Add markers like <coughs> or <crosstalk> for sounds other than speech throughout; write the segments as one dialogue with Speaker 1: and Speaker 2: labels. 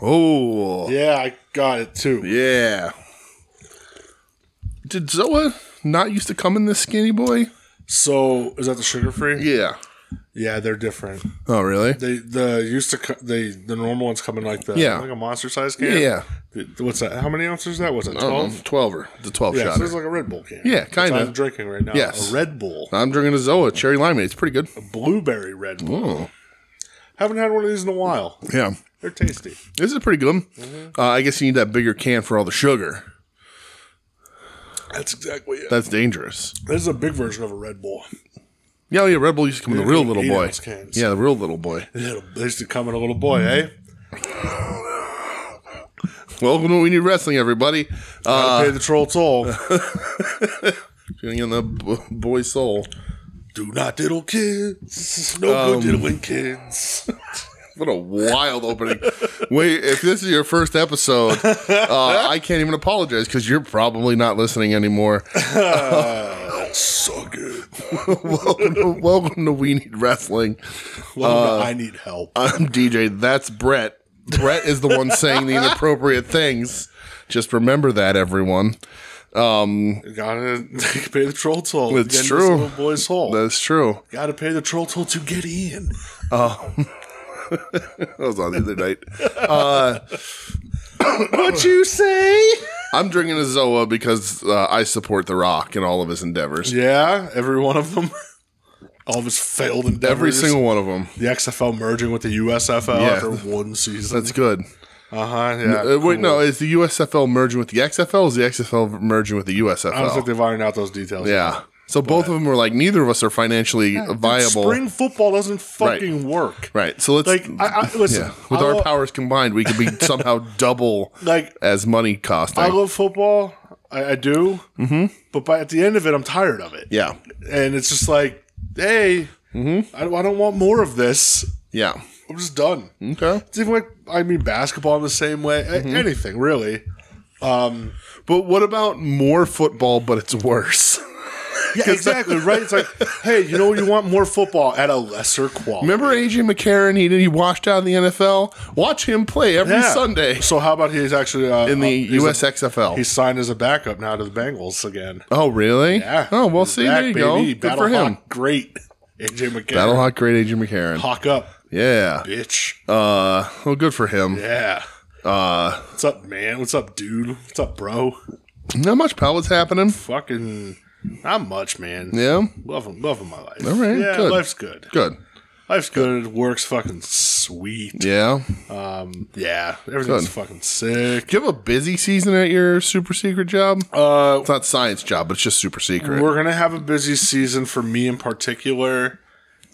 Speaker 1: Oh, yeah.
Speaker 2: Yeah, I got it too.
Speaker 1: Did Zoa not used to come in this skinny boy?
Speaker 2: So is that the sugar free?
Speaker 1: Yeah.
Speaker 2: Yeah, they're different.
Speaker 1: Oh, really?
Speaker 2: They the used to co- they the normal ones come in like the
Speaker 1: Yeah.
Speaker 2: like a monster size
Speaker 1: Yeah.
Speaker 2: can.
Speaker 1: yeah.
Speaker 2: Th- What's that? How many ounces is that? What's it?
Speaker 1: I don't
Speaker 2: Twelve.
Speaker 1: know. Twelver. The twelve
Speaker 2: Yeah,
Speaker 1: shot.
Speaker 2: so it's like a Red Bull can.
Speaker 1: Yeah,
Speaker 2: That's
Speaker 1: kinda.
Speaker 2: what I'm drinking right now.
Speaker 1: Yes.
Speaker 2: a Red Bull,
Speaker 1: I'm drinking a Zoa cherry limeade. It's pretty good.
Speaker 2: blueberry Red Bull.
Speaker 1: Oh,
Speaker 2: Haven't had one of these in a while.
Speaker 1: yeah.
Speaker 2: They're tasty.
Speaker 1: This is a pretty good. one.
Speaker 2: Mm-hmm.
Speaker 1: Uh, I guess you need that bigger can for all the sugar.
Speaker 2: That's exactly it.
Speaker 1: That's dangerous.
Speaker 2: This is a big version of a Red Bull.
Speaker 1: Yeah, yeah. Red Bull used to come in the real little
Speaker 2: eight
Speaker 1: boy.
Speaker 2: ounce cans.
Speaker 1: Yeah, the real little boy.
Speaker 2: Little- They used to come in a little boy, eh?
Speaker 1: Welcome to We Need Wrestling, everybody. Uh,
Speaker 2: Gotta pay the
Speaker 1: <laughs>
Speaker 2: troll toll.
Speaker 1: feeling Uh, in the b- boy soul.
Speaker 2: Do not diddle kids. No
Speaker 1: Um,
Speaker 2: good diddling kids. <laughs>
Speaker 1: What a wild opening. Wait, if this is your first episode, uh, I can't even apologize because you're probably not listening anymore. <laughs>
Speaker 2: So good.
Speaker 1: welcome, to, welcome to We Need Wrestling.
Speaker 2: Well,
Speaker 1: Uh,
Speaker 2: I need help.
Speaker 1: I'm DJ. That's Brett. Brett is the one saying the inappropriate things. Just remember that, everyone.
Speaker 2: Gotta <laughs> pay the troll toll.
Speaker 1: It's
Speaker 2: Get in this
Speaker 1: true.
Speaker 2: Little boy's hole.
Speaker 1: That's true.
Speaker 2: Gotta pay the troll toll to get in.
Speaker 1: That was on the other night.
Speaker 2: What you say?
Speaker 1: I'm drinking a Zoa because uh, I support The Rock in all of his endeavors.
Speaker 2: Yeah, every one of them. <laughs> All of his failed endeavors.
Speaker 1: Every single one of them.
Speaker 2: The XFL merging with the USFL
Speaker 1: Yeah.
Speaker 2: after one season.
Speaker 1: That's good.
Speaker 2: Uh huh. Yeah.
Speaker 1: Uh, wait, no, is the USFL merging with the XFL? Or is the XFL merging with the USFL?
Speaker 2: I don't think they've ironed out those details.
Speaker 1: yeah. So both of them were like, neither of us are financially viable.
Speaker 2: Spring football doesn't fucking work.
Speaker 1: right. So let's
Speaker 2: Like, I, I, listen,
Speaker 1: yeah, with
Speaker 2: I
Speaker 1: our
Speaker 2: lo-
Speaker 1: powers combined, we could
Speaker 2: <laughs>
Speaker 1: be somehow double
Speaker 2: Like,
Speaker 1: as money costing.
Speaker 2: I love football. I, I do. Mm-hmm. But by, at the end of it, I'm tired of it.
Speaker 1: yeah.
Speaker 2: And it's just like, hey,
Speaker 1: Mm-hmm.
Speaker 2: I, don't- I don't want more of this.
Speaker 1: Yeah.
Speaker 2: I'm just done.
Speaker 1: Okay.
Speaker 2: It's even like, I mean, basketball in the same way. A-
Speaker 1: Mm-hmm.
Speaker 2: Anything, really.
Speaker 1: But what about more football, but it's worse? <laughs>
Speaker 2: Yeah, exactly. right? It's like, hey, you know, you want more football at a lesser quality.
Speaker 1: Remember AJ McCarron? He he washed out of the NFL. Watch him play every
Speaker 2: Yeah.
Speaker 1: Sunday
Speaker 2: So how about he's actually uh,
Speaker 1: in the
Speaker 2: uh, he's a-
Speaker 1: USXFL.
Speaker 2: he's signed as a backup now to the Bengals again.
Speaker 1: oh, really?
Speaker 2: Yeah.
Speaker 1: Oh, well,
Speaker 2: He's
Speaker 1: see,
Speaker 2: back,
Speaker 1: there you go.
Speaker 2: baby.
Speaker 1: Good
Speaker 2: Battle
Speaker 1: for him.
Speaker 2: Hawk, great. AJ McCarron.
Speaker 1: Battle Hawk, great AJ McCarron.
Speaker 2: Hawk up,
Speaker 1: Yeah.
Speaker 2: bitch.
Speaker 1: Uh, well, good for him.
Speaker 2: Yeah. Uh, What's up, man? What's up, dude? What's up, bro?
Speaker 1: Not much pal what's happening.
Speaker 2: Fucking not much, man.
Speaker 1: Yeah.
Speaker 2: Loving, loving my life.
Speaker 1: All right,
Speaker 2: yeah,
Speaker 1: good.
Speaker 2: life's good.
Speaker 1: Good.
Speaker 2: Life's good. Work's fucking sweet.
Speaker 1: Yeah.
Speaker 2: Um, yeah, everything's
Speaker 1: Good.
Speaker 2: fucking sick.
Speaker 1: Do you have a busy season at your super secret job?
Speaker 2: Uh,
Speaker 1: It's not science job, but it's just super secret.
Speaker 2: we're gonna have a busy season for me in particular.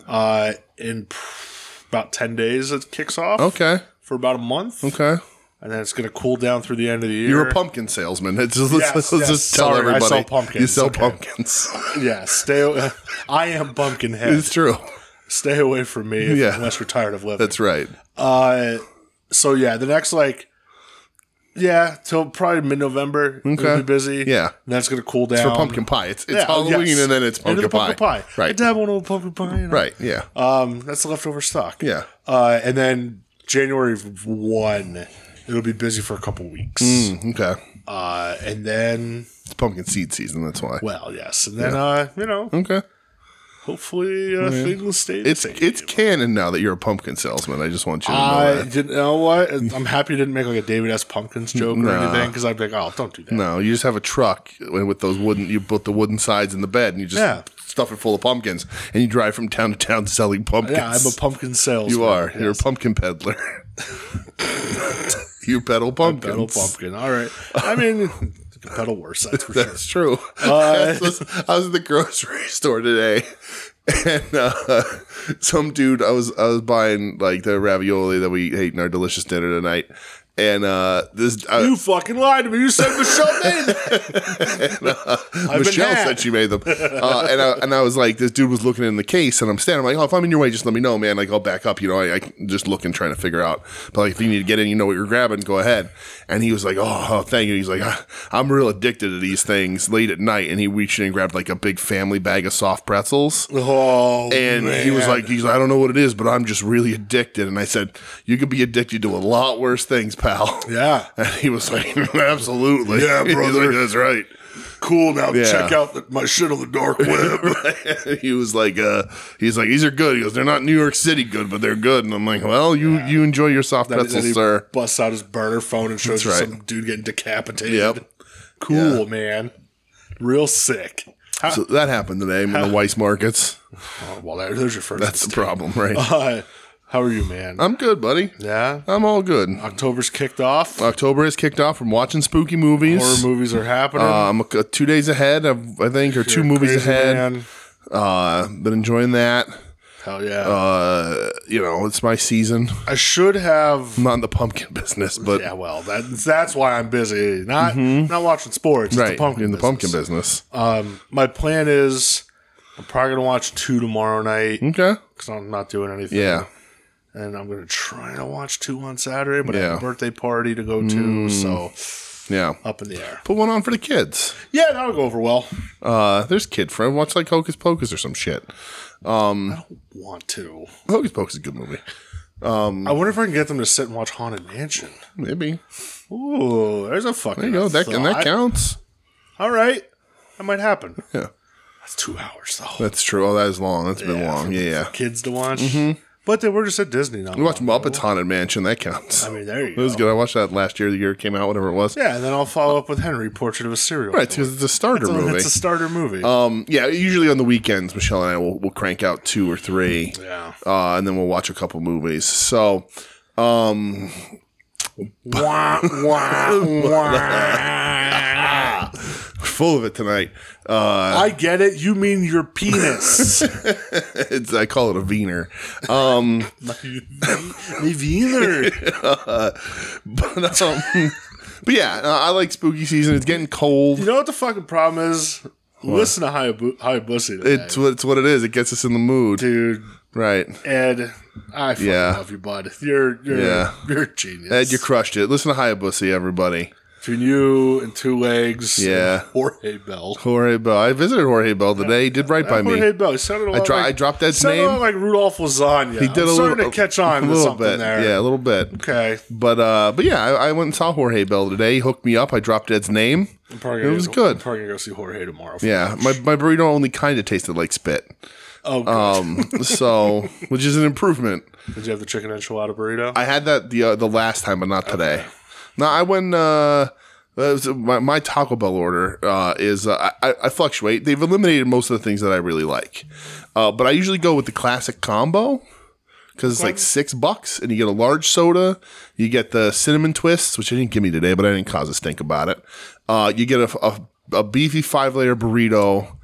Speaker 2: Uh, in pr- about ten days, it kicks off.
Speaker 1: Okay.
Speaker 2: For about a month,
Speaker 1: Okay.
Speaker 2: and then it's gonna cool down through the end of the year.
Speaker 1: You're a pumpkin salesman. <laughs> It's just, let's,
Speaker 2: Yes,
Speaker 1: let's
Speaker 2: yes.
Speaker 1: just tell
Speaker 2: Sorry, I
Speaker 1: everybody.
Speaker 2: sell pumpkins.
Speaker 1: You sell
Speaker 2: Okay.
Speaker 1: pumpkins. <laughs>
Speaker 2: yeah, stay. <laughs> I am Bumpkinhead.
Speaker 1: it's true.
Speaker 2: stay away from me
Speaker 1: Yeah.
Speaker 2: unless you're tired of living.
Speaker 1: That's right.
Speaker 2: uh, so yeah, the next like, yeah, till probably mid November.
Speaker 1: Okay.
Speaker 2: It'll be busy.
Speaker 1: Yeah.
Speaker 2: and that's gonna cool down.
Speaker 1: For pumpkin pie. It's, it's
Speaker 2: Um, Yeah, oh,
Speaker 1: Halloween
Speaker 2: yes.
Speaker 1: and then it's
Speaker 2: Into
Speaker 1: pumpkin,
Speaker 2: the pumpkin pie. I
Speaker 1: Right.
Speaker 2: dabble in a little pumpkin pie. you know.
Speaker 1: Right. Yeah.
Speaker 2: Um, that's the leftover stock.
Speaker 1: Yeah.
Speaker 2: Uh, and then January one, it'll be busy for a couple weeks.
Speaker 1: Mm, okay.
Speaker 2: Uh, and then
Speaker 1: It's pumpkin seed season. That's why.
Speaker 2: well, yes, and then uh, you know,
Speaker 1: Okay.
Speaker 2: hopefully uh, things will stay. the
Speaker 1: It's
Speaker 2: same.
Speaker 1: it's canon now that you're a pumpkin salesman. I just want you to know
Speaker 2: I
Speaker 1: that.
Speaker 2: didn't you know what. I'm happy you didn't make like a David S. Pumpkins joke or
Speaker 1: Nah.
Speaker 2: anything because I'd be like, oh, don't do that.
Speaker 1: No, you just have a truck with those wooden. You put the wooden sides in the bed, and you just
Speaker 2: Yeah.
Speaker 1: stuff it full of pumpkins, and you drive from town to town selling pumpkins.
Speaker 2: Yeah, I'm a pumpkin salesman.
Speaker 1: you are.
Speaker 2: Yeah,
Speaker 1: You're a pumpkin peddler. <laughs> you peddle pumpkins.
Speaker 2: pedal pumpkin. All right. I
Speaker 1: <laughs>
Speaker 2: mean, you can pedal worse. That's for sure.
Speaker 1: That's true.
Speaker 2: Uh,
Speaker 1: <laughs> I, was, I was at the grocery <laughs> store today, and uh, some dude I was I was buying like the ravioli that we ate in our delicious dinner tonight, And uh, this uh,
Speaker 2: You fucking lied to me. You said
Speaker 1: <laughs>
Speaker 2: Michelle made them. been
Speaker 1: Michelle
Speaker 2: had.
Speaker 1: said she made them, uh, and I, and I was like, this dude was looking in the case, and I'm standing. I'm like, oh, if I'm in your way, just let me know, man. Like, I'll back up. You know, I, I can- just looking, trying to figure out. But like, if you need to get in, you know what you're grabbing. Go ahead. And he was like, oh, oh, thank you. He's like, "Ah, I'm real addicted to these things late at night. And he reached in and grabbed like a big family bag of soft pretzels.
Speaker 2: Oh,
Speaker 1: And he was
Speaker 2: man.
Speaker 1: like, he's, like, I don't know what it is, but I'm just really addicted. And I said, you could be addicted to a lot worse things, pal.
Speaker 2: Yeah.
Speaker 1: <laughs> And he was like, <laughs> absolutely. <laughs>
Speaker 2: Yeah,
Speaker 1: He's like,
Speaker 2: brother.
Speaker 1: That's right.
Speaker 2: cool. Now
Speaker 1: Yeah.
Speaker 2: check out the, my shit on the <laughs> dark web.
Speaker 1: <laughs> he was like, uh, he's like, these are good. He goes, they're not New York City good, but they're good. And I'm like, well, you you enjoy your soft
Speaker 2: And then
Speaker 1: pretzels,
Speaker 2: he
Speaker 1: sir.
Speaker 2: <laughs> Busts out his burner phone and shows
Speaker 1: That's
Speaker 2: you
Speaker 1: right.
Speaker 2: some dude getting decapitated.
Speaker 1: Yep.
Speaker 2: Cool, man. Real sick. How,
Speaker 1: So that happened today in the Weiss markets.
Speaker 2: oh, well, there, there's your first. <laughs>
Speaker 1: That's Oh. the problem, right?
Speaker 2: Uh, how are you, man?
Speaker 1: I'm good, buddy.
Speaker 2: yeah.
Speaker 1: I'm all good.
Speaker 2: October's kicked off.
Speaker 1: October has kicked off from watching spooky movies.
Speaker 2: Horror movies are happening.
Speaker 1: Uh, I'm uh, two days ahead, of, I think, or two movies
Speaker 2: Crazy
Speaker 1: ahead.
Speaker 2: Man.
Speaker 1: Uh, been enjoying that.
Speaker 2: Hell yeah.
Speaker 1: Uh, you know, it's my season.
Speaker 2: I should have.
Speaker 1: I'm not in the pumpkin <laughs> business, but
Speaker 2: Yeah, well, that, that's why I'm busy. Not not watching sports. It's
Speaker 1: Mm-hmm. right
Speaker 2: the pumpkin
Speaker 1: in the
Speaker 2: business.
Speaker 1: pumpkin business.
Speaker 2: Um, my plan is I'm probably gonna watch two tomorrow night
Speaker 1: okay.
Speaker 2: because I'm not doing anything.
Speaker 1: Mm. Yeah.
Speaker 2: and I'm gonna try to watch two on Saturday, but I
Speaker 1: Yeah. Mm.
Speaker 2: have a birthday party to go to, so
Speaker 1: Yeah.
Speaker 2: up in the air.
Speaker 1: Put one on for the kids.
Speaker 2: Yeah, that'll go over well.
Speaker 1: Uh, there's kid friend. Watch like Hocus Pocus or some shit. Mm.
Speaker 2: Want to?
Speaker 1: Hocus Pocus is a good movie.
Speaker 2: I wonder if I can get them to sit and watch Haunted Mansion.
Speaker 1: Maybe
Speaker 2: Ooh, there's a fucking.
Speaker 1: there you go. That and that counts.
Speaker 2: All right, that might happen.
Speaker 1: <laughs> Yeah,
Speaker 2: That's two hours though. <laughs>
Speaker 1: that's true. Oh, that is long. That's been long.
Speaker 2: for-
Speaker 1: Yeah, yeah.
Speaker 2: for kids to watch.
Speaker 1: Mm-hmm.
Speaker 2: But they were just at Disney. Not
Speaker 1: We watched Muppets Haunted Mansion. That counts.
Speaker 2: I mean, there you
Speaker 1: That was
Speaker 2: go.
Speaker 1: good. I watched that last year. The year it came out, whatever it was.
Speaker 2: Yeah, and then I'll follow up with Henry Portrait of a Serial.
Speaker 1: Right,
Speaker 2: Killer.
Speaker 1: because it's a starter
Speaker 2: So
Speaker 1: movie.
Speaker 2: It's a starter movie.
Speaker 1: um, yeah, usually on the weekends, Michelle and I will, will crank out two or three,
Speaker 2: yeah.
Speaker 1: uh, and then we'll watch a couple movies. So
Speaker 2: wah, wah,
Speaker 1: <laughs>
Speaker 2: wah.
Speaker 1: full of it tonight. Uh, <laughs>
Speaker 2: I get it. You mean your penis. <laughs>
Speaker 1: it's, I call it a wiener. Um, <laughs>
Speaker 2: Maybe either.
Speaker 1: But, um, <laughs> but yeah, uh, I like spooky season. It's getting cold.
Speaker 2: You know what the fucking problem is? Listen to Hayabu- Hayabusa today,
Speaker 1: It's what it's what it is. It gets us in the mood,
Speaker 2: dude.
Speaker 1: right?
Speaker 2: Ed, I fucking
Speaker 1: Yeah.
Speaker 2: love you, bud. You're you're
Speaker 1: Yeah.
Speaker 2: you're a genius.
Speaker 1: Ed, you crushed it. Listen to Hayabusa, everybody.
Speaker 2: Between you and two legs.
Speaker 1: Yeah.
Speaker 2: and Jorge Bell.
Speaker 1: Jorge Bell. I visited Jorge Bell today. He did right by me.
Speaker 2: Jorge Bell. He sounded a lot
Speaker 1: I, dro-
Speaker 2: like,
Speaker 1: I dropped Ed's
Speaker 2: sounded a lot
Speaker 1: name.
Speaker 2: like Rudolph Lasagna. He
Speaker 1: He did
Speaker 2: I'm
Speaker 1: a
Speaker 2: starting
Speaker 1: little,
Speaker 2: to catch on
Speaker 1: <laughs> a
Speaker 2: to
Speaker 1: little
Speaker 2: something
Speaker 1: bit.
Speaker 2: there.
Speaker 1: Yeah, a little bit.
Speaker 2: Okay.
Speaker 1: But uh, but yeah, I, I went and saw Jorge Bell today. He hooked me up. I dropped Ed's name.
Speaker 2: I'm probably gonna
Speaker 1: was
Speaker 2: go,
Speaker 1: good.
Speaker 2: I'm probably gonna go see Jorge tomorrow.
Speaker 1: Yeah, my my burrito only kind of tasted like spit.
Speaker 2: Oh, good.
Speaker 1: Um, so which is an improvement.
Speaker 2: did you have the chicken enchilada burrito?
Speaker 1: um, I had that the uh, the last time, but not today. No, I went. Uh, that was- my, my Taco Bell order uh, is uh, I, I fluctuate. They've eliminated most of the things that I really like, uh, but I usually go with the classic combo because it's like six bucks, and you get a large soda. You get the cinnamon twists, which they didn't give me today, but I didn't cause a stink about it. Uh, you get a, a, a beefy five layer burrito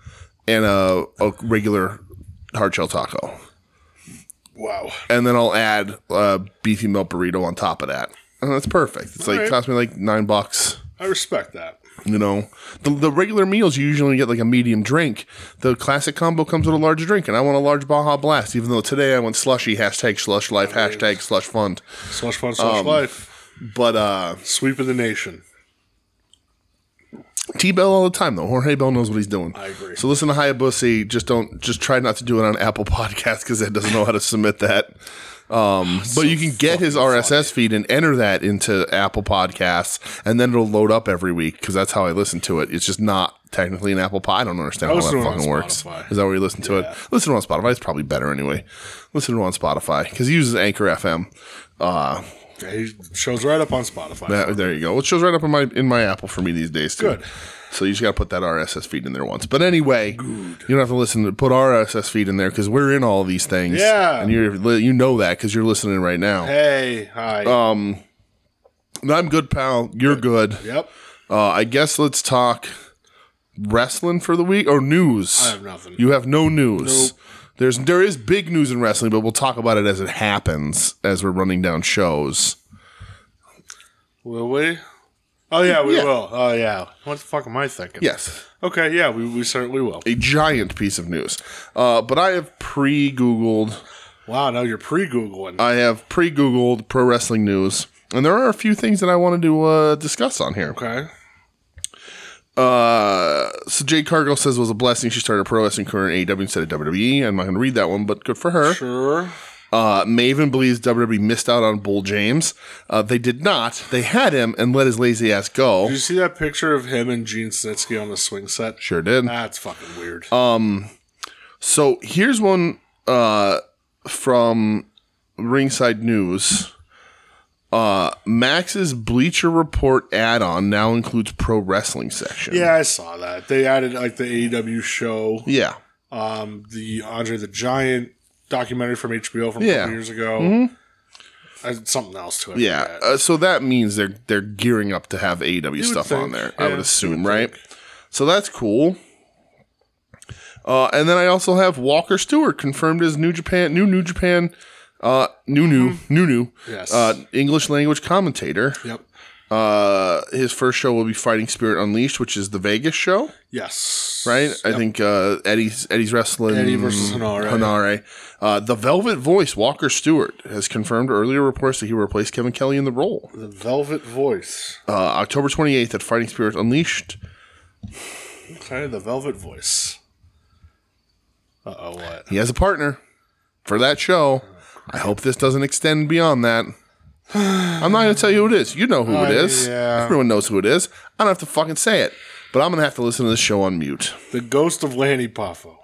Speaker 1: and a, a regular hard shell taco
Speaker 2: wow.
Speaker 1: and then I'll add uh, beefy milk burrito on top of that. And that's perfect. It's like
Speaker 2: right.
Speaker 1: cost me like nine bucks.
Speaker 2: I respect that.
Speaker 1: You know, the, the regular meals you usually get like a medium drink. The classic combo comes with a large drink, and I want a large Baja Blast. Even though today I went slushy hashtag slush life hashtag slush fund.
Speaker 2: Slush fun, slush
Speaker 1: Um,
Speaker 2: life.
Speaker 1: But uh,
Speaker 2: Sweep of the nation.
Speaker 1: T Bell all the time though. Jorge Bell knows what he's doing. I
Speaker 2: agree.
Speaker 1: So listen to Hayabusa. Just don't. Just try not to do it on Apple <laughs> Podcasts because that doesn't know how to submit that.
Speaker 2: <sighs>
Speaker 1: Um, but you can get his RSS feed and enter that into Apple Podcasts, and then it'll load up every week because that's how I listen to it. It's just not technically an Apple Pod. I don't understand how
Speaker 2: listen
Speaker 1: that
Speaker 2: to it on
Speaker 1: fucking works.
Speaker 2: Spotify.
Speaker 1: Is that where you listen to it? Listen to it on Spotify. It's probably better anyway. Listen to it on Spotify because he uses Anchor FM. Uh,
Speaker 2: He shows right up on Spotify.
Speaker 1: that- there you go. It shows right up in my in my Apple for me these days too.
Speaker 2: Good.
Speaker 1: So you just got to put that RSS feed in there once. But anyway, you don't have to listen to put RSS feed in there because we're in all these things.
Speaker 2: Yeah.
Speaker 1: and you're li- you know that because you're listening right now.
Speaker 2: Hey, hi.
Speaker 1: Uh, I'm good, pal. You're good.
Speaker 2: yep.
Speaker 1: Uh, I guess let's talk wrestling for the week or news.
Speaker 2: I have nothing.
Speaker 1: You have no news. There's there is big news in wrestling, but we'll talk about it as it happens as we're running down shows.
Speaker 2: Will we? Oh yeah, we
Speaker 1: Yeah.
Speaker 2: will. Oh yeah. What the fuck am I thinking?
Speaker 1: Yes,
Speaker 2: Okay. Yeah, we, we certainly will.
Speaker 1: a giant piece of news. Uh, but I have pre Googled.
Speaker 2: Wow. Now you're pre-googling.
Speaker 1: I have pre Googled pro wrestling news, and there are a few things that I wanted to uh, discuss on here.
Speaker 2: okay.
Speaker 1: Uh, so Jade Cargill says it was a blessing she started a pro wrestling career in AEW instead of WWE. I'm not going to read that one, but good for her.
Speaker 2: Sure.
Speaker 1: Uh, Maven believes WWE missed out on Bull James. Uh, they did not. They had him and let his lazy ass go.
Speaker 2: Did you see that picture of him and Gene Snitsky on the swing set?
Speaker 1: Sure did.
Speaker 2: That's fucking weird.
Speaker 1: Um, So here's one uh, from Ringside News. Uh, Max's Bleacher Report add-on now includes pro wrestling section.
Speaker 2: yeah, I saw that. They added like the AEW show,
Speaker 1: Yeah.
Speaker 2: um, the Andre the Giant documentary from HBO from a
Speaker 1: Yeah. Mm-hmm.
Speaker 2: couple years ago. And something else to it.
Speaker 1: Yeah. Uh, so that means they're they're gearing up to have AEW stuff on
Speaker 2: think,
Speaker 1: there.
Speaker 2: yeah,
Speaker 1: I
Speaker 2: you
Speaker 1: would
Speaker 2: would
Speaker 1: assume, right? So that's cool. Uh, and then I also have Walker Stewart confirmed as New Japan, new New Japan, uh, new new new new
Speaker 2: Hmm. Yes.
Speaker 1: uh, English language commentator.
Speaker 2: Yep.
Speaker 1: Uh, his first show will be Fighting Spirit Unleashed, which is the Vegas show,
Speaker 2: Yes.
Speaker 1: right? I think uh, Eddie's Eddie's wrestling
Speaker 2: Eddie versus Hanare.
Speaker 1: Hanare. Uh, the Velvet Voice Walker Stewart has confirmed earlier reports that he will replace Kevin Kelly in the role.
Speaker 2: The Velvet Voice.
Speaker 1: Uh, October 28th at Fighting Spirit Unleashed.
Speaker 2: Okay, the Velvet Voice. Uh oh, what?
Speaker 1: He has a partner for that show. I hope this doesn't extend beyond that. I'm not going to tell you who it is. You know who it is.
Speaker 2: yeah.
Speaker 1: Everyone knows who it is. I don't have to fucking say it, but I'm going to have to listen to this show on mute.
Speaker 2: The Ghost of Lanny Poffo.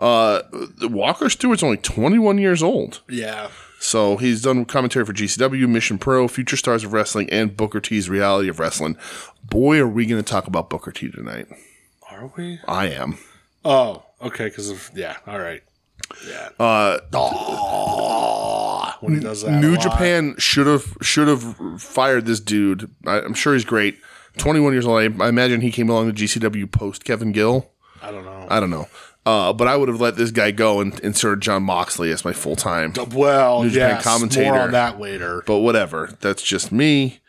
Speaker 1: Uh, Walker Stewart's only 21 years old.
Speaker 2: Yeah.
Speaker 1: So he's done commentary for GCW, Mission Pro, Future Stars of Wrestling, and Booker T's Reality of Wrestling. Boy, are we going to talk about Booker T tonight.
Speaker 2: Are we?
Speaker 1: I am.
Speaker 2: Oh, okay, because of. Yeah, all right. Yeah.
Speaker 1: Uh,
Speaker 2: when he does that. a
Speaker 1: New
Speaker 2: lot.
Speaker 1: Japan should have should have fired this dude. I, I'm sure he's great. 21 years old. I, I imagine he came along to GCW post Kevin Gill.
Speaker 2: I don't know.
Speaker 1: I don't know. Uh, but I would have let this guy go and inserted John Moxley as my full time.
Speaker 2: well,
Speaker 1: Japan
Speaker 2: yeah. More
Speaker 1: commentator.
Speaker 2: on that later.
Speaker 1: But whatever. That's just me.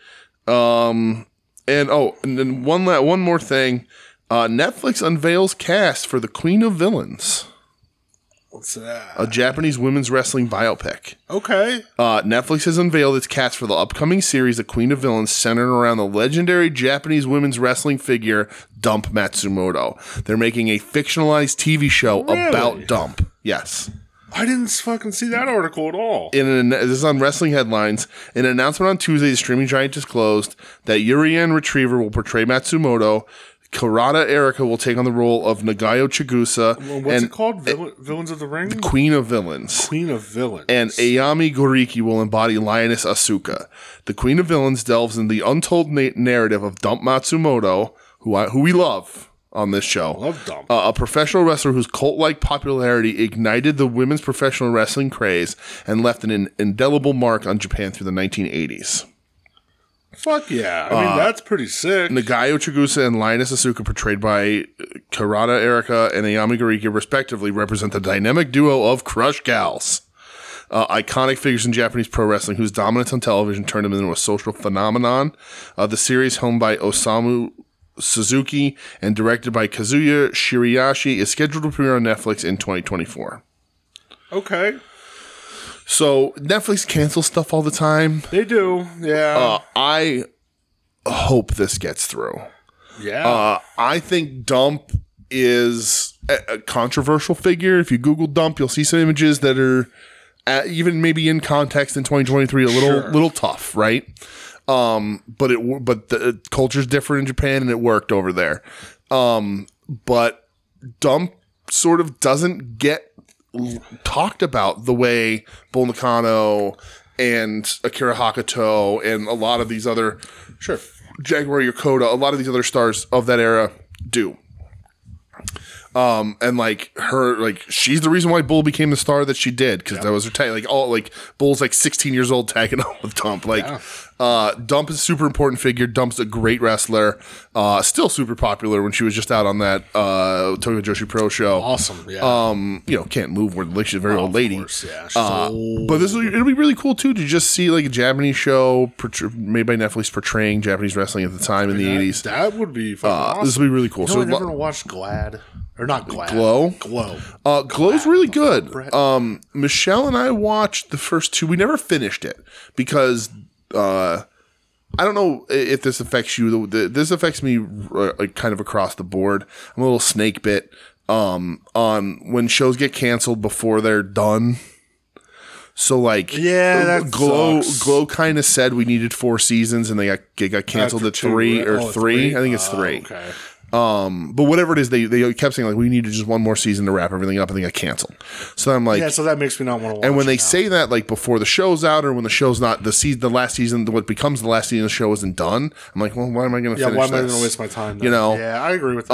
Speaker 1: Um, and oh, and then one la- one more thing. Uh, Netflix unveils cast for the Queen of Villains,
Speaker 2: What's that?
Speaker 1: a Japanese women's wrestling biopic.
Speaker 2: okay.
Speaker 1: Uh, Netflix has unveiled its cast for the upcoming series, The Queen of Villains, centered around the legendary Japanese women's wrestling figure, Dump Matsumoto. They're making a fictionalized TV show about Dump. Yes.
Speaker 2: I didn't fucking see that article at all.
Speaker 1: In an, this is on Wrestling Headlines. In an announcement on Tuesday, the streaming giant disclosed that Yurian Retriever will portray Matsumoto. Karada Erika will take on the role of Nagayo Chigusa
Speaker 2: What's
Speaker 1: and
Speaker 2: it called? Villain, Villains of the Ring?
Speaker 1: Queen of Villains.
Speaker 2: Queen of Villains.
Speaker 1: and Ayami Goriki will embody Lioness Asuka. The Queen of Villains delves in the untold na- narrative of Dump Matsumoto, who I, who we love on this show.
Speaker 2: Love Dump.
Speaker 1: Uh, a professional wrestler whose cult-like popularity ignited the women's professional wrestling craze and left an indelible mark on Japan through the 1980s.
Speaker 2: Fuck yeah. I mean,
Speaker 1: uh,
Speaker 2: that's pretty sick.
Speaker 1: Nagayo Chigusa and Lioness Asuka, portrayed by Karada Erika and Ayami Gariki, respectively, represent the dynamic duo of Crush Gals, uh, iconic figures in Japanese pro wrestling whose dominance on television turned them into a social phenomenon. Uh, the series, helmed by Osamu Suzuki and directed by Kazuya Shiriyashi, is scheduled to premiere on Netflix in 2024.
Speaker 2: okay.
Speaker 1: So Netflix cancels stuff all the time.
Speaker 2: They do. Yeah.
Speaker 1: Uh, I hope this gets through.
Speaker 2: yeah.
Speaker 1: Uh, I think Dump is a, a controversial figure. If you Google Dump, you'll see some images that are uh even maybe in context in 2023 a little little tough, right? Um, but it wo- but the uh, culture's different in Japan and it worked over there. Um, but Dump sort of doesn't get l- talked about the way Bull Nakano and Akira Hakuto and a lot of these other
Speaker 2: sure.
Speaker 1: Jaguar Yokota, a lot of these other stars of that era do. Um, and like her, like she's the reason why Bull became the star that she did because that was her tag. Like all like Bull's like 16 years old tagging <laughs> up with Dump. Like, uh, Dump is a super important figure. Dump's a great wrestler. Uh, still super popular when she was just out on that uh Tokyo Joshi Pro show.
Speaker 2: Awesome. Yeah.
Speaker 1: Um, you know, can't move. We're like she's a very old lady.
Speaker 2: course, yeah.
Speaker 1: Uh, but this will, it'll be really cool too to just see like a Japanese show portray- made by Netflix portraying Japanese wrestling at the time in the eighties.
Speaker 2: That would be fucking awesome.
Speaker 1: This will be really cool.
Speaker 2: You know, I
Speaker 1: uh, so
Speaker 2: never watched Glad or not Glad.
Speaker 1: Glow?
Speaker 2: Glow.
Speaker 1: uh, Glow's really good. Um, Michelle and I watched the first two. We never finished it because uh, I don't know i- if this affects you. The- the- This affects me uh, like kind of across the board. I'm a little snake bit um, on when shows get canceled before they're done. So like
Speaker 2: Yeah, that
Speaker 1: glow
Speaker 2: sucks.
Speaker 1: glow kind of said we needed four seasons and they got they got canceled
Speaker 2: After
Speaker 1: at
Speaker 2: two,
Speaker 1: three
Speaker 2: right?
Speaker 1: or
Speaker 2: Oh,
Speaker 1: three.
Speaker 2: three?
Speaker 1: I think it's
Speaker 2: Oh,
Speaker 1: three.
Speaker 2: Okay.
Speaker 1: But whatever it is, they they kept saying like we needed just one more season to wrap everything up, and they got canceled. So I'm like,
Speaker 2: Yeah, so that makes me not want to watch.
Speaker 1: and when
Speaker 2: it
Speaker 1: they
Speaker 2: now.
Speaker 1: say that like before the show's out or when the show's not the season, the last season, what becomes the last season of the show isn't done. I'm like, well, why am I going to?
Speaker 2: yeah,
Speaker 1: finish
Speaker 2: why am I going
Speaker 1: this?
Speaker 2: to waste my time? Then?
Speaker 1: You know? um,
Speaker 2: Yeah, I agree with that.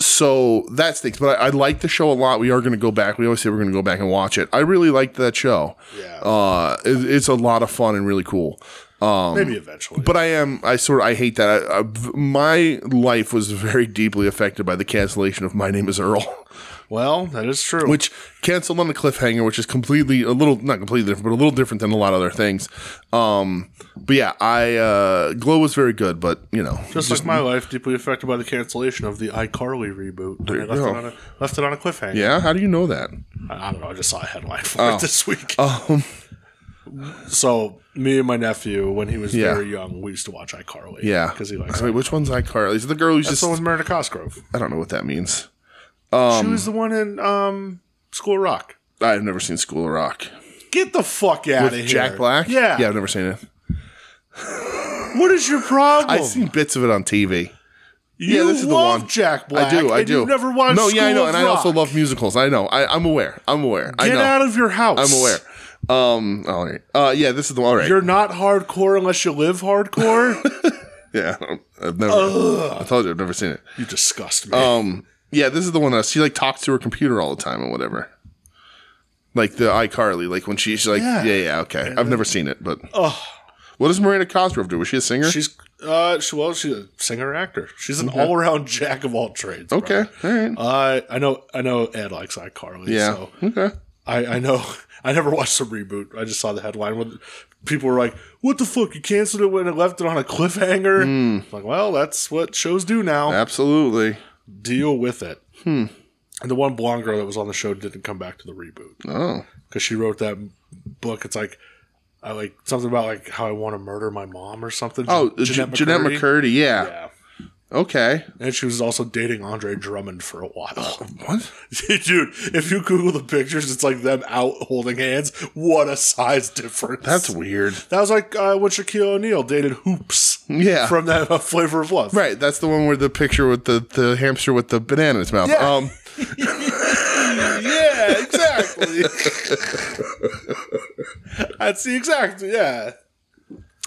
Speaker 1: so that stinks. But I, I like the show a lot. We are going to go back. We always say we're going to go back and watch it. I really liked that show.
Speaker 2: Yeah.
Speaker 1: uh, it, it's a lot of fun and really cool.
Speaker 2: Maybe eventually.
Speaker 1: But I am. I sort of. I hate that. I, I, my life was very deeply affected by the cancellation of My Name Is Earl. <laughs>
Speaker 2: well, that is true.
Speaker 1: which canceled on a cliffhanger, which is completely a little not completely different, but a little different than a lot of other things. Um, but yeah, I uh, Glow was very good, but you know,
Speaker 2: just, like my life, deeply affected by the cancellation of the iCarly reboot. I left,
Speaker 1: go.
Speaker 2: it on a, left it on a cliffhanger.
Speaker 1: yeah. Oh. How do you know that?
Speaker 2: I, I don't know. I just saw a headline for it
Speaker 1: <laughs>
Speaker 2: this week.
Speaker 1: Um,
Speaker 2: so me and my nephew, when he was
Speaker 1: Yeah.
Speaker 2: very young, we used to watch iCarly.
Speaker 1: Yeah,
Speaker 2: because he
Speaker 1: <laughs>
Speaker 2: likes.
Speaker 1: Wait,
Speaker 2: it.
Speaker 1: which one's iCarly? Is it the girl who's just?
Speaker 2: So was Meredith Cosgrove.
Speaker 1: I don't know what that means.
Speaker 2: she was the one in um, School Rock.
Speaker 1: I've never seen School of Rock.
Speaker 2: Get the fuck out of here,
Speaker 1: Jack Black.
Speaker 2: Yeah.
Speaker 1: yeah. I've never seen it.
Speaker 2: What is your problem?
Speaker 1: I've seen bits of it on TV.
Speaker 2: you
Speaker 1: yeah, this is the
Speaker 2: love
Speaker 1: one.
Speaker 2: Jack Black.
Speaker 1: I do. I
Speaker 2: and
Speaker 1: do.
Speaker 2: You never watched.
Speaker 1: No, yeah, I
Speaker 2: School
Speaker 1: know,
Speaker 2: of
Speaker 1: and I also
Speaker 2: Rock.
Speaker 1: love musicals. I know. I, I'm aware. I'm aware. I
Speaker 2: Get
Speaker 1: know.
Speaker 2: out of your house.
Speaker 1: I'm aware. Um. All right. Uh. Yeah. This is the one. All right.
Speaker 2: You're not hardcore unless you live hardcore.
Speaker 1: Yeah, I don't- I've never. I told <laughs> you I've never seen it.
Speaker 2: you disgust me.
Speaker 1: Um, yeah, this is the one that she like talks to her computer all the time and whatever. Like the iCarly, like when she's like, yeah,
Speaker 2: Yeah.
Speaker 1: yeah, okay. I've never seen it, but what does Miranda Cosgrove do? Was she a singer?
Speaker 2: she's uh, she, well, she's a singer actor. She's an all around jack of all trades. bro.
Speaker 1: okay, all right.
Speaker 2: Uh, I know. I know. Ed likes iCarly.
Speaker 1: yeah,
Speaker 2: So
Speaker 1: okay.
Speaker 2: I, I know. <laughs> I never watched the reboot. I just saw the headline when people were like, "What the fuck? You canceled it when it left it on a cliffhanger."
Speaker 1: Hmm.
Speaker 2: Like, well, that's what shows do now.
Speaker 1: Absolutely.
Speaker 2: Deal with it. Hmm. And the one blonde girl that was on the show didn't come back to the reboot
Speaker 1: Oh,
Speaker 2: because she wrote that book. It's like I like something about like how I want to murder my mom or something.
Speaker 1: oh, Jeanette,
Speaker 2: McCurdy.
Speaker 1: Jeanette McCurdy. Yeah.
Speaker 2: Yeah.
Speaker 1: Okay.
Speaker 2: And she was also dating Andre Drummond for a while.
Speaker 1: Oh, What?
Speaker 2: <laughs> Dude, if you Google the pictures, it's like them out holding hands. What a size difference.
Speaker 1: That's weird.
Speaker 2: that was like uh, when Shaquille O'Neal dated Hoops
Speaker 1: Yeah.
Speaker 2: from that uh, Flavor of Love.
Speaker 1: Right, that's the one where the picture with the, the hamster with the banana in its mouth.
Speaker 2: Yeah.
Speaker 1: Um,
Speaker 2: Yeah, exactly.
Speaker 1: <laughs>
Speaker 2: That's the exact. Yeah.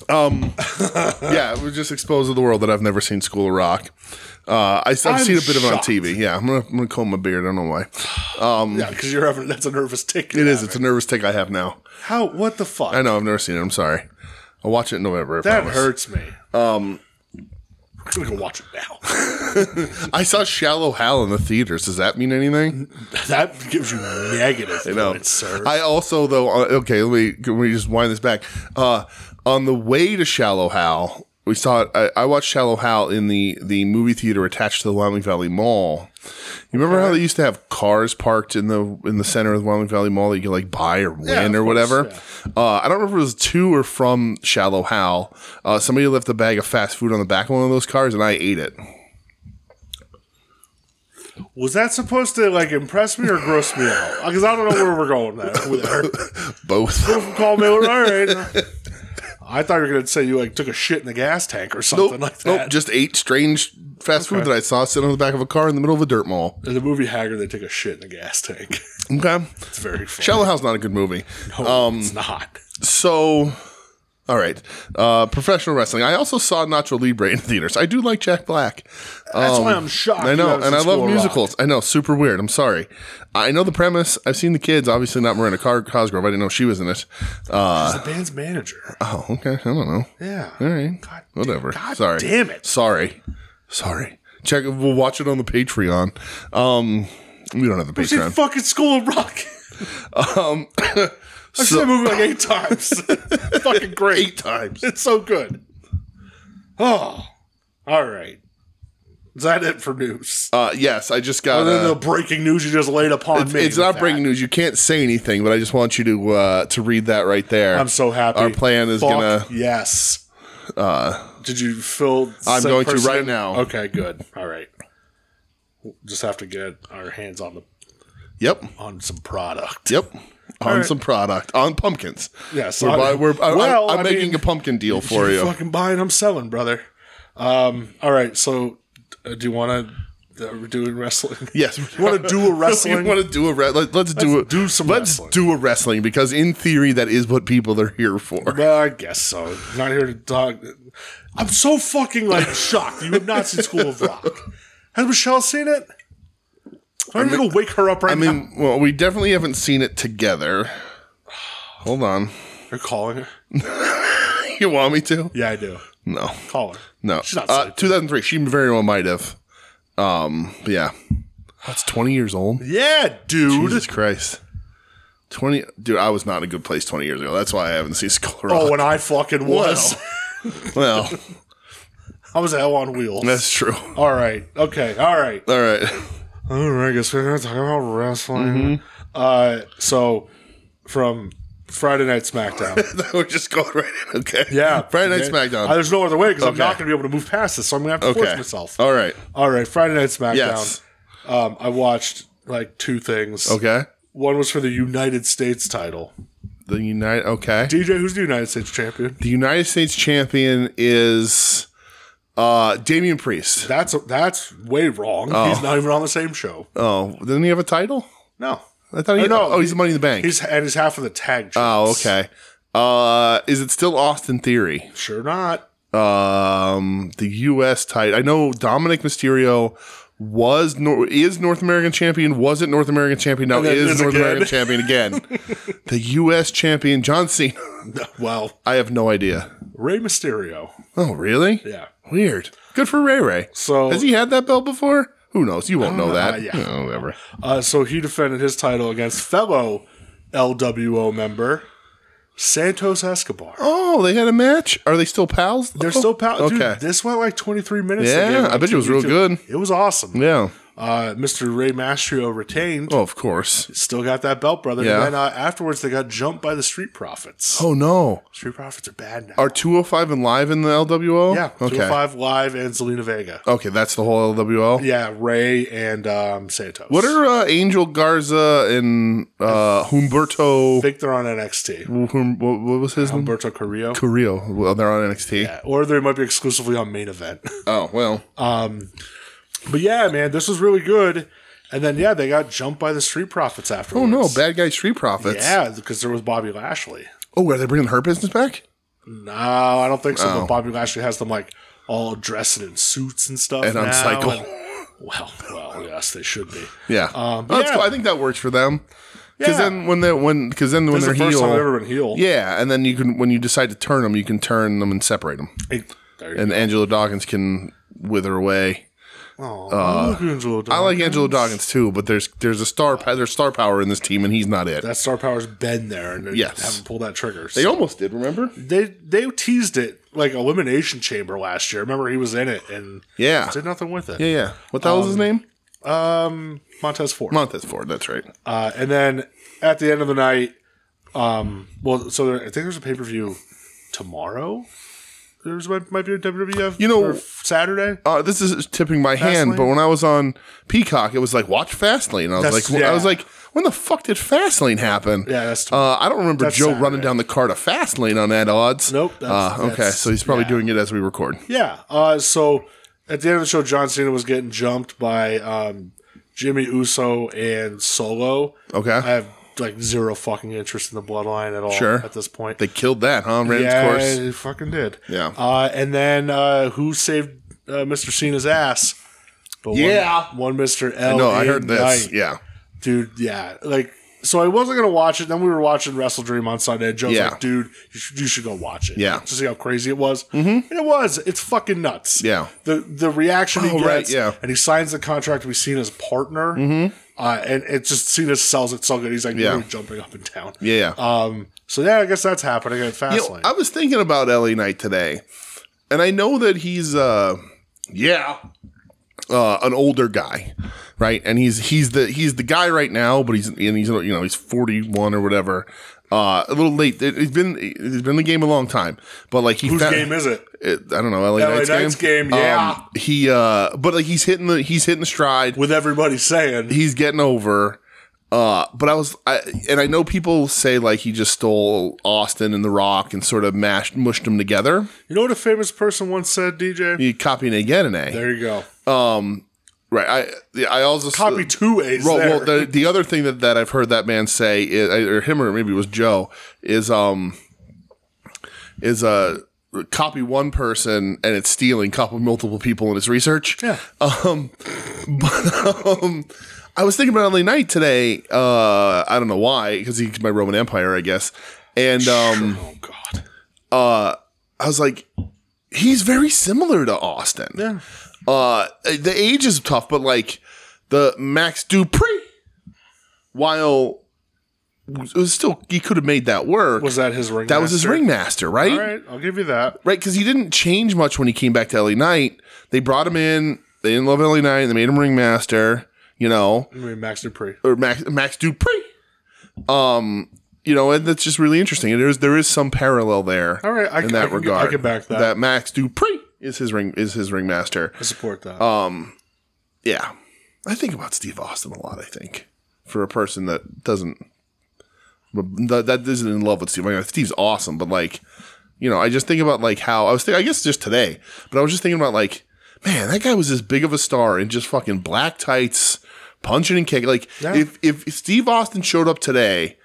Speaker 1: Um, yeah, it was just exposed to the world that I've never seen School of Rock. Uh, I, I've
Speaker 2: I'm
Speaker 1: seen a bit of it on
Speaker 2: shocked.
Speaker 1: TV. Yeah, I'm gonna, I'm gonna comb my beard. I don't know why.
Speaker 2: Yeah, because you're having that's a nervous tick.
Speaker 1: It is. It's a nervous tick I have now.
Speaker 2: How? What the fuck?
Speaker 1: I know. I've never seen it. I'm sorry. I'll watch it in November. I
Speaker 2: that
Speaker 1: promise.
Speaker 2: hurts me. Um, we can watch it now. <laughs>
Speaker 1: I saw Shallow Hal in the theaters. Does that mean anything?
Speaker 2: that gives you negative points, sir.
Speaker 1: Oh. I also though. uh, Okay, let me can we just wind this back. Uh, on the way to Shallow Hal, we saw it. I, I watched Shallow Hal in the the movie theater attached to the Wyoming Valley Mall. You remember how they used to have cars parked in the in the center of the Wyoming Valley Mall that you could like buy or win
Speaker 2: Yeah, of
Speaker 1: or
Speaker 2: course,
Speaker 1: whatever?
Speaker 2: yeah.
Speaker 1: Uh, I don't remember if it was two or from Shallow Hal. Uh, somebody left a bag of fast food on the back of one of those cars, and I ate it.
Speaker 2: Was that supposed to like impress me or gross me out? Because I don't know where we're going there. With her. <laughs>
Speaker 1: Both.
Speaker 2: Call me all right. I thought you were gonna say you like took a shit in the gas tank or something like that.
Speaker 1: Nope, just ate strange fast food that I saw sitting on the back of a car in the middle of a dirt mall.
Speaker 2: In the movie Haggard, they take a shit in the gas tank. <laughs>
Speaker 1: Okay.
Speaker 2: It's very funny.
Speaker 1: um, Shallow House not a good movie.
Speaker 2: No, it's not.
Speaker 1: So All right. Uh, professional wrestling. I also saw Nacho Libre in theaters. I do like Jack Black.
Speaker 2: That's why I'm shocked.
Speaker 1: um, I
Speaker 2: you
Speaker 1: know,
Speaker 2: haven't
Speaker 1: and I
Speaker 2: seen School
Speaker 1: love
Speaker 2: of Rock.
Speaker 1: musicals. I know, super weird. I'm sorry. I know the premise. I've seen the kids. Obviously, not Miranda Car- Cosgrove. I didn't know she was in it. Uh,
Speaker 2: The band's manager.
Speaker 1: oh, okay. I don't know.
Speaker 2: Yeah.
Speaker 1: All right.
Speaker 2: God damn-
Speaker 1: Whatever.
Speaker 2: God
Speaker 1: sorry.
Speaker 2: damn it.
Speaker 1: Sorry. Sorry. Check. We'll watch it on the Patreon. Um, we don't have the
Speaker 2: It's in
Speaker 1: Patreon.
Speaker 2: fucking School of Rock.
Speaker 1: Um, <coughs>
Speaker 2: I've seen that movie like
Speaker 1: <laughs>
Speaker 2: eight times. It's fucking great.
Speaker 1: eight times.
Speaker 2: It's so good. Oh, all right. Is that it for news?
Speaker 1: Uh, yes, I just got.
Speaker 2: Other than
Speaker 1: uh,
Speaker 2: the breaking news you just laid upon me.
Speaker 1: it's
Speaker 2: with
Speaker 1: not
Speaker 2: that.
Speaker 1: breaking news. You can't say anything, but I just want you to uh, to read that right there.
Speaker 2: I'm so happy.
Speaker 1: Our plan is
Speaker 2: Fuck
Speaker 1: gonna.
Speaker 2: yes. Uh, Did you fill?
Speaker 1: I'm
Speaker 2: said
Speaker 1: going to
Speaker 2: person
Speaker 1: right
Speaker 2: in?
Speaker 1: now.
Speaker 2: Okay, good. All right. We'll Just have to get our hands on the
Speaker 1: Yep.
Speaker 2: on some product.
Speaker 1: Yep. On
Speaker 2: right.
Speaker 1: some product on pumpkins.
Speaker 2: Yes,
Speaker 1: we're,
Speaker 2: I-
Speaker 1: buy, we're I,
Speaker 2: well,
Speaker 1: I, am
Speaker 2: I
Speaker 1: making
Speaker 2: mean,
Speaker 1: a pumpkin deal for
Speaker 2: You're
Speaker 1: you.
Speaker 2: fucking buying, I'm selling, brother. Um, all right, so uh, do you want to uh, we're
Speaker 1: <laughs>
Speaker 2: doing wrestling?
Speaker 1: Yes,
Speaker 2: <laughs> You want to do a wrestling?
Speaker 1: want to do a re- let, let's do a,
Speaker 2: do some
Speaker 1: let's
Speaker 2: wrestling.
Speaker 1: do a wrestling because in theory that is what people are here for.
Speaker 2: Well, I guess so. Not here to talk. I'm so
Speaker 1: <laughs>
Speaker 2: fucking like shocked. You have not seen School of Rock. Has Michelle seen it? I'm gonna wake her up right
Speaker 1: I
Speaker 2: now.
Speaker 1: mean, well, we definitely haven't seen it together. <sighs> Hold on, <laughs>
Speaker 2: You're calling her?
Speaker 1: you want me to?
Speaker 2: Yeah, I do.
Speaker 1: No,
Speaker 2: Call her.
Speaker 1: no.
Speaker 2: She's not
Speaker 1: uh,
Speaker 2: sleeping.
Speaker 1: 2003. She very well might have. Um, but yeah, that's 20 years old.
Speaker 2: Yeah, dude.
Speaker 1: Jesus Christ. 20 dude i was not in a good place 20 years ago that's why i haven't seen skull
Speaker 2: Oh,
Speaker 1: rock <laughs>
Speaker 2: and I fucking was. <laughs>
Speaker 1: well
Speaker 2: I was hell on wheels.
Speaker 1: that's true
Speaker 2: all right. Okay. All right.
Speaker 1: all right <laughs>
Speaker 2: All right, I guess we're gonna talk about
Speaker 1: Mm-hmm.
Speaker 2: wrestling. Uh, so from Friday Night SmackDown.
Speaker 1: we're just going right in okay <laughs>
Speaker 2: Yeah,
Speaker 1: friday night
Speaker 2: Yeah.
Speaker 1: smackdown
Speaker 2: Uh, there's no other way because I'm
Speaker 1: Okay.
Speaker 2: not gonna be able to move past this, so I'm gonna have to force myself.
Speaker 1: all right
Speaker 2: All right, Friday Night SmackDown.
Speaker 1: Yes.
Speaker 2: Um, I watched like two things.
Speaker 1: okay
Speaker 2: One was for the United States title.
Speaker 1: the united okay
Speaker 2: DJ, who's the United States champion?
Speaker 1: the united states champion is uh damian priest
Speaker 2: That's that's way wrong. He's not even on the same show.
Speaker 1: oh didn't he have a title
Speaker 2: No,
Speaker 1: i thought he
Speaker 2: Oh, no.
Speaker 1: oh he's the money in the bank
Speaker 2: he's and he's half of the tag.
Speaker 1: oh
Speaker 2: champs.
Speaker 1: okay uh is it still austin theory
Speaker 2: Sure not. <laughs>
Speaker 1: um, the U.S. title. I know Dominic Mysterio was Nor- is North American champion. Wasn't North American champion. Now
Speaker 2: then
Speaker 1: is
Speaker 2: is
Speaker 1: North
Speaker 2: again.
Speaker 1: American champion again.
Speaker 2: <laughs>
Speaker 1: the U.S. champion John Cena.
Speaker 2: Well,
Speaker 1: I have no idea.
Speaker 2: Rey Mysterio.
Speaker 1: Oh, really?
Speaker 2: Yeah.
Speaker 1: Weird. Good for Ray Ray.
Speaker 2: So-
Speaker 1: has he had that belt before? Who knows? You won't know that.
Speaker 2: yeah.
Speaker 1: Oh, whatever.
Speaker 2: Uh, so he defended his title against fellow LWO member Santos Escobar.
Speaker 1: Oh, they had a match. Are they still pals? Oh.
Speaker 2: They're still pal.
Speaker 1: Okay.
Speaker 2: Dude, this went like 23 minutes.
Speaker 1: Yeah,
Speaker 2: they gave it,
Speaker 1: I
Speaker 2: like,
Speaker 1: bet you it was real
Speaker 2: 22.
Speaker 1: good.
Speaker 2: It was awesome.
Speaker 1: yeah.
Speaker 2: Uh, Mr. Ray Mastrio retained.
Speaker 1: Oh, of course.
Speaker 2: Still got that belt, brother.
Speaker 1: Yeah.
Speaker 2: And then uh, afterwards, they got jumped by the Street Profits.
Speaker 1: Oh no.
Speaker 2: Street Profits are bad now.
Speaker 1: Are 205 and live in the LWO?
Speaker 2: yeah,
Speaker 1: Okay.
Speaker 2: 205 Live and Zelina Vega.
Speaker 1: Okay, that's the whole LWO.
Speaker 2: Yeah, Ray and um, Santos.
Speaker 1: What are uh, Angel Garza and uh, Humberto?
Speaker 2: I think they're on NXT.
Speaker 1: Hum, what, what was his name?
Speaker 2: Humberto Carrillo.
Speaker 1: Carrillo. Well, they're on NXT.
Speaker 2: Um, Yeah, or they might be exclusively on main event. <laughs>
Speaker 1: Oh well.
Speaker 2: But yeah, man, this was really good. And then yeah, they got jumped by the Street Profits
Speaker 1: oh
Speaker 2: afterwards.
Speaker 1: no, bad guy street profits.
Speaker 2: Yeah, because there was Bobby Lashley.
Speaker 1: Oh, are they bringing her business back?
Speaker 2: No, I don't think so. But Bobby Lashley has them like all dressed in suits and stuff.
Speaker 1: And on
Speaker 2: now,
Speaker 1: cycle.
Speaker 2: and- <laughs> well, well, yes, they should be.
Speaker 1: Yeah.
Speaker 2: Um,
Speaker 1: Oh, that's
Speaker 2: yeah.
Speaker 1: cool. I think that works for them. Because
Speaker 2: Yeah.
Speaker 1: then when they when because then when
Speaker 2: It's
Speaker 1: they're
Speaker 2: the first time I've
Speaker 1: heel.
Speaker 2: ever been healed.
Speaker 1: Yeah, and then you can when you decide to turn them, you can turn them and separate them,
Speaker 2: There you
Speaker 1: and Angela Dawkins can wither away.
Speaker 2: go. I like Angelo
Speaker 1: uh, I
Speaker 2: Dawkins.
Speaker 1: like Angela Dawkins too, but there's there's a star pa- there's star power in this team, and he's not it.
Speaker 2: that star power's been there and they
Speaker 1: Yes.
Speaker 2: haven't pulled that trigger.
Speaker 1: They
Speaker 2: So
Speaker 1: almost did. Remember?
Speaker 2: they they teased it like Elimination Chamber last year. Remember he was in it and
Speaker 1: Yeah.
Speaker 2: did nothing with it.
Speaker 1: Yeah, yeah. What the hell was his name?
Speaker 2: Um, Montez Ford.
Speaker 1: Montez Ford. That's right.
Speaker 2: Uh, and then at the end of the night, um, well, so there, I think there's a pay per view tomorrow. There's might, might be a WWF.
Speaker 1: You know-
Speaker 2: or Saturday.
Speaker 1: Uh, this is tipping my hand,
Speaker 2: Fastlane?
Speaker 1: but when I was on Peacock, it was like watch Fastlane. I was
Speaker 2: That's-
Speaker 1: like, I was
Speaker 2: yeah.
Speaker 1: like, when the fuck did Fastlane happen?
Speaker 2: Yeah, that's tomorrow.
Speaker 1: Uh, I don't remember
Speaker 2: That's
Speaker 1: Joe
Speaker 2: Saturday.
Speaker 1: running down the card of Fastlane on that odds.
Speaker 2: Nope, that's-
Speaker 1: uh, okay,
Speaker 2: that's-
Speaker 1: so he's probably
Speaker 2: yeah.
Speaker 1: doing it as we record.
Speaker 2: yeah. Uh, so at the end of the show, John Cena was getting jumped by um, Jimmy Uso and Solo.
Speaker 1: Okay.
Speaker 2: I have like zero fucking interest in the bloodline at all
Speaker 1: Sure.
Speaker 2: at this point.
Speaker 1: They killed that, huh? Rand's
Speaker 2: yeah,
Speaker 1: course.
Speaker 2: they fucking did.
Speaker 1: Yeah.
Speaker 2: Uh, and then uh, who saved uh, Mr. Cena's ass? But one-
Speaker 1: Yeah.
Speaker 2: one, Mr. L.
Speaker 1: No, I heard
Speaker 2: Knight.
Speaker 1: this. Yeah.
Speaker 2: dude. Yeah, like so I wasn't gonna watch it. Then we were watching Wrestle Dream on Sunday. And Joe's
Speaker 1: Yeah.
Speaker 2: like, dude, you should, you should go watch it.
Speaker 1: Yeah.
Speaker 2: to see how crazy it was. Mm-hmm. And it was. It's fucking nuts.
Speaker 1: Yeah.
Speaker 2: the the reaction he
Speaker 1: Oh,
Speaker 2: gets.
Speaker 1: right, yeah.
Speaker 2: and he signs the contract with Cena's partner. Mm-hmm. Uh, and it just Cena sells it so good. He's like,
Speaker 1: Yeah.
Speaker 2: really jumping up and down.
Speaker 1: Yeah. yeah.
Speaker 2: Um. So yeah, I guess that's happening at
Speaker 1: You
Speaker 2: Fastlane.
Speaker 1: know, I was thinking about LA Knight today, and I know that he's uh yeah uh, an older guy, right? And he's he's the he's the guy right now, but he's and he's you know he's forty one or whatever. Uh, a little late. It, has been he's been in the game a long time, but like he
Speaker 2: Whose
Speaker 1: found-
Speaker 2: game is it?
Speaker 1: It- I don't know LA,
Speaker 2: LA
Speaker 1: Knight's,
Speaker 2: Knight's
Speaker 1: game.
Speaker 2: game, yeah.
Speaker 1: Um, he uh, but like he's hitting the he's hitting the stride
Speaker 2: With everybody saying
Speaker 1: he's getting over. Uh, but I was, I, and I know people say like he just stole Austin and The Rock and sort of mashed, mushed them together.
Speaker 2: You know what a famous person once said, DJ?
Speaker 1: You copying again and a
Speaker 2: There you go.
Speaker 1: right. I, I also
Speaker 2: Copy two A's
Speaker 1: Well,
Speaker 2: there.
Speaker 1: well, the the other thing that, that I've heard that man say is, or him or maybe it was Joe is um is uh copy one person and it's stealing copy multiple people in his research.
Speaker 2: Yeah.
Speaker 1: Um, but <laughs> um, I was thinking about LA Knight today. Uh, I don't know why because he's my Roman Empire, I guess. And um, uh,
Speaker 2: oh God.
Speaker 1: I was like, he's very similar to Austin.
Speaker 2: Yeah.
Speaker 1: Uh, the age is tough, but like the Max Dupree, while it was still he could have made that work.
Speaker 2: Was that his ring?
Speaker 1: that was his ringmaster, right?
Speaker 2: All
Speaker 1: Right,
Speaker 2: right, I'll give you that.
Speaker 1: because he didn't change much when he came back to LA Knight. They brought him in. They didn't love LA Knight. They made him ringmaster. You know,
Speaker 2: I mean, Max Dupree.
Speaker 1: or Max Max Dupree. Um, you know, and that's just really interesting. And there's there is some parallel there.
Speaker 2: All right, I,
Speaker 1: in
Speaker 2: can-
Speaker 1: that
Speaker 2: I can,
Speaker 1: regard,
Speaker 2: I can back that.
Speaker 1: That Max Dupree is his ring is his ringmaster.
Speaker 2: I support that.
Speaker 1: Yeah, I think about Steve Austin a lot. I think for a person that doesn't that, that isn't in love with Steve. I mean, Steve's awesome, but like, you know, I just think about like how I was. thinking I guess just today, but I was just thinking about like, man, that guy was as big of a star in just fucking black tights, punching and kicking. Like,
Speaker 2: Yeah.
Speaker 1: if if Steve Austin showed up today,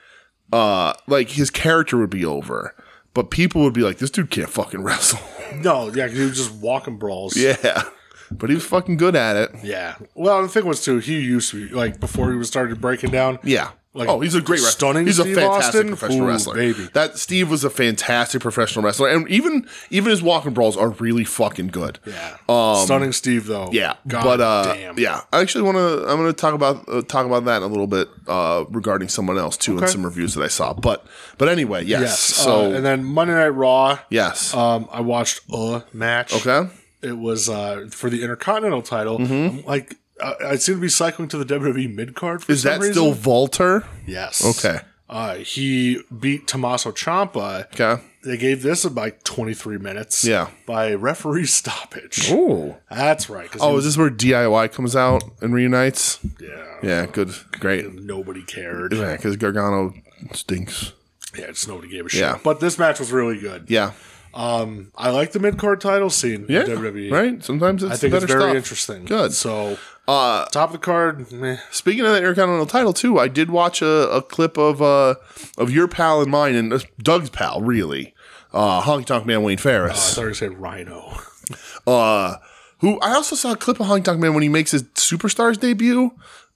Speaker 1: uh, like his character would be over, but people would be like, this dude can't fucking wrestle. <laughs>
Speaker 2: no, yeah, 'cause he was just walking brawls.
Speaker 1: yeah, but he was fucking good at it.
Speaker 2: Yeah. Well, the thing was too, he used to be, like before he was started breaking down.
Speaker 1: Yeah.
Speaker 2: Like,
Speaker 1: oh, he's a great wrestler.
Speaker 2: stunning
Speaker 1: He's a
Speaker 2: Steve
Speaker 1: fantastic
Speaker 2: Austin?
Speaker 1: professional
Speaker 2: Ooh,
Speaker 1: wrestler.
Speaker 2: baby.
Speaker 1: That Steve was a fantastic professional wrestler, and even even his walking brawls are really fucking good.
Speaker 2: Yeah. Stunning Steve though.
Speaker 1: Yeah,
Speaker 2: God
Speaker 1: but uh,
Speaker 2: damn.
Speaker 1: yeah, I actually want to. I'm going to talk about uh, talk about that in a little bit uh, regarding someone else too, and
Speaker 2: Okay.
Speaker 1: some reviews that I saw. But but anyway, yes.
Speaker 2: Yes. So
Speaker 1: so
Speaker 2: and then Monday Night Raw.
Speaker 1: yes,
Speaker 2: Um, I watched a match.
Speaker 1: okay,
Speaker 2: it was uh, for the Intercontinental title.
Speaker 1: Mm-hmm.
Speaker 2: I'm Like I, I seem to be cycling to the E WWE mid card.
Speaker 1: is that still Volter?
Speaker 2: yes?
Speaker 1: Okay,
Speaker 2: Uh, he beat Tommaso Ciampa.
Speaker 1: okay.
Speaker 2: They gave this about 23 minutes.
Speaker 1: Yeah.
Speaker 2: By referee stoppage.
Speaker 1: Ooh.
Speaker 2: That's right. 'cause
Speaker 1: Oh, is this where DIY comes out and reunites?
Speaker 2: he- yeah,
Speaker 1: Yeah, good, great.
Speaker 2: Nobody cared.
Speaker 1: Yeah, because Gargano stinks.
Speaker 2: Yeah, just nobody gave a shit.
Speaker 1: Yeah.
Speaker 2: But this match was really good.
Speaker 1: Yeah.
Speaker 2: Um, I like the mid card title scene. in
Speaker 1: Yeah,
Speaker 2: WWE.
Speaker 1: right. Sometimes it's
Speaker 2: E. I think
Speaker 1: better
Speaker 2: it's very
Speaker 1: stuff.
Speaker 2: interesting.
Speaker 1: Good. Uh,
Speaker 2: So, top of the card. Meh.
Speaker 1: Speaking of the Intercontinental title, too, I did watch a, a clip of uh of your pal and mine and uh, Doug's pal, really, uh, Honky Tonk Man Wayne
Speaker 2: I
Speaker 1: Ferris,
Speaker 2: thought you were gonna say Rhino. <laughs>
Speaker 1: uh, who I also saw a clip of Honky Tonk Man when he makes his Superstars debut.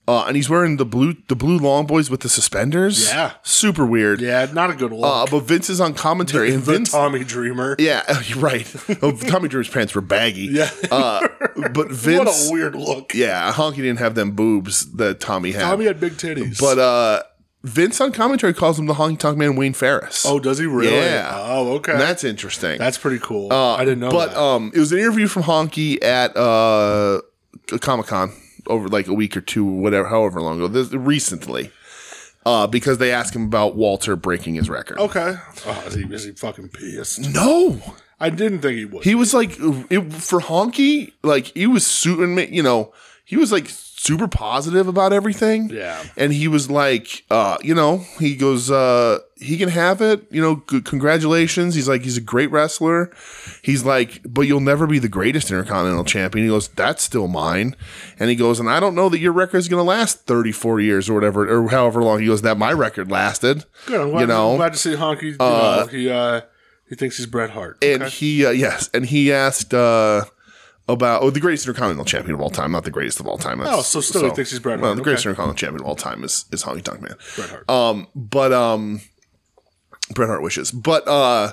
Speaker 1: Uh, and he's wearing the blue the blue long boys with the suspenders.
Speaker 2: Yeah.
Speaker 1: super weird.
Speaker 2: Yeah, not a good look.
Speaker 1: Uh, but Vince is on commentary, and
Speaker 2: the
Speaker 1: Vince
Speaker 2: Tommy Dreamer.
Speaker 1: Yeah, <laughs> you're right. Oh, Tommy Drew's pants were baggy.
Speaker 2: <laughs> Yeah.
Speaker 1: Uh, but Vince.
Speaker 2: What a weird look.
Speaker 1: yeah, Honky didn't have them boobs that Tommy had.
Speaker 2: Tommy had big titties.
Speaker 1: but uh, Vince on commentary calls him the Honky Tonk Man Wayne Ferris.
Speaker 2: oh, does he really?
Speaker 1: Yeah.
Speaker 2: Oh, okay.
Speaker 1: And that's interesting.
Speaker 2: That's pretty cool. I didn't know
Speaker 1: but
Speaker 2: that.
Speaker 1: um, it was an interview from Honky at uh, Comic Con over like a week or two, whatever, however long ago, this, recently. Uh, because they asked him about Walter breaking his record.
Speaker 2: okay. Oh, is he, is he fucking pissed?
Speaker 1: No,
Speaker 2: I didn't think he would.
Speaker 1: he was like it, for honky like he was suiting me you know he was like super positive about everything
Speaker 2: Yeah.
Speaker 1: and he was like uh you know he goes uh he can have it. You know, c- congratulations. He's like, he's a great wrestler. He's like, but you'll never be the greatest intercontinental champion. He goes, that's still mine. And he goes, and I don't know that your record is going to last 34 years or whatever, or however long. He goes, that my record lasted.
Speaker 2: Good. I'm glad,
Speaker 1: you know,
Speaker 2: I'm glad to see Honky. You know, he uh, he thinks he's Bret Hart.
Speaker 1: and he uh, yes, and he asked uh, about oh, the greatest intercontinental champion of all time, not the greatest of all time. That's,
Speaker 2: Oh, so still he thinks he's Bret
Speaker 1: well,
Speaker 2: Hart.
Speaker 1: the
Speaker 2: Okay.
Speaker 1: greatest intercontinental champion of all time is is Honky Tonk Man.
Speaker 2: Bret Hart.
Speaker 1: Um, but um, Bret Hart wishes. But uh,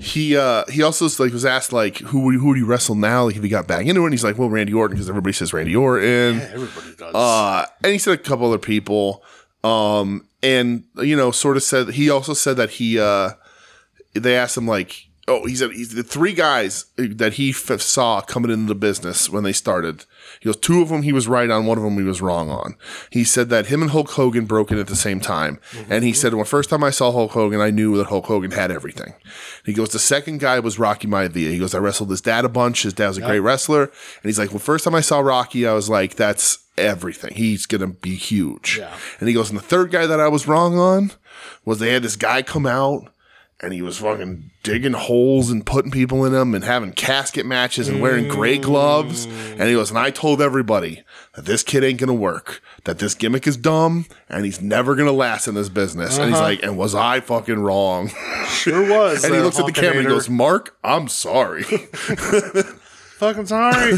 Speaker 1: he uh he also like was asked like who would- who do you wrestle now? Like if he got back into it, and he's like, well, Randy Orton because everybody says Randy Orton.
Speaker 2: Yeah, everybody does.
Speaker 1: Uh, and he said a couple other people. Um, and you know, sort of said he also said that he uh, they asked him like, oh, he said he's the three guys that he f- saw coming into the business when they started. He goes, two of them he was right on, one of them he was wrong on. He said that him and Hulk Hogan broke in at the same time, and he said, when first time I saw Hulk Hogan, I knew that Hulk Hogan had everything. He goes, the second guy was Rocky Maivia. He goes, I wrestled his dad a bunch. His dad was a great wrestler, and he's like, well, first time I saw Rocky, I was like, that's everything. He's gonna be huge.
Speaker 2: Yeah.
Speaker 1: And he goes, and the third guy that I was wrong on was they had this guy come out and he was fucking digging holes and putting people in them and having casket matches and wearing gray gloves. And he goes, and I told everybody that this kid ain't gonna work, that this gimmick is dumb, and he's never gonna last in this business. And he's like, and was I fucking wrong? <laughs>
Speaker 2: sure was.
Speaker 1: and he
Speaker 2: uh,
Speaker 1: looks at the camera and
Speaker 2: Honkinator.
Speaker 1: he goes, Mark, I'm sorry. <laughs>
Speaker 2: "Fucking <laughs> sorry."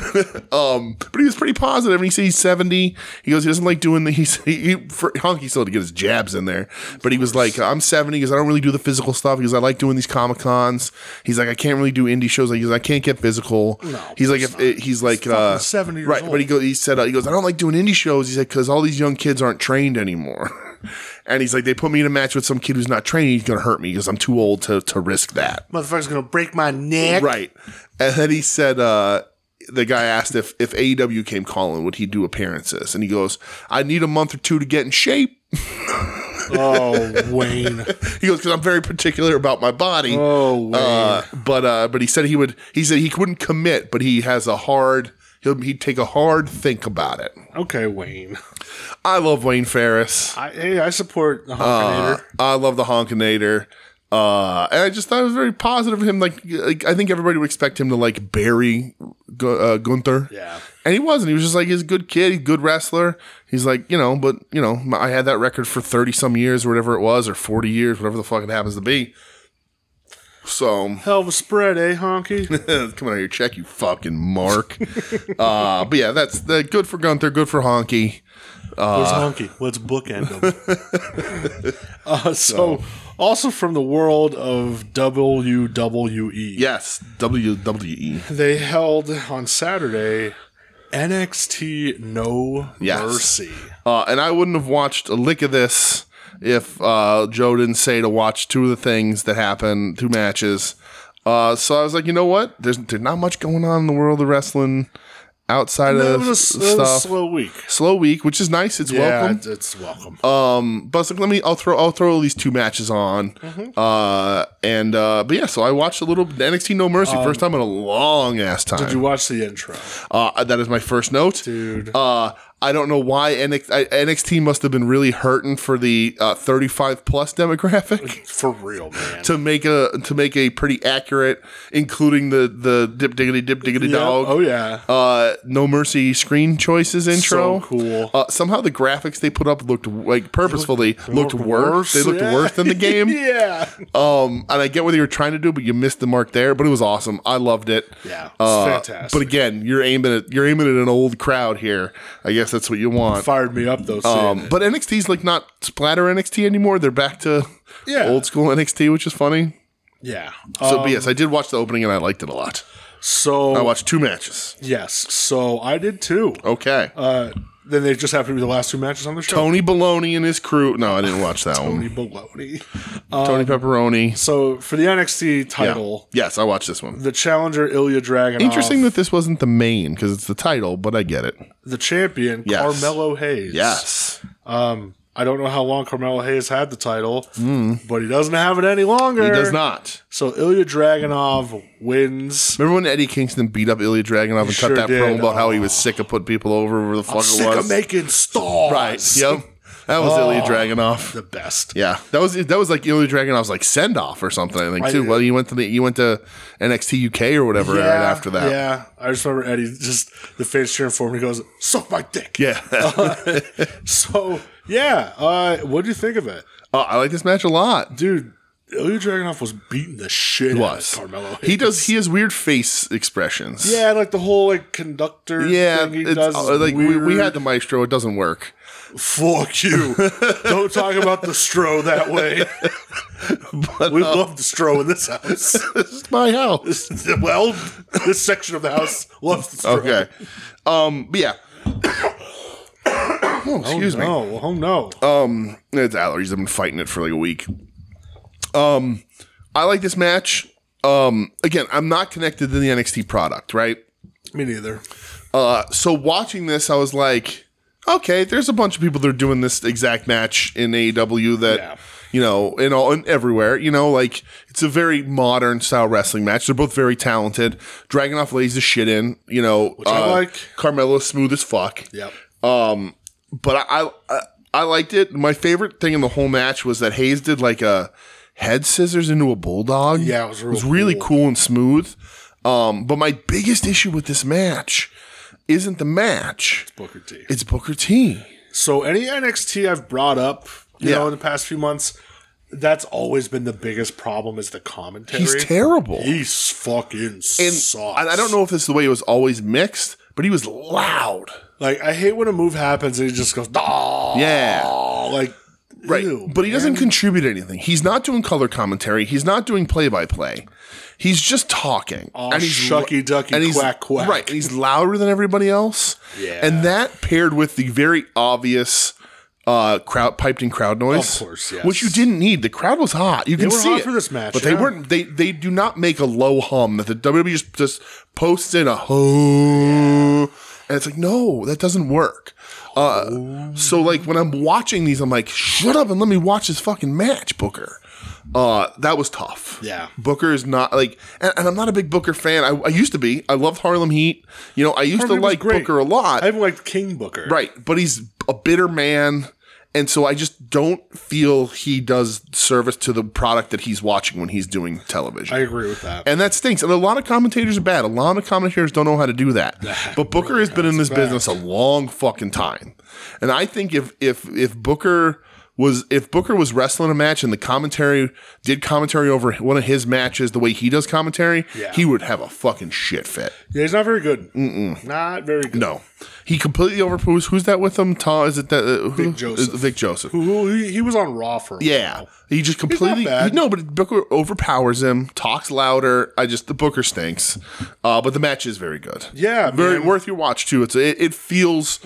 Speaker 1: Um, but he was pretty positive, and he said he's seventy. He goes, he doesn't like doing the he's he, he for, honky still had to get his jabs in there, but he was like, I'm seventy because I don't really do the physical stuff because I like doing these comic cons. He's like, I can't really do indie shows. Like, he's like, I can't get physical.
Speaker 2: No,
Speaker 1: he's like, if it, he's like uh,
Speaker 2: fucking 70 years
Speaker 1: right? But he
Speaker 2: old.
Speaker 1: goes, he said, uh, he goes, I don't like doing indie shows. He said because all these young kids aren't trained anymore. <laughs> And he's like, they put me in a match with some kid who's not trained. He's gonna hurt me because I'm too old to to risk that.
Speaker 2: Motherfucker's gonna break my <laughs> neck.
Speaker 1: Right. And then he said, uh, the guy asked if, if AEW came calling, would he do appearances? And he goes, I need a month or two to get in shape.
Speaker 2: Oh, Wayne.
Speaker 1: He goes, because I'm very particular about my body.
Speaker 2: Oh, Wayne.
Speaker 1: Uh, but uh, but he said he would. He said he wouldn't commit, but he has a hard. He'll he'd take a hard think about it.
Speaker 2: okay, Wayne.
Speaker 1: I love Wayne Ferris.
Speaker 2: I, hey, I support the
Speaker 1: Uh,
Speaker 2: Honkinator.
Speaker 1: I love the Honkinator. Uh, and I just thought it was very positive of him. Like, like I think everybody would expect him to like bury Gu- uh, Gunther.
Speaker 2: Yeah.
Speaker 1: and he wasn't. He was just like he's a good kid, he's a good wrestler. He's like you know, but you know, my- I had that record for thirty some years, or whatever it was, or forty years, whatever the fuck it happens to be. So <laughs>
Speaker 2: Hell of a spread, eh, Honky?
Speaker 1: coming out of your check, you fucking mark. <laughs> uh, but yeah, that's the good for Gunther, good for Honky.
Speaker 2: Where's
Speaker 1: Uh,
Speaker 2: Honky? Let's bookend them.
Speaker 1: <laughs>
Speaker 2: uh, so, also from the world of WWE,
Speaker 1: Yes, E. WWE.
Speaker 2: they held on Saturday NXT No
Speaker 1: Yes.
Speaker 2: Mercy.
Speaker 1: Uh, and I wouldn't have watched a lick of this if uh, Joe didn't say to watch two of the things that happened, two matches. Uh, so I was like, you know what? There's, there's not much going on in the world of wrestling outside
Speaker 2: It
Speaker 1: of
Speaker 2: was, a,
Speaker 1: stuff.
Speaker 2: it was a slow week.
Speaker 1: Slow week, which is nice. It's
Speaker 2: Yeah,
Speaker 1: welcome.
Speaker 2: it's- it's welcome.
Speaker 1: Uh, But it's like, let me, I'll throw, I'll throw these two matches on.
Speaker 2: Mm-hmm.
Speaker 1: Uh, and uh, but yeah, so I watched a little NXT No Mercy first time in a long ass time.
Speaker 2: Um, Did you watch the intro?
Speaker 1: Uh, that is my first note,
Speaker 2: Dude.
Speaker 1: Uh, I don't know why NXT, I- NXT must have been really hurting for the uh, 35 plus
Speaker 2: <laughs>
Speaker 1: demographic
Speaker 2: For real, man.
Speaker 1: to make a to make a pretty accurate, including the the dip diggity dip diggity
Speaker 2: Yeah, Oh,
Speaker 1: dog.
Speaker 2: yeah.
Speaker 1: Uh, no mercy screen choices intro.
Speaker 2: So cool.
Speaker 1: Uh, somehow the graphics they put up looked like purposefully looked, worse. They looked
Speaker 2: yeah.
Speaker 1: worse
Speaker 2: <laughs>
Speaker 1: than the game.
Speaker 2: yeah.
Speaker 1: Um, and I get what you were trying to do, but you missed the mark there. But it was awesome. I loved it.
Speaker 2: Yeah, it's
Speaker 1: Uh,
Speaker 2: fantastic.
Speaker 1: But again, you're aiming at you're aiming at an old crowd here. I guess that's what you want.
Speaker 2: fired me up though.
Speaker 1: Um,
Speaker 2: Um,
Speaker 1: but NXT's like not splatter NXT anymore. They're back to
Speaker 2: Yeah.
Speaker 1: old school NXT, which is funny.
Speaker 2: yeah.
Speaker 1: So
Speaker 2: Uh,
Speaker 1: but yes, I did watch the opening and I liked it a lot.
Speaker 2: so
Speaker 1: I watched two matches.
Speaker 2: yes, so I did too.
Speaker 1: Okay.
Speaker 2: Uh, then they just happened to be the last two matches on the show.
Speaker 1: Tony Baloney and his crew. No, I didn't watch that one.
Speaker 2: Tony Baloney.
Speaker 1: Tony Pepperoni.
Speaker 2: So for the NXT
Speaker 1: Yeah.
Speaker 2: title,
Speaker 1: Yes, I watched this one.
Speaker 2: the challenger Ilya Dragunov,
Speaker 1: Interesting that this wasn't the main because it's the title, but I get it.
Speaker 2: the champion
Speaker 1: Yes.
Speaker 2: Carmelo Hayes.
Speaker 1: Yes.
Speaker 2: Um, I don't know how long Carmelo Hayes had the title, but he doesn't have it any longer.
Speaker 1: Mm. He does not.
Speaker 2: So Ilya Dragunov wins.
Speaker 1: Remember when Eddie Kingston beat up Ilya Dragunov and
Speaker 2: sure
Speaker 1: cut that
Speaker 2: did.
Speaker 1: promo about how he was sick of putting people over, whatever the fuck it
Speaker 2: Sick
Speaker 1: was?
Speaker 2: of making stars.
Speaker 1: right. Yep. That was
Speaker 2: Oh.
Speaker 1: Ilya Dragunov.
Speaker 2: The best.
Speaker 1: Yeah, that was that was like Ilya Dragunov's like send off or something. I think too. well, you went to the you went to NXT UK or whatever right after that.
Speaker 2: Yeah. I just remember Eddie just the fans cheering for him. He goes, "Suck my dick."
Speaker 1: <laughs> Yeah,
Speaker 2: So yeah, uh, what do you think of it,
Speaker 1: Oh, I like this match a lot.
Speaker 2: dude? Ilya Dragunov was beating the shit out of
Speaker 1: was.
Speaker 2: Carmelo.
Speaker 1: He does. He has weird face expressions.
Speaker 2: Yeah, like the whole like conductor.
Speaker 1: yeah.
Speaker 2: thing he
Speaker 1: it's-
Speaker 2: does
Speaker 1: uh,
Speaker 2: is
Speaker 1: like we, we
Speaker 2: weird.
Speaker 1: had the maestro. It doesn't work. <laughs>
Speaker 2: Fuck you! Don't talk about the stro that way. we
Speaker 1: uh,
Speaker 2: love the stro in this house.
Speaker 1: This is my
Speaker 2: <laughs>
Speaker 1: house.
Speaker 2: well, this section of the house loves the stro. Oh,
Speaker 1: Okay. Um. But yeah. <coughs> oh, excuse me. Uh,
Speaker 2: No, oh no.
Speaker 1: It's allergies. I've been fighting it for like a week. Um, I like this match. Um, again, I'm not connected to the NXT product, right?
Speaker 2: Me neither.
Speaker 1: Uh, so watching this, I was like, okay, there's a bunch of people that are doing this exact match in AEW that,
Speaker 2: Yeah.
Speaker 1: you know, in all and everywhere, you know, like it's a very modern style wrestling match. They're both very talented. Dragonoff lays the shit in, you know. Which
Speaker 2: I like.
Speaker 1: Carmelo's smooth as fuck
Speaker 2: Yep.
Speaker 1: but I, I I liked it. My favorite thing in the whole match was that Hayes did like a head scissors into a bulldog.
Speaker 2: Yeah, it was real
Speaker 1: really
Speaker 2: cool.
Speaker 1: cool and smooth. Um, but my biggest issue with this match isn't the match;
Speaker 2: Booker T.
Speaker 1: it's Booker T.
Speaker 2: So any NXT I've brought up, you
Speaker 1: Yeah.
Speaker 2: know, in the past few months, that's always been the biggest problem is the commentary.
Speaker 1: He's terrible.
Speaker 2: He's fucking
Speaker 1: and
Speaker 2: sucks.
Speaker 1: I, I don't know if this is the way it was always mixed, but he was loud.
Speaker 2: Like I hate when a move happens and he just goes, "Dah."
Speaker 1: Yeah.
Speaker 2: Like
Speaker 1: Right.
Speaker 2: ew,
Speaker 1: but he
Speaker 2: man.
Speaker 1: doesn't contribute anything. He's not doing color commentary. He's not doing play by play. He's just talking. and he's
Speaker 2: shucky ducky
Speaker 1: and he's-
Speaker 2: quack quack.
Speaker 1: Right. And he's louder than everybody else.
Speaker 2: Yeah.
Speaker 1: And that paired with the very obvious uh crowd piped in crowd noise.
Speaker 2: Of course, yes.
Speaker 1: Which you didn't need. The crowd was hot. You can
Speaker 2: were
Speaker 1: see
Speaker 2: hot
Speaker 1: it.
Speaker 2: for this match,
Speaker 1: But they
Speaker 2: yeah.
Speaker 1: weren't they they do not make a low hum that the WWE just, just posts in a ho and it's like, no, that doesn't work. Uh, so like when I'm watching these, I'm like, shut up and let me watch this fucking match, Booker. Uh, that was tough.
Speaker 2: Yeah.
Speaker 1: Booker is not like, and, and I'm not a big Booker fan. I, I used to be. I loved Harlem Heat. You know, I used
Speaker 2: Harlem Heat
Speaker 1: to
Speaker 2: was
Speaker 1: like
Speaker 2: great.
Speaker 1: Booker a lot.
Speaker 2: I haven't liked King Booker.
Speaker 1: right, but he's a bitter man, and so I just don't feel he does service to the product that he's watching when he's doing television.
Speaker 2: I agree with that.
Speaker 1: And that stinks. And a lot of commentators are bad. A lot of commentators don't know how to do
Speaker 2: <laughs>
Speaker 1: that. But Booker has been in this business a long fucking time. And I think if if if Booker was if Booker was wrestling a match and the commentary did commentary over one of his matches the way he does commentary,
Speaker 2: Yeah.
Speaker 1: he would have a fucking shit fit.
Speaker 2: yeah, he's not very good. Mm-mm. Not very good.
Speaker 1: No, he completely overpoos. Who's that with him? Tom? Is it that uh, who? Vic
Speaker 2: Joseph.
Speaker 1: Vic Joseph.
Speaker 2: Who- He, he was on Raw for a
Speaker 1: Yeah.
Speaker 2: while.
Speaker 1: He just completely
Speaker 2: bad.
Speaker 1: no, but Booker overpowers him, talks louder. I just the Booker stinks, uh, but the match is very good.
Speaker 2: Yeah,
Speaker 1: very
Speaker 2: man.
Speaker 1: worth your watch too. It's it, it feels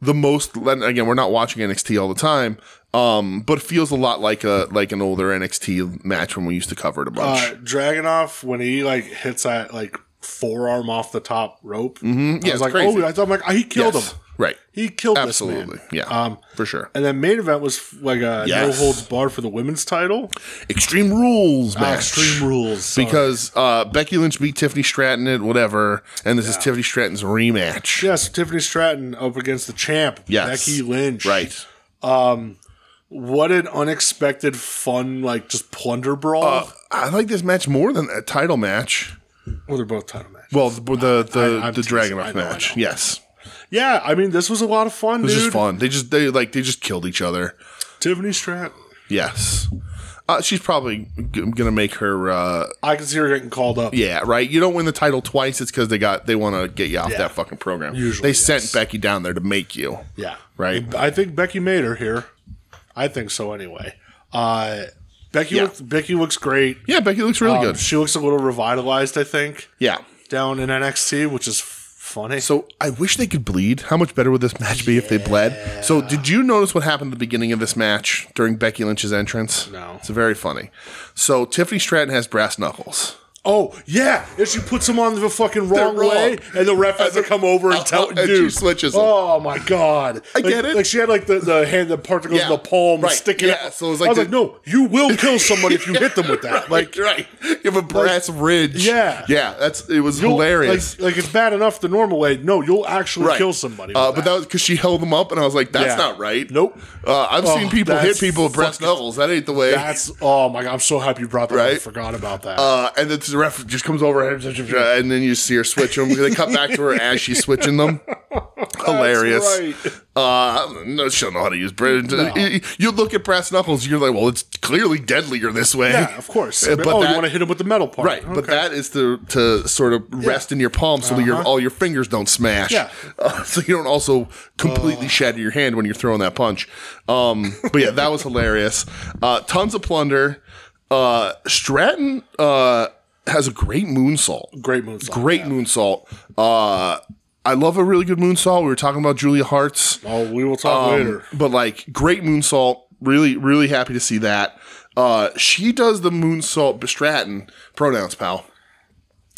Speaker 1: the most. and Again, we're not watching NXT all the time, um, but it feels a lot like a like an older NXT match when we used to cover it a bunch.
Speaker 2: Uh, Dragonoff when he like hits that like forearm off the top rope. Mm-hmm.
Speaker 1: Yeah,
Speaker 2: I was
Speaker 1: it's
Speaker 2: like,
Speaker 1: crazy.
Speaker 2: oh, I thought I'm like he killed
Speaker 1: Yes.
Speaker 2: him.
Speaker 1: Right.
Speaker 2: He killed
Speaker 1: Absolutely.
Speaker 2: This man.
Speaker 1: Yeah.
Speaker 2: Um,
Speaker 1: for sure.
Speaker 2: and then main event was like a no
Speaker 1: Yes.
Speaker 2: holds barred for the women's title.
Speaker 1: Extreme Rules match.
Speaker 2: Extreme rules. sorry.
Speaker 1: Because uh, Becky Lynch beat Tiffany Stratton at whatever, and this is Tiffany Stratton's rematch.
Speaker 2: Yes, Tiffany Stratton up against the champ,
Speaker 1: Yes.
Speaker 2: Becky Lynch.
Speaker 1: Right.
Speaker 2: What an unexpected, fun, like just plunder brawl.
Speaker 1: I like this match more than a title match.
Speaker 2: well, they're both title match.
Speaker 1: Well, the the the,
Speaker 2: I- I'm
Speaker 1: the
Speaker 2: teasing. I
Speaker 1: Dragunov
Speaker 2: know, I
Speaker 1: match.
Speaker 2: know.
Speaker 1: Yes,
Speaker 2: Yeah, I mean, this was a lot of fun,
Speaker 1: it was
Speaker 2: dude.
Speaker 1: just fun. They just they like they just killed each other.
Speaker 2: Tiffany Stratton.
Speaker 1: Yes, uh, she's probably g- gonna make her. Uh,
Speaker 2: I can see her getting called up.
Speaker 1: yeah, right. You don't win the title twice. It's because they got they want to get you off that fucking program.
Speaker 2: Usually,
Speaker 1: they sent Becky down there to make you.
Speaker 2: Yeah.
Speaker 1: Right.
Speaker 2: I think Becky made her here. I think so anyway. Uh, Becky,
Speaker 1: Yeah.
Speaker 2: looks, Becky looks great.
Speaker 1: Yeah, Becky looks really
Speaker 2: Um,
Speaker 1: good.
Speaker 2: she looks a little revitalized, I think,
Speaker 1: Yeah.
Speaker 2: down in NXT, which is f- funny.
Speaker 1: So I wish they could bleed. How much better would this match be if they bled? So did you notice what happened at the beginning of this match during Becky Lynch's entrance?
Speaker 2: No.
Speaker 1: It's very funny. So Tiffany Stratton has brass knuckles.
Speaker 2: Oh yeah, if she puts him on the fucking wrong,
Speaker 1: wrong.
Speaker 2: way, and the ref has to come over and tell,
Speaker 1: and she
Speaker 2: dude,
Speaker 1: switches 'em.
Speaker 2: Oh my god, I
Speaker 1: get it.
Speaker 2: Like she had like the, the hand that part that goes
Speaker 1: Yeah,
Speaker 2: in the palm,
Speaker 1: right,
Speaker 2: and stick it.
Speaker 1: yeah,
Speaker 2: up.
Speaker 1: so it was like
Speaker 2: I was
Speaker 1: the-
Speaker 2: like, no, you
Speaker 1: <laughs>
Speaker 2: will kill somebody if you hit them with that. Like
Speaker 1: Like right, you have a brass ridge.
Speaker 2: yeah.
Speaker 1: yeah. That's it was
Speaker 2: you'll-
Speaker 1: hilarious.
Speaker 2: Like, like it's bad enough the normal way. No, you'll actually
Speaker 1: Right.
Speaker 2: kill somebody.
Speaker 1: Uh,
Speaker 2: with
Speaker 1: but that was because she held them up, and I was like, "That's
Speaker 2: Yeah.
Speaker 1: not right."
Speaker 2: Nope.
Speaker 1: Uh, I've
Speaker 2: Oh,
Speaker 1: seen people hit
Speaker 2: that's
Speaker 1: people with brass
Speaker 2: fucking-
Speaker 1: knuckles. That ain't the way.
Speaker 2: that's oh my god, I'm so happy you brought that. up. I
Speaker 1: Right?
Speaker 2: forgot about that.
Speaker 1: Uh, and then the ref just comes over and and then you see her switch them. They cut back
Speaker 2: <laughs>
Speaker 1: to her as she's switching them. Hilarious.
Speaker 2: right.
Speaker 1: Uh, no, she'll know how to use brass. You look at brass knuckles, you're like, well, it's clearly deadlier this way.
Speaker 2: yeah, of course.
Speaker 1: Uh, <laughs>
Speaker 2: But
Speaker 1: but
Speaker 2: oh,
Speaker 1: that-
Speaker 2: you want to hit him with the metal part,
Speaker 1: Right, but that is to to sort of rest in your palm so that your all your fingers don't smash.
Speaker 2: Uh-huh. Yeah.
Speaker 1: <laughs>
Speaker 2: Uh.
Speaker 1: Uh, so you don't also completely shatter your hand when you're throwing that punch. Um, but yeah,
Speaker 2: <laughs>
Speaker 1: that was hilarious. Uh, tons of plunder. Uh, Stratton uh, has a great moonsault.
Speaker 2: great moonsault.
Speaker 1: Great moonsault. Uh, I love a really good moonsault. We were talking about Julia Hart's.
Speaker 2: Oh, we will talk later.
Speaker 1: Um, But like great moonsault, really, really happy to see that. Uh, she does the moonsault. Stratton pronouns, pal.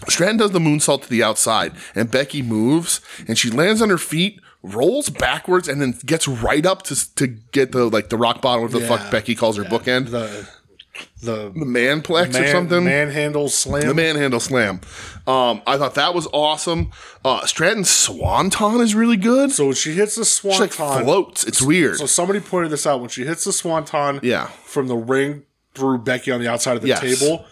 Speaker 1: Stratton does the moonsault to the outside, and Becky moves, and she lands on her feet, rolls backwards, and then gets right up to to get the like the rock bottom of the
Speaker 2: Yeah.
Speaker 1: fuck Becky calls her bookend,
Speaker 2: The
Speaker 1: the
Speaker 2: the
Speaker 1: manplex or
Speaker 2: man,
Speaker 1: something.
Speaker 2: manhandle slam.
Speaker 1: The manhandle slam. Um, I thought that was awesome. Uh, Stratton's swanton is really good.
Speaker 2: so when she hits the
Speaker 1: She like
Speaker 2: swanton,
Speaker 1: floats. It's weird.
Speaker 2: so somebody pointed this out when she hits the swanton,
Speaker 1: Yeah.
Speaker 2: from the ring through Becky on the outside of the
Speaker 1: Yes.
Speaker 2: table.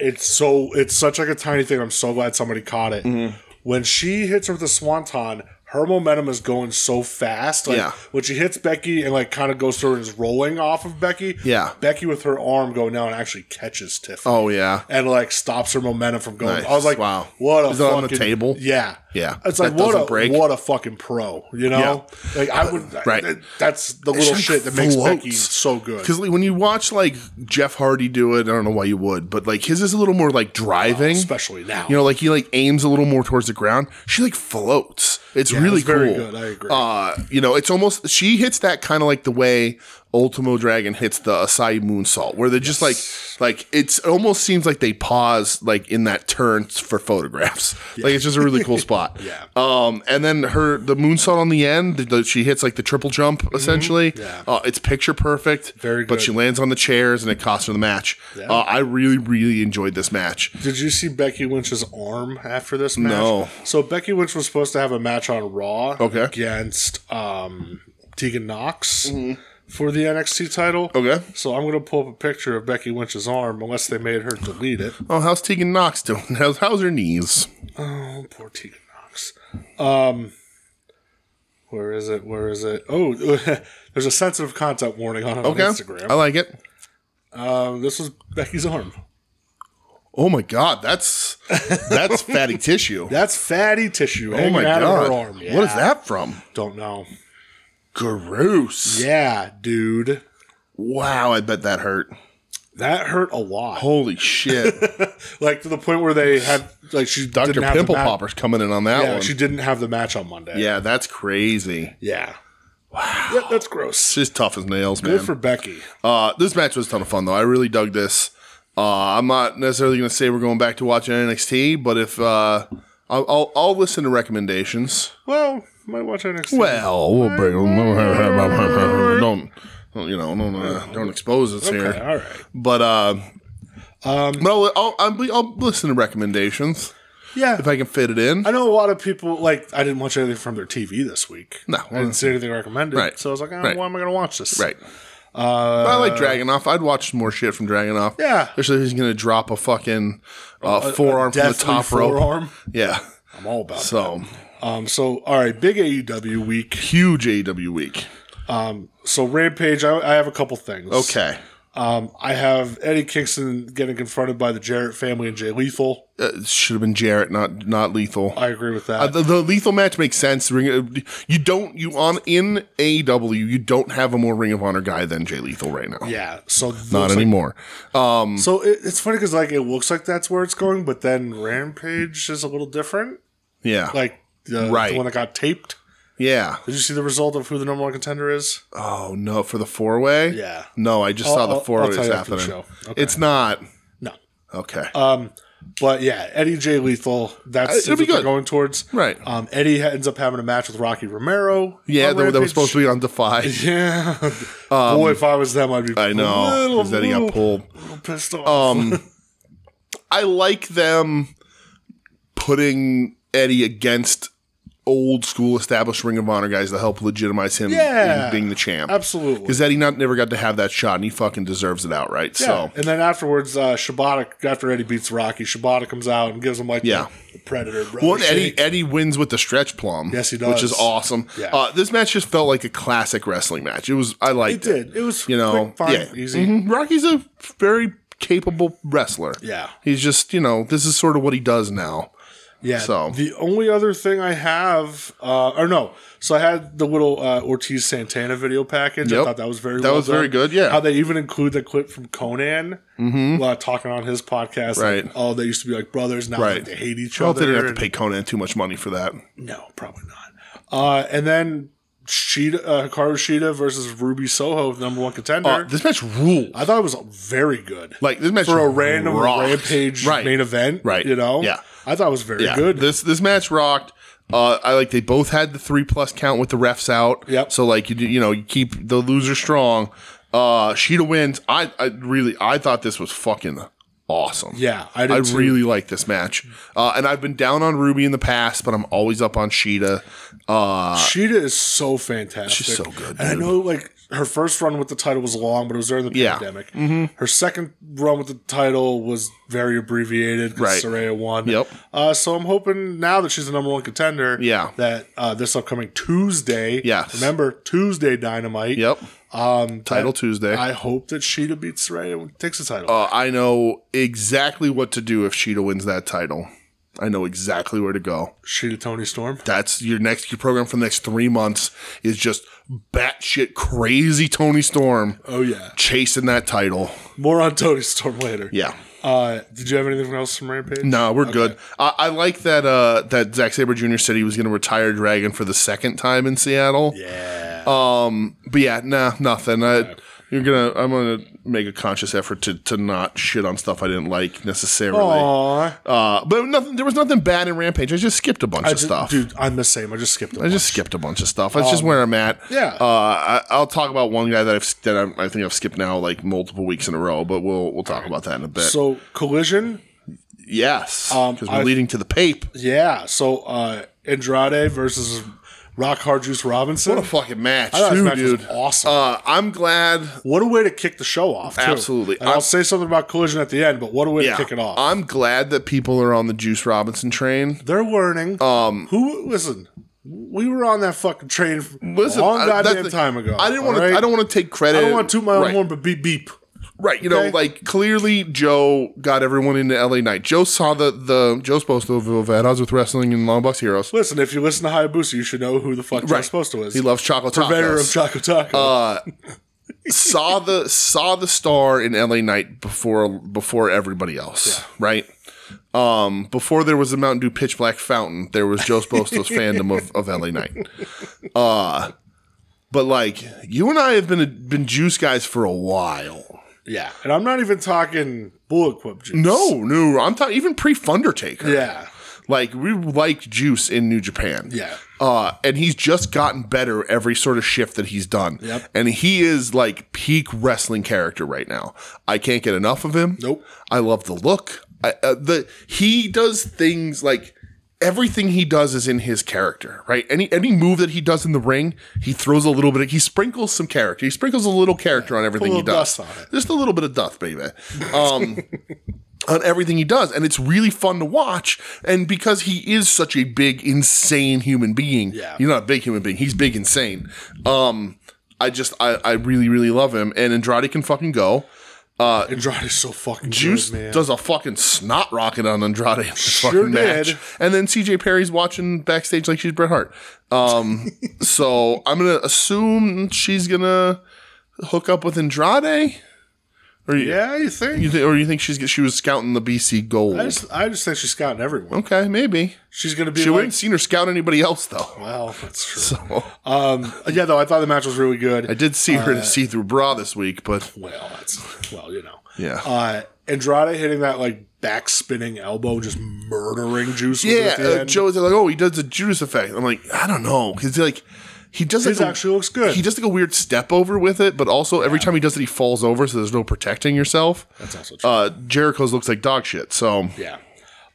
Speaker 2: It's so it's such like a tiny thing. I'm so glad somebody caught it.
Speaker 1: Mm-hmm.
Speaker 2: When she hits her with the swanton, her momentum is going so fast. Like
Speaker 1: Yeah.
Speaker 2: when she hits Becky and like kind of goes through and is rolling off of Becky.
Speaker 1: Yeah.
Speaker 2: Becky with her arm going down and actually catches Tiffany.
Speaker 1: Oh yeah.
Speaker 2: and like stops her momentum from going.
Speaker 1: Nice.
Speaker 2: I was like,
Speaker 1: Wow.
Speaker 2: what a
Speaker 1: Is it
Speaker 2: fucking
Speaker 1: on the table?
Speaker 2: Yeah,
Speaker 1: Yeah.
Speaker 2: It's like
Speaker 1: That
Speaker 2: what
Speaker 1: doesn't
Speaker 2: a
Speaker 1: break? Uh,
Speaker 2: what a fucking pro, you know? Like I would,
Speaker 1: Right.
Speaker 2: right? That's the little
Speaker 1: like,
Speaker 2: shit that makes
Speaker 1: floats.
Speaker 2: Becky so good.
Speaker 1: Because when you watch like Jeff Hardy do it, I don't know why you would, but like his is a little more like driving.
Speaker 2: especially now.
Speaker 1: you know, like he like aims a little more towards the ground. She like floats. It's really
Speaker 2: it's very
Speaker 1: cool.
Speaker 2: good. I agree.
Speaker 1: Uh, you know, it's almost she hits that kind of like the way Ultimo Dragon hits the Asai Moonsault, where they're just like like it's it almost seems like they pause like in that turn for photographs. Like it's just a really
Speaker 2: <laughs>
Speaker 1: cool spot.
Speaker 2: Yeah.
Speaker 1: Um, and then her the moonsault on the end, the, the- she hits like the triple jump essentially.
Speaker 2: Mm-hmm. Yeah.
Speaker 1: Uh, it's picture perfect.
Speaker 2: Very
Speaker 1: But
Speaker 2: good.
Speaker 1: she lands on the chairs and it costs her the match. Uh, I really really enjoyed this match.
Speaker 2: Did you see Becky Lynch's arm after this match?
Speaker 1: No.
Speaker 2: So Becky Lynch was supposed to have a match on Raw
Speaker 1: Okay.
Speaker 2: against um, Tegan Knox for the NXT title.
Speaker 1: Mm-hmm. Okay.
Speaker 2: So I'm gonna pull up a picture of Becky Lynch's arm, unless they made her delete it.
Speaker 1: Oh, how's Tegan Knox doing? <laughs> How's, how's her knees?
Speaker 2: Oh, poor Tegan Knox. Um, where is it? Where is it? Oh, <laughs> there's a sensitive content warning on, on
Speaker 1: Okay. Oh. I
Speaker 2: Instagram.
Speaker 1: like it.
Speaker 2: Um, this was Becky's arm.
Speaker 1: Oh my god, that's
Speaker 2: <laughs>
Speaker 1: that's fatty tissue.
Speaker 2: That's fatty tissue.
Speaker 1: oh my
Speaker 2: out
Speaker 1: god,
Speaker 2: Of her arm.
Speaker 1: what is
Speaker 2: Yeah.
Speaker 1: that from?
Speaker 2: Don't know.
Speaker 1: Gross.
Speaker 2: Yeah, dude.
Speaker 1: Wow, I bet that hurt.
Speaker 2: That hurt a lot.
Speaker 1: Holy
Speaker 2: <laughs>
Speaker 1: shit,
Speaker 2: Like to the point where they had like she
Speaker 1: Doctor
Speaker 2: didn't have the
Speaker 1: Pimple
Speaker 2: ma-
Speaker 1: Popper's coming in on that
Speaker 2: Yeah,
Speaker 1: one.
Speaker 2: she didn't have the match on Monday.
Speaker 1: yeah, that's crazy.
Speaker 2: Yeah. Wow. that's gross.
Speaker 1: She's tough as nails, man.
Speaker 2: Good for Becky.
Speaker 1: Uh, this match was a ton of fun, though. I really dug this. Uh, I'm not necessarily going to say we're going back to watching NXT, but if uh, I'll, I'll, I'll listen to recommendations.
Speaker 2: Well, might watch NXT.
Speaker 1: Well, we'll bring. <laughs> Don't, don't you know? Don't uh, don't expose us here.
Speaker 2: Okay, Um, all right.
Speaker 1: But uh, but I'll, I'll, I'll I'll listen to recommendations
Speaker 2: Yeah.
Speaker 1: if I can fit it in.
Speaker 2: I know a lot of people like I didn't watch anything from their TV this week.
Speaker 1: No.
Speaker 2: I didn't see anything recommended.
Speaker 1: Right.
Speaker 2: So I was like, oh,
Speaker 1: Right.
Speaker 2: why am I going to watch this?
Speaker 1: right. Uh, but I like Dragonoff. I'd watch more shit from Dragonoff.
Speaker 2: Yeah.
Speaker 1: especially if he's gonna drop a fucking uh, forearm from the
Speaker 2: Definitely
Speaker 1: top rope.
Speaker 2: forearm.
Speaker 1: Yeah.
Speaker 2: I'm all about. So,
Speaker 1: So
Speaker 2: um, so all right, big AEW week. Um,
Speaker 1: huge AEW week.
Speaker 2: So Rampage. I, I have a couple things.
Speaker 1: Okay.
Speaker 2: Um, I have Eddie Kingston getting confronted by the Jarrett family and Jay Lethal.
Speaker 1: Uh, should have been Jarrett, not not Lethal.
Speaker 2: I agree with that.
Speaker 1: Uh, the, the lethal match makes sense. Ring, you don't you on in AEW you don't have a more Ring of Honor guy than Jay Lethal right now.
Speaker 2: yeah. So it
Speaker 1: Not
Speaker 2: looks like-
Speaker 1: anymore.
Speaker 2: so it, it's funny because like it looks like that's where it's going, but then Rampage is a little different.
Speaker 1: yeah.
Speaker 2: Like the,
Speaker 1: Right.
Speaker 2: the one that got taped.
Speaker 1: yeah.
Speaker 2: Did you see the result of who the number one contender is?
Speaker 1: Oh no, for the four way.
Speaker 2: Yeah.
Speaker 1: No, I just saw
Speaker 2: I'll-
Speaker 1: the
Speaker 2: I'll-
Speaker 1: four way
Speaker 2: I'll tell
Speaker 1: is
Speaker 2: you after the
Speaker 1: happening.
Speaker 2: show. Okay.
Speaker 1: It's not
Speaker 2: No.
Speaker 1: okay.
Speaker 2: Um, But yeah, Eddie J. Lethal. That's
Speaker 1: Uh, It'll be
Speaker 2: what they're
Speaker 1: good.
Speaker 2: going towards.
Speaker 1: Right.
Speaker 2: Um, Eddie ends up having a match with Rocky Romero.
Speaker 1: Yeah, that,
Speaker 2: on
Speaker 1: that was
Speaker 2: Rampage.
Speaker 1: supposed to be on Defy.
Speaker 2: <laughs> Yeah. Boy, if I was them, I'd be.
Speaker 1: I know.
Speaker 2: Little,
Speaker 1: Because then he got
Speaker 2: little-
Speaker 1: pulled. Um,
Speaker 2: little pissed off.
Speaker 1: I like them putting Eddie against old school established Ring of Honor guys to help legitimize him
Speaker 2: Yeah.
Speaker 1: in being the champ.
Speaker 2: <laughs> Absolutely.
Speaker 1: Because Eddie not never got to have that shot, and he fucking deserves it outright.
Speaker 2: Yeah.
Speaker 1: So
Speaker 2: And then afterwards, uh, Shibata, after Eddie beats Rocky, Shibata comes out and gives him like
Speaker 1: Yeah.
Speaker 2: the, the Predator. brother
Speaker 1: Well, and Eddie
Speaker 2: shake.
Speaker 1: Eddie wins with the stretch plum.
Speaker 2: Yes, he
Speaker 1: which is
Speaker 2: does.
Speaker 1: awesome.
Speaker 2: Yeah.
Speaker 1: Uh, this match just felt like a classic wrestling match. It was I liked
Speaker 2: It did. It was
Speaker 1: You know,
Speaker 2: quick, fine,
Speaker 1: yeah,
Speaker 2: easy.
Speaker 1: Mhm. Rocky's a very capable wrestler.
Speaker 2: Yeah.
Speaker 1: he's just you know this is sort of what he does now.
Speaker 2: Yeah.
Speaker 1: So-
Speaker 2: the only other thing I have, uh, or no, so I had the little uh, Ortiz Santana video package. I
Speaker 1: Yep.
Speaker 2: thought that was very
Speaker 1: That
Speaker 2: well
Speaker 1: was very
Speaker 2: done.
Speaker 1: good, yeah. Mm-hmm.
Speaker 2: How they even include the clip from Conan uh, talking on his podcast. like,
Speaker 1: Right.
Speaker 2: oh, they used to be like brothers. Now
Speaker 1: Right.
Speaker 2: like, they hate each
Speaker 1: Well,
Speaker 2: other.
Speaker 1: they didn't have
Speaker 2: and-
Speaker 1: to pay Conan too much money for that.
Speaker 2: No, probably not. Uh, and then Shida, uh, Hikaru Shida versus Ruby Soho, number one contender.
Speaker 1: Uh, this match ruled.
Speaker 2: I thought it was very good.
Speaker 1: Like this match
Speaker 2: for a random
Speaker 1: rocked.
Speaker 2: rampage
Speaker 1: Right.
Speaker 2: main event,
Speaker 1: Right.
Speaker 2: You know,
Speaker 1: Yeah.
Speaker 2: I thought it was very
Speaker 1: Yeah,
Speaker 2: good.
Speaker 1: This this match rocked. Uh, I like they both had the three plus count with the refs out.
Speaker 2: Yep.
Speaker 1: So like you do- you know you keep the loser strong. Uh, Sheeta wins. I I really I thought this was fucking awesome.
Speaker 2: yeah, I did
Speaker 1: I
Speaker 2: too.
Speaker 1: really like this match. Uh, and I've been down on Ruby in the past, but I'm always up on Sheeta. Uh,
Speaker 2: Sheeta is so fantastic.
Speaker 1: She's so good,
Speaker 2: And I know like her first run with the title was long, but it was during the
Speaker 1: Yeah. Mm-hmm.
Speaker 2: pandemic. Her second run with the title was very abbreviated
Speaker 1: Right.
Speaker 2: because Soraya won.
Speaker 1: Yep.
Speaker 2: Uh, so I'm hoping now that she's the number one contender,
Speaker 1: Yeah.
Speaker 2: that uh, this upcoming Tuesday,
Speaker 1: Yes.
Speaker 2: remember Tuesday Dynamite.
Speaker 1: yep.
Speaker 2: Um,
Speaker 1: Title Tuesday. I,
Speaker 2: I hope that Sheeta beats Soraya and takes the title.
Speaker 1: uh, I know exactly what to do if Sheeta wins that title. I know exactly where to go.
Speaker 2: Sheeta Tony Storm.
Speaker 1: That's your next your program for the next three months is just batshit crazy Tony Storm
Speaker 2: Oh yeah.
Speaker 1: chasing that title.
Speaker 2: More on Tony Storm later.
Speaker 1: Yeah.
Speaker 2: Uh, did you have anything else from Rampage?
Speaker 1: No, we're good. I, I like that uh that Zack Sabre Jr. said he was gonna retire Dragon for the second time in Seattle.
Speaker 2: Yeah.
Speaker 1: But yeah, nah, nothing. I you're gonna I'm gonna make a conscious effort to to not shit on stuff I didn't like necessarily.
Speaker 2: Aw.
Speaker 1: Uh but nothing there was nothing bad in Rampage. I just skipped a bunch of
Speaker 2: Ju-
Speaker 1: stuff.
Speaker 2: Dude, I'm the same. I just skipped it.
Speaker 1: I just skipped a bunch of stuff. That's just where I'm at.
Speaker 2: Um, yeah.
Speaker 1: Uh, I, I'll talk about one guy that I've that I'm, I think I've skipped now like multiple weeks in a row, but we'll we'll talk about that in a bit.
Speaker 2: so collision,
Speaker 1: yes,
Speaker 2: Um,
Speaker 1: because we're
Speaker 2: I've-
Speaker 1: leading to the
Speaker 2: <laughs>
Speaker 1: Pape.
Speaker 2: yeah. So uh Andrade versus Rock Hard Juice Robinson.
Speaker 1: What a fucking match,
Speaker 2: I thought this
Speaker 1: too,
Speaker 2: match was
Speaker 1: dude!
Speaker 2: awesome.
Speaker 1: Uh, I'm glad.
Speaker 2: what a way to kick the show off. too.
Speaker 1: Absolutely.
Speaker 2: And I'll say something about collision at the end, but what a way
Speaker 1: Yeah,
Speaker 2: to kick it off.
Speaker 1: I'm glad that people are on the Juice Robinson train.
Speaker 2: They're learning. Um, who listen? We were on that fucking train f-
Speaker 1: Listen,
Speaker 2: a long
Speaker 1: I- that's
Speaker 2: goddamn
Speaker 1: the-
Speaker 2: time ago.
Speaker 1: I didn't
Speaker 2: all
Speaker 1: want
Speaker 2: right?
Speaker 1: to. I don't want to take credit.
Speaker 2: I don't want to toot my own
Speaker 1: Right.
Speaker 2: horn, but beep beep.
Speaker 1: Right, you know,
Speaker 2: Okay?
Speaker 1: like clearly Joe got everyone into LA Night. Joe saw the the Joe Spostoville of At Odds with Wrestling and Long Box Heroes.
Speaker 2: Listen, if you listen to Hayabusa, you should know who the fuck you're
Speaker 1: Right.
Speaker 2: supposed to is.
Speaker 1: He loves Uh, chocolate
Speaker 2: Inventor of
Speaker 1: tacos.
Speaker 2: Choco Taco.
Speaker 1: <laughs> saw the saw the star in LA Night before before everybody else. Right. Um, before there was the Mountain Dew Pitch Black Fountain, there was Joe
Speaker 2: <laughs>
Speaker 1: Sposto's fandom of, of LA Night. Uh, but like you and I have been been juice guys for a while.
Speaker 2: yeah, and I'm not even talking bullet quip juice.
Speaker 1: No, no, I'm talking even pre Fundertaker.
Speaker 2: Yeah.
Speaker 1: Like we liked Juice in New Japan.
Speaker 2: Yeah.
Speaker 1: Uh, and he's just gotten better every sort of shift that he's done.
Speaker 2: Yep.
Speaker 1: And he is like peak wrestling character right now. I can't get enough of him.
Speaker 2: Nope.
Speaker 1: I love the look. I, uh, the he does things like everything he does is in his character, right? Any any move that he does in the ring, he throws a little bit. Of, he sprinkles some character. He sprinkles a little character on everything he
Speaker 2: little
Speaker 1: does.
Speaker 2: dust on it.
Speaker 1: Just a little bit of dust, baby. Um, on everything he does, and it's really fun to watch. And because he is such a big, insane human being,
Speaker 2: Yeah.
Speaker 1: he's not a big human being. He's big, insane. Um, I just, I, I really, really love him. And Andrade can fucking go.
Speaker 2: Andrade is so fucking
Speaker 1: Juice
Speaker 2: good, man.
Speaker 1: does a fucking snot rocket on Andrade in the fucking
Speaker 2: did.
Speaker 1: match. And then CJ Perry's watching backstage like she's Bret Hart.
Speaker 2: <laughs>
Speaker 1: Um, so I'm going to assume she's going to hook up with Andrade. Or you,
Speaker 2: yeah, you think?
Speaker 1: you thi- or you think she's she was scouting the BC gold?
Speaker 2: I, just, I just think she's scouting everyone.
Speaker 1: okay, maybe.
Speaker 2: She's gonna be
Speaker 1: She
Speaker 2: like,
Speaker 1: wouldn't seen her scout anybody else though. <laughs>
Speaker 2: well, that's true.
Speaker 1: So
Speaker 2: Um,
Speaker 1: <laughs>
Speaker 2: yeah, though I thought the match was really good.
Speaker 1: I did see her in a see-through bra this week, but
Speaker 2: well, that's well, you know.
Speaker 1: Yeah.
Speaker 2: Uh, Andrade hitting that like back spinning elbow, just murdering Juice. with it
Speaker 1: Yeah,
Speaker 2: at the
Speaker 1: uh,
Speaker 2: end.
Speaker 1: Joe's like, oh, he does the Judas effect. I'm like, I don't know, because like he does
Speaker 2: His
Speaker 1: like a-
Speaker 2: actually looks good.
Speaker 1: He does like a weird step over with it, but also every time he does it, he falls over, so there's no protecting yourself.
Speaker 2: That's also true.
Speaker 1: Uh, Jericho's looks like dog shit. So
Speaker 2: Yeah.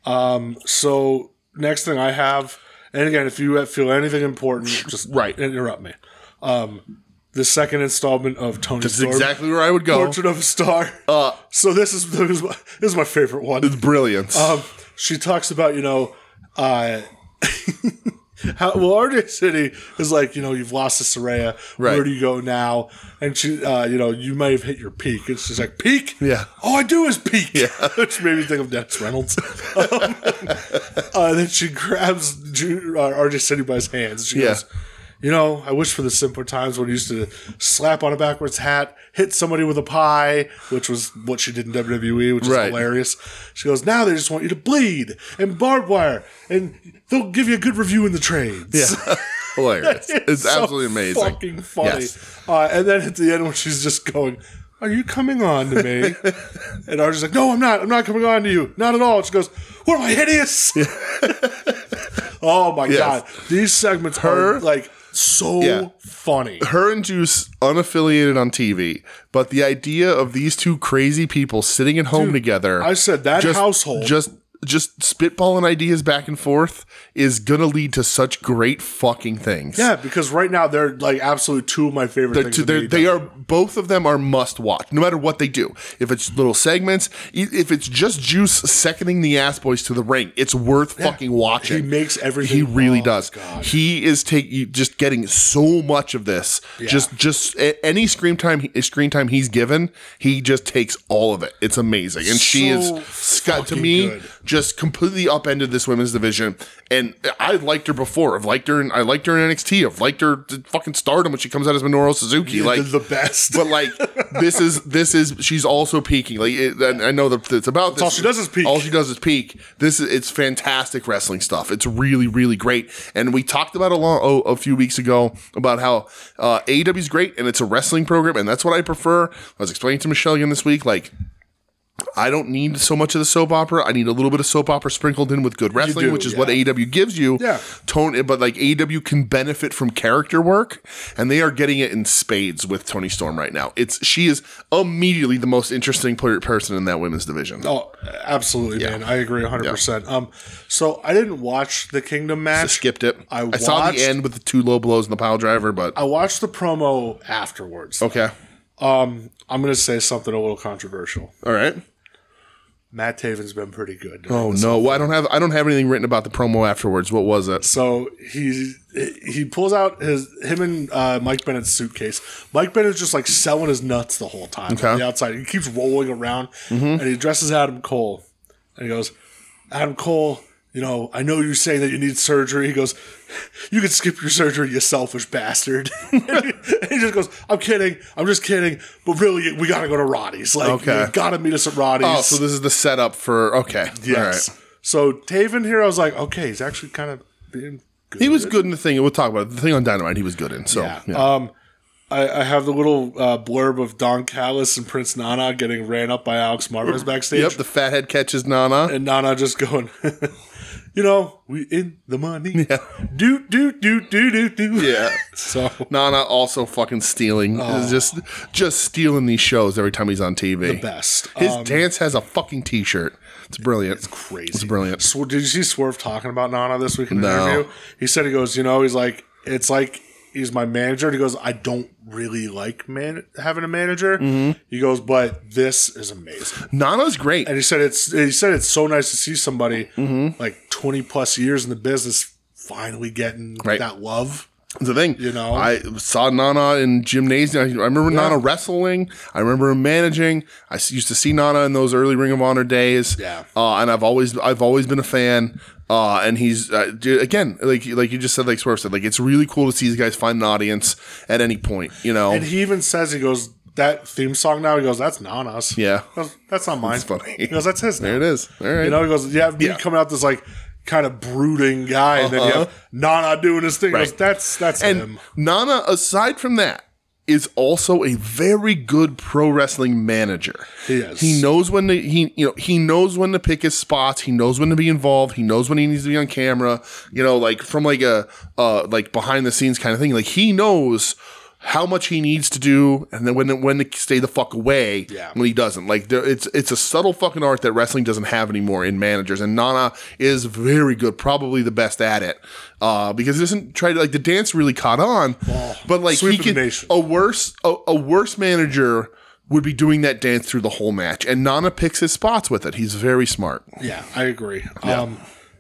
Speaker 2: Um, so next thing I have, and again, if you feel anything important, just
Speaker 1: Right.
Speaker 2: interrupt me. Um, the second installment of Tony
Speaker 1: this is
Speaker 2: Storm,
Speaker 1: exactly where I would go.
Speaker 2: Portrait of a Star.
Speaker 1: Uh,
Speaker 2: so this is this is my, this is my favorite one.
Speaker 1: Brilliance.
Speaker 2: Um, she talks about you know, uh, <laughs> how well RJ City is like you know you've lost to Soraya. Where
Speaker 1: Right.
Speaker 2: do you go now? And she, uh, you know, you might have hit your peak. And she's like, peak.
Speaker 1: Yeah.
Speaker 2: All I do is peak. Yeah. <laughs> Which made me think of Dennis Reynolds. <laughs> um, uh, then she grabs Ju- uh, RJ City by his hands. She
Speaker 1: Yeah.
Speaker 2: goes. You know, I wish for the simpler times when you used to slap on a backwards hat, hit somebody with a pie, which was what she did in WWE, which is
Speaker 1: Right.
Speaker 2: hilarious. She goes, now they just want you to bleed and barbed wire, and they'll give you a good review in the trades.
Speaker 1: yeah. <laughs>
Speaker 2: <laughs>
Speaker 1: Hilarious. It's,
Speaker 2: so
Speaker 1: absolutely amazing.
Speaker 2: Fucking funny.
Speaker 1: Yes.
Speaker 2: Uh, and then at the end, when she's just going, "Are you coming on
Speaker 1: <laughs>
Speaker 2: to me?" and Archer's like, "No, I'm not. I'm not coming on to you. Not at all." She goes, "What am I hideous?"
Speaker 1: <laughs>
Speaker 2: <laughs> oh my god, these segments are like so
Speaker 1: Yeah.
Speaker 2: funny.
Speaker 1: her and Juice unaffiliated on TV, but the idea of these two crazy people sitting at home together.
Speaker 2: I said that
Speaker 1: just,
Speaker 2: household.
Speaker 1: just just spitballing ideas back and forth is gonna lead to such great fucking things.
Speaker 2: yeah, because right now they're like absolutely two of my favorite things.
Speaker 1: To
Speaker 2: in
Speaker 1: their-
Speaker 2: AEW.
Speaker 1: they are both of them are must watch no matter what they do if it's little segments e- if it's just juice seconding the ass boys to the ring it's worth fucking watching
Speaker 2: He makes everything-
Speaker 1: he really
Speaker 2: oh,
Speaker 1: does
Speaker 2: God.
Speaker 1: he is taking just getting so much of this just just a- any screen time he- screen time he's given he just takes all of it it's amazing and she is
Speaker 2: So
Speaker 1: scott to
Speaker 2: fucking
Speaker 1: me
Speaker 2: good.
Speaker 1: just completely upended this women's division. And I liked her before. I've liked her. In, I liked her in NXT. I've liked her to fucking stardom when she comes out as Minoru Suzuki.
Speaker 2: They're
Speaker 1: like
Speaker 2: the best.
Speaker 1: But like this is this is she's also peaking. Like it, and I know that it's about this.
Speaker 2: all she does is peak.
Speaker 1: All she does is peak. This is it's fantastic wrestling stuff. It's really really great. And we talked about a long oh, a few weeks ago about how uh, AEW is great and it's a wrestling program and that's what I prefer. I was explaining to Michelle again this week like. I don't need so much of the soap opera. I need a little bit of soap opera sprinkled in with good wrestling,
Speaker 2: do,
Speaker 1: which is
Speaker 2: yeah.
Speaker 1: what AEW gives you.
Speaker 2: Yeah.
Speaker 1: Tone, but like AEW can benefit from character work, and they are getting it in spades with Tony Storm right now. It's she is immediately the most interesting player, person in that women's division.
Speaker 2: Oh, absolutely, man. I agree 100%. Um, so I didn't watch the Kingdom match.
Speaker 1: Skipped it.
Speaker 2: I
Speaker 1: saw
Speaker 2: watched-
Speaker 1: the end with the two low blows and the pile driver, but
Speaker 2: I watched the promo afterwards.
Speaker 1: okay,
Speaker 2: Um, I'm going to say something a little controversial.
Speaker 1: all right.
Speaker 2: Matt Taven's been pretty good.
Speaker 1: Oh no, well, I don't have I don't have anything written about the promo afterwards. What was it?
Speaker 2: So he he pulls out his him and uh, Mike Bennett's suitcase. Mike Bennett's just like selling his nuts the whole time on the outside. He keeps rolling around
Speaker 1: Mm-hmm.
Speaker 2: and he addresses Adam Cole and he goes, Adam Cole, you know, I know you're saying that you need surgery. He goes, You can skip your surgery, you selfish bastard. <laughs> and he just goes, I'm kidding, I'm just kidding, but really we gotta go to Roddy's. Like
Speaker 1: Okay.
Speaker 2: you gotta meet us at Roddy's.
Speaker 1: Oh, so this is the setup for okay. All right.
Speaker 2: yes. So Taven here, I was like, okay, he's actually kind of being good.
Speaker 1: He was good in the thing. We'll talk about it. The thing on Dynamite, he was good in. So
Speaker 2: Yeah. Um, I, I have the little uh, blurb of Don Callis and Prince Nana getting ran up by Alex Marvez backstage,
Speaker 1: Yep, the fathead catches Nana.
Speaker 2: and Nana just going, <laughs> you know, we in the money. Do do do do do do.
Speaker 1: Yeah.
Speaker 2: So
Speaker 1: Nana also fucking stealing,
Speaker 2: Oh.
Speaker 1: just just stealing these shows every time he's on TV.
Speaker 2: best.
Speaker 1: His
Speaker 2: Um,
Speaker 1: dance has a fucking T-shirt. It's brilliant. It's
Speaker 2: crazy.
Speaker 1: It's brilliant.
Speaker 2: Sw- did you see Swerve talking about Nana this week in the
Speaker 1: No.
Speaker 2: interview? He said he goes, you know, he's like, it's like he's my manager. And he goes, I don't really like man having a manager.
Speaker 1: Mm-hmm.
Speaker 2: He goes, but this is amazing.
Speaker 1: Nana's great.
Speaker 2: and he said it's he said it's so nice to see somebody
Speaker 1: Mm-hmm.
Speaker 2: like 20 plus years in the business finally getting
Speaker 1: Right.
Speaker 2: that love
Speaker 1: It's the thing.
Speaker 2: you know?
Speaker 1: I saw Nana in gymnasium. I I remember Nana wrestling. I remember him managing. I s- used to see Nana in those early Ring of Honor days.
Speaker 2: Yeah.
Speaker 1: Uh, and I've always I've always been a fan. Uh, and he's uh, j- again like like you just said like Swerve said like it's really cool to see these guys find an audience at any point. You know.
Speaker 2: and he even says he goes that theme song now he goes that's Nana's
Speaker 1: Yeah.
Speaker 2: He goes, that's not mine
Speaker 1: funny.
Speaker 2: he goes
Speaker 1: <laughs>
Speaker 2: that's his
Speaker 1: there
Speaker 2: now.
Speaker 1: it is. All right.
Speaker 2: you know he goes yeah me
Speaker 1: Yeah.
Speaker 2: coming out this like kind of brooding guy and then you
Speaker 1: Uh-huh.
Speaker 2: have Nana doing his thing He goes, that's that's
Speaker 1: and
Speaker 2: him
Speaker 1: Nana, aside from that, is also a very good pro wrestling manager.
Speaker 2: He is.
Speaker 1: He knows when to he you know he knows when to pick his spots. He knows when to be involved. He knows when he needs to be on camera. You know, like from like a uh like behind the scenes kind of thing. Like he knows how much he needs to do and then when when to stay the fuck away
Speaker 2: Yeah.
Speaker 1: when he doesn't. Like there, it's it's a subtle fucking art that wrestling doesn't have anymore in managers. And Nana is very good, probably the best at it. Uh, because it doesn't try to like the dance really caught on, but like
Speaker 2: sweep
Speaker 1: he
Speaker 2: of the
Speaker 1: could,
Speaker 2: nation.
Speaker 1: a worse a, a worse manager would be doing that dance through the whole match and Nana picks his spots with it. He's very smart.
Speaker 2: Yeah, I agree. Um,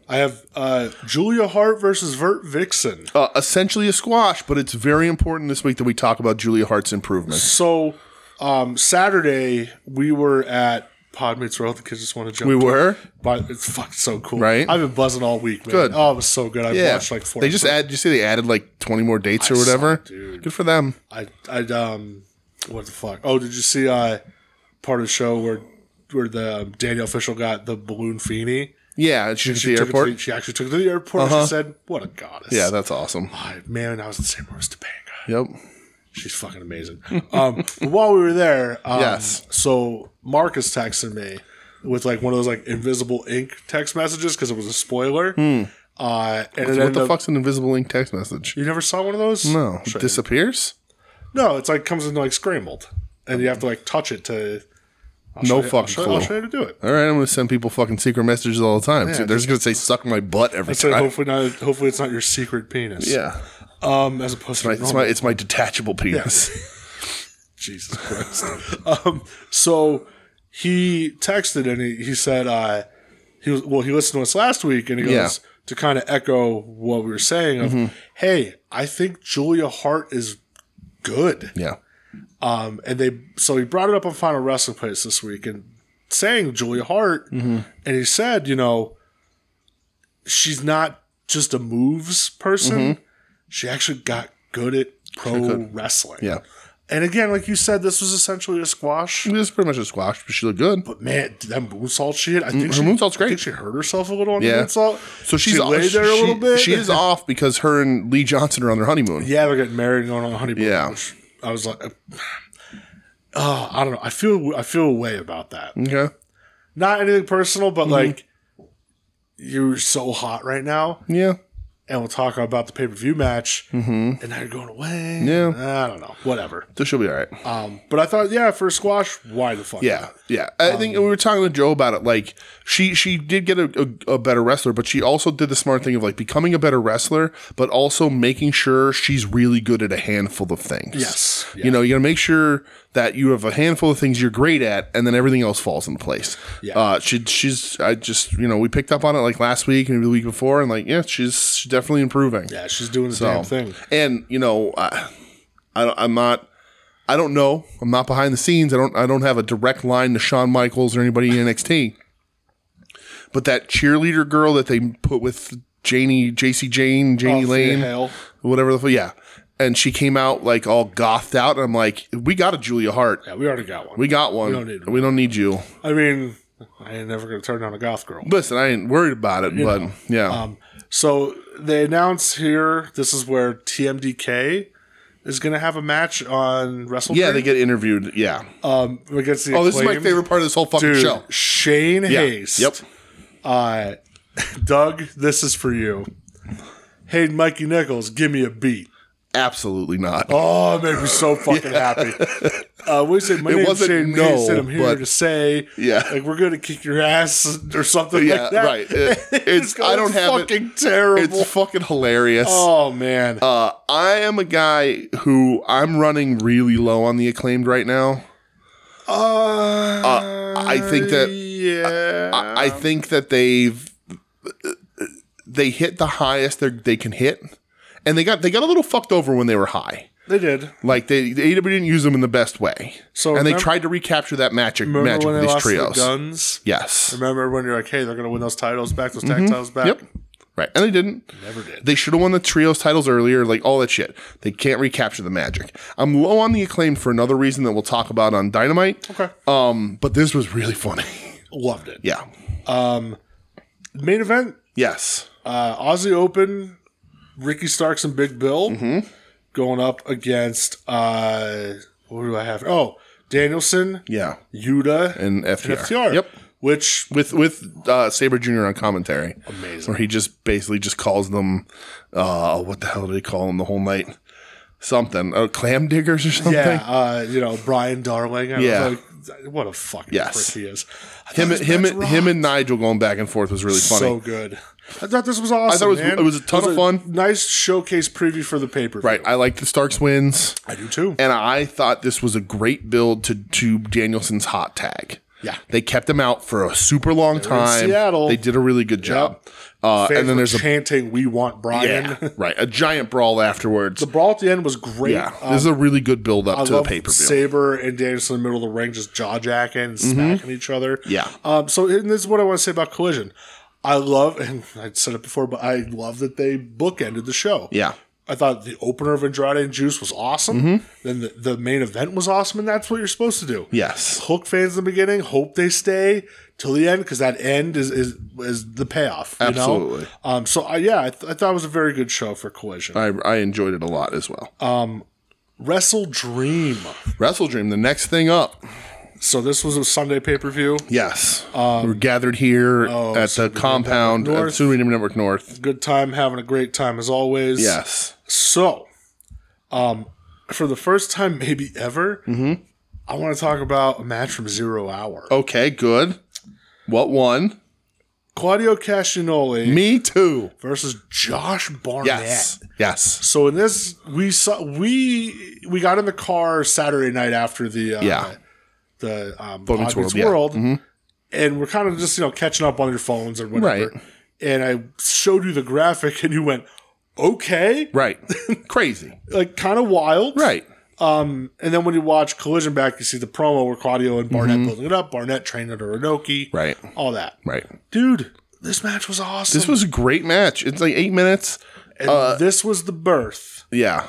Speaker 2: I have uh, Julia Hart versus Vert Vixen.
Speaker 1: Uh, essentially a squash, but it's very important this week that we talk about Julia Hart's improvement.
Speaker 2: So um, Saturday we were at Podmates Row. The kids just want to jump.
Speaker 1: We were
Speaker 2: but it's fucking so cool,
Speaker 1: Right?
Speaker 2: I've been buzzing all week, man.
Speaker 1: Good.
Speaker 2: Oh, it was so good. I
Speaker 1: yeah.
Speaker 2: watched like four.
Speaker 1: they just add. You see, they added like twenty more dates or whatever. Good for them.
Speaker 2: I I um what the fuck? Oh, did you see uh part of the show where where the um, Daniel Fishel got the balloon feeny?
Speaker 1: Yeah, and she took it to the
Speaker 2: Took
Speaker 1: airport. Uh-huh.
Speaker 2: it to the- she actually took it to the airport. and She said, "What a goddess!"
Speaker 1: yeah, that's awesome.
Speaker 2: I, man, I was in San Marcos Topanga.
Speaker 1: Yep.
Speaker 2: She's fucking amazing. um, but while we were there, um,
Speaker 1: Yes.
Speaker 2: So Marcus texted me with like one of those like invisible ink text messages because it was a spoiler. Uh, and
Speaker 1: Hmm.
Speaker 2: it
Speaker 1: What
Speaker 2: ended
Speaker 1: the
Speaker 2: up-
Speaker 1: fuck's an invisible link text message?
Speaker 2: You never saw one of those?
Speaker 1: No, it disappears.
Speaker 2: No, it's like comes in like scrambled, and you have to like touch it to. I'll
Speaker 1: No
Speaker 2: show you- I'll
Speaker 1: fucking
Speaker 2: show,
Speaker 1: clue.
Speaker 2: I'll show you to do it.
Speaker 1: All right, I'm gonna send people fucking secret messages all the time. They're just gonna say "suck my butt" every
Speaker 2: So
Speaker 1: time.
Speaker 2: hopefully not. Hopefully it's not your secret penis.
Speaker 1: Yeah,
Speaker 2: Um, as opposed to
Speaker 1: it's
Speaker 2: normal.
Speaker 1: my it's my detachable penis.
Speaker 2: Jesus Christ. <laughs> um, so he texted and he, he said uh, he was well he listened to us last week and he goes
Speaker 1: Yeah. Mm-hmm.
Speaker 2: to kind of echo what we were saying of hey I think Julia Hart is good
Speaker 1: Yeah,
Speaker 2: Um, and they so he brought it up on Final Wrestling Place this week and saying Julia Hart,
Speaker 1: Mm-hmm.
Speaker 2: and he said, you know, she's not just a moves person.
Speaker 1: Mm-hmm.
Speaker 2: She actually got good at pro wrestling.
Speaker 1: <laughs> yeah.
Speaker 2: And again, like you said, this was essentially a squash.
Speaker 1: It was pretty much a squash, but she looked good.
Speaker 2: But man, that moonsault shit, I think
Speaker 1: Mm, her
Speaker 2: she,
Speaker 1: moonsault's great.
Speaker 2: I think she hurt herself a little on
Speaker 1: Yeah.
Speaker 2: the moonsault.
Speaker 1: So she's
Speaker 2: she
Speaker 1: off,
Speaker 2: laid there a
Speaker 1: she-
Speaker 2: little bit.
Speaker 1: She is off because her and Lee Johnson are on their honeymoon.
Speaker 2: Yeah, they're getting married and going on a honeymoon.
Speaker 1: Yeah.
Speaker 2: which I was like, uh, <sighs> oh, I don't know. I feel I feel a way about that.
Speaker 1: Okay.
Speaker 2: Not anything personal,
Speaker 1: Mm-hmm.
Speaker 2: but like you're so hot right now,
Speaker 1: Yeah.
Speaker 2: and we'll talk about the pay per view match, and now you're going away.
Speaker 1: Mm-hmm. Yeah.
Speaker 2: I don't know. Whatever.
Speaker 1: So she'll be all right.
Speaker 2: Um, but I thought, yeah, for a squash, why the fuck?
Speaker 1: Yeah,
Speaker 2: not?
Speaker 1: yeah. I think
Speaker 2: Um,
Speaker 1: we were talking to Joe about it. Like she she did get a, a, a better wrestler, but she also did the smart thing of like becoming a better wrestler, but also making sure she's really good at a handful of things.
Speaker 2: Yes,
Speaker 1: You know, you gotta make sure that you have a handful of things you're great at, and then everything else falls into place.
Speaker 2: Yeah.
Speaker 1: Uh, she she's I just you know we picked up on it like last week and the week before, and like yeah, she's she's definitely improving.
Speaker 2: Yeah, she's doing the damn thing.
Speaker 1: Um, And you know, I, I don't, I'm not. I don't know. I'm not behind the scenes. I don't. I don't have a direct line to Shawn Michaels or anybody in NXT. But that cheerleader girl that they put with Janie, JC Jane, Janie
Speaker 2: Off the
Speaker 1: Lane,
Speaker 2: hell.
Speaker 1: whatever the fuck, yeah. And she came out like all gothed out, and I'm like, we got a Julia Hart.
Speaker 2: Yeah, we already got one.
Speaker 1: We got one. We
Speaker 2: don't need her.
Speaker 1: you.
Speaker 2: I mean, I ain't never gonna turn down a goth girl.
Speaker 1: Listen, I ain't worried about it, but yeah,
Speaker 2: Um, So they announce here this is where TMDK is gonna have a match on WrestleMania.
Speaker 1: yeah, they get interviewed. Yeah.
Speaker 2: um against the
Speaker 1: oh, this is my
Speaker 2: Acclaimed.
Speaker 1: favorite part of this whole fucking
Speaker 2: Dude,
Speaker 1: show.
Speaker 2: Shane
Speaker 1: Yeah.
Speaker 2: Hayes.
Speaker 1: Yep.
Speaker 2: Uh, Doug, this is for you. Hey, Mikey Nichols, give me a beat.
Speaker 1: Absolutely not.
Speaker 2: Oh, it made me so fucking happy. Uh, we said my
Speaker 1: It
Speaker 2: name's
Speaker 1: wasn't
Speaker 2: Shane
Speaker 1: no,
Speaker 2: Hayes, and I'm here
Speaker 1: but-
Speaker 2: to say,
Speaker 1: Yeah.
Speaker 2: like we're gonna kick your ass or something
Speaker 1: Yeah,
Speaker 2: like that.
Speaker 1: right. It-
Speaker 2: <laughs>
Speaker 1: it's I don't have it.
Speaker 2: fucking terrible.
Speaker 1: It's fucking hilarious.
Speaker 2: oh man,
Speaker 1: Uh, I am a guy who I'm running really low on the acclaimed right now. Uh, I think that
Speaker 2: Oh, yeah.
Speaker 1: I, I think that they've they hit the highest they they can hit, and they got they got a little fucked over when they were high.
Speaker 2: they did.
Speaker 1: Like they, the AEW didn't use them in the best way.
Speaker 2: So
Speaker 1: and they
Speaker 2: remem-
Speaker 1: tried to recapture that magic magic
Speaker 2: Remember when
Speaker 1: with
Speaker 2: they
Speaker 1: these
Speaker 2: lost to the
Speaker 1: trios.
Speaker 2: guns?
Speaker 1: yes.
Speaker 2: Remember when you're like, hey, they're gonna win those titles back, those tag titles back?
Speaker 1: Mm-hmm. Yep. Right, and they didn't.
Speaker 2: Never did.
Speaker 1: They should have won the trios titles earlier, like all that shit. They can't recapture the magic. I'm low on the acclaim for another reason that we'll talk about on Dynamite.
Speaker 2: Okay.
Speaker 1: Um, but this was really funny. <laughs>
Speaker 2: Loved it.
Speaker 1: yeah.
Speaker 2: Main event,
Speaker 1: Yes.
Speaker 2: uh, Aussie Open, Ricky Starks and Big Bill going up against uh who do I have? Oh, Danielson,
Speaker 1: Yeah.
Speaker 2: Yuta,
Speaker 1: And FTR.
Speaker 2: FTR.
Speaker 1: Yep.
Speaker 2: Which
Speaker 1: With with uh, Saber Jr. on commentary,
Speaker 2: amazing.
Speaker 1: where he just basically just calls them, uh, what the hell did he call them the whole night? Something, uh, clam diggers or something.
Speaker 2: Yeah, uh, you know Brian Darling. I
Speaker 1: Yeah.
Speaker 2: was like, what a fucking
Speaker 1: Yes.
Speaker 2: prick he is. I
Speaker 1: Him,
Speaker 2: thought his
Speaker 1: him,
Speaker 2: match
Speaker 1: him, and Nigel going back and forth was really funny.
Speaker 2: So good. I thought this was awesome. I
Speaker 1: thought it was- it was a ton of fun.
Speaker 2: Nice showcase preview for the paper.
Speaker 1: right, I like the Starks wins,
Speaker 2: I do too.
Speaker 1: and uh, I thought this was a great build to to Danielson's hot tag.
Speaker 2: Yeah.
Speaker 1: they kept him out for a super long time.
Speaker 2: Seattle.
Speaker 1: they did a really good job. Uh,
Speaker 2: Fans
Speaker 1: and then
Speaker 2: were
Speaker 1: there's a
Speaker 2: chanting, "We want Brian." <laughs>
Speaker 1: yeah, <laughs> right, a giant brawl afterwards.
Speaker 2: The brawl at the end was great. <laughs>
Speaker 1: yeah, this is a really good build up
Speaker 2: I
Speaker 1: to the
Speaker 2: love
Speaker 1: pay per view.
Speaker 2: Saber and Danielson in the middle of the ring, just jaw jacking and smacking each other.
Speaker 1: Mm-hmm. Yeah.
Speaker 2: Um. So and this is what I want to say about Collision. I love, and I said it before, but I love that they bookended the show.
Speaker 1: Yeah, Mm-hmm.
Speaker 2: I thought the opener of Andrade and Juice was awesome. Then the, the main event was awesome, and that's what you're supposed to do.
Speaker 1: yes,
Speaker 2: hook fans in the beginning. Hope they stay till the end because that end is is is the payoff. You
Speaker 1: Absolutely.
Speaker 2: Know? Um. So I, yeah, I, th- I thought it was a very good show for Collision.
Speaker 1: I I enjoyed it a lot as well.
Speaker 2: Wrestle Dream.
Speaker 1: Wrestle Dream, the next thing up.
Speaker 2: So this was a Sunday pay per view.
Speaker 1: Yes,
Speaker 2: Um,
Speaker 1: we're gathered here
Speaker 2: oh,
Speaker 1: at the compound at
Speaker 2: North.
Speaker 1: Sunday Network North.
Speaker 2: Good time, having a great time as always.
Speaker 1: Yes,
Speaker 2: So, um, for the first time <laughs> maybe ever,
Speaker 1: Mm-hmm.
Speaker 2: I want to talk about a match from Zero Hour.
Speaker 1: Okay, good. What one?
Speaker 2: Claudio Castagnoli
Speaker 1: Me too.
Speaker 2: versus Josh Barnett.
Speaker 1: Yes. Yes.
Speaker 2: So in this, we saw we we got in the car Saturday night after the uh,
Speaker 1: Yeah.
Speaker 2: the um,
Speaker 1: Bogan's
Speaker 2: Bogan's
Speaker 1: World,
Speaker 2: World,
Speaker 1: yeah. Mm-hmm.
Speaker 2: and we're kind of just you know catching up on your phones or whatever.
Speaker 1: Right.
Speaker 2: And I showed you the graphic, and you went, "Okay,
Speaker 1: <laughs> Right. Crazy.
Speaker 2: like kind of wild,
Speaker 1: Right.
Speaker 2: Um, And then when you watch Collision back, you see the promo where Claudio and Barnett building it up. Barnett trained under Inoki,
Speaker 1: Mm-hmm. Right.
Speaker 2: All that,
Speaker 1: Right.
Speaker 2: dude. This match was awesome.
Speaker 1: This was uh, a great match. It's like eight minutes.
Speaker 2: and this was the birth
Speaker 1: Yeah.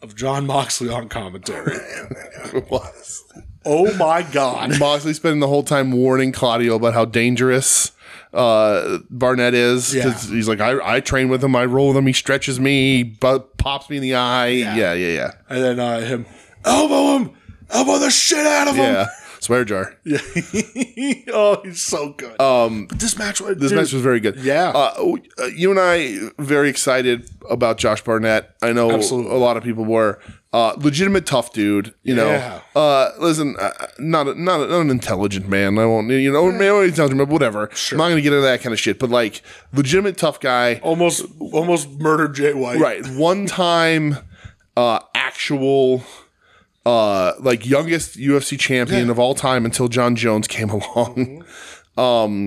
Speaker 2: of John Moxley on commentary.
Speaker 1: <laughs> It was.
Speaker 2: oh my god.
Speaker 1: Moxley spending the whole time warning Claudio about how dangerous uh, Barnett is. 'cause He's like, I, I train with him, I roll with him, he stretches me, he bu- pops me in the eye. Yeah, yeah, yeah. Yeah.
Speaker 2: And then uh, him, elbow him, elbow the shit out
Speaker 1: Um,
Speaker 2: of him.
Speaker 1: Swear jar.
Speaker 2: <laughs> oh, he's so good. Um, but this match,
Speaker 1: This match was very good.
Speaker 2: Yeah.
Speaker 1: Uh, uh, you and I very excited about Josh Barnett. I know
Speaker 2: Absolutely.
Speaker 1: a lot of people were. Uh, legitimate tough dude, you know.
Speaker 2: Yeah.
Speaker 1: Uh, listen, uh, not a, not, a, not an intelligent man. I won't, you know, man, not intelligent, but whatever. I'm not gonna get into that kind of shit. But like, legitimate tough guy.
Speaker 2: almost almost murdered Jay White.
Speaker 1: Right. One time uh actual uh like youngest UFC champion of all time until John Jones came <laughs> along. um
Speaker 2: Mm-hmm.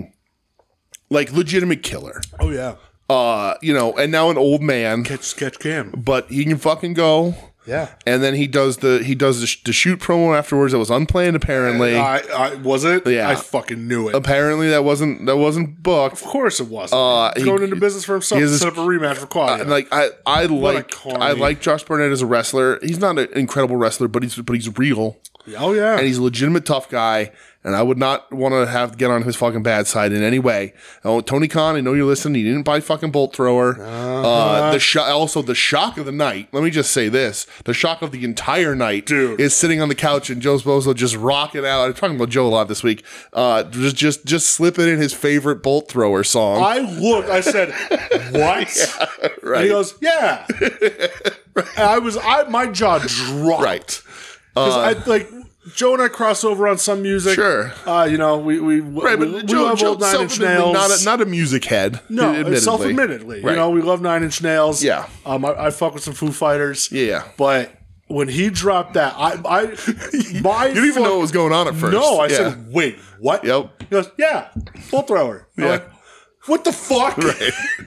Speaker 1: like legitimate killer.
Speaker 2: Oh yeah.
Speaker 1: Uh you know, and now an old man,
Speaker 2: Catch sketch cam.
Speaker 1: but he can fucking go.
Speaker 2: Yeah.
Speaker 1: And then he does the he does the, sh- the shoot promo afterwards that was unplanned apparently.
Speaker 2: I, I was it.
Speaker 1: Yeah.
Speaker 2: I fucking knew it.
Speaker 1: apparently that wasn't that wasn't booked.
Speaker 2: of course it was.
Speaker 1: Uh, he-
Speaker 2: going into business for himself.
Speaker 1: he
Speaker 2: He
Speaker 1: has
Speaker 2: set up a rematch for Claudio.
Speaker 1: And like I, I like
Speaker 2: corny-
Speaker 1: I like Josh Barnett as a wrestler. He's not an incredible wrestler, but he's but he's real.
Speaker 2: oh yeah.
Speaker 1: and he's a legitimate tough guy. And I would not want to have to get on his fucking bad side in any way. Oh, Tony Khan, I know you're listening. You didn't buy fucking bolt thrower. Uh, the sho- also the shock of the night. Let me just say this: the shock of the entire night
Speaker 2: Dude.
Speaker 1: is sitting on the couch and Joe Sposo just rocking out. I'm talking about Joe a lot this week. Uh, just just just slipping in his favorite bolt thrower song.
Speaker 2: I looked.
Speaker 1: <laughs>
Speaker 2: I said, "What?"
Speaker 1: right.
Speaker 2: And he goes, "Yeah."
Speaker 1: <laughs>
Speaker 2: And I was. I my jaw dropped.
Speaker 1: right. Uh,
Speaker 2: Because I like Joe and I cross over on some music.
Speaker 1: Sure.
Speaker 2: Uh, you know, we we
Speaker 1: Right,
Speaker 2: we,
Speaker 1: but
Speaker 2: we
Speaker 1: Joe,
Speaker 2: love
Speaker 1: Joe
Speaker 2: old Nine Inch
Speaker 1: self-admittedly
Speaker 2: Nails.
Speaker 1: not a, not a music head.
Speaker 2: no,
Speaker 1: admittedly.
Speaker 2: self admittedly,
Speaker 1: Right.
Speaker 2: you know, we love Nine Inch Nails.
Speaker 1: Yeah.
Speaker 2: um, I, I fuck with some Foo Fighters.
Speaker 1: Yeah.
Speaker 2: but when he dropped that, I I
Speaker 1: <laughs>
Speaker 2: my
Speaker 1: You didn't even know what was going on at first.
Speaker 2: No, I
Speaker 1: Yeah.
Speaker 2: said, wait, what?
Speaker 1: Yep.
Speaker 2: He goes, yeah, full thrower. I'm
Speaker 1: Yeah.
Speaker 2: like, what the fuck? <laughs>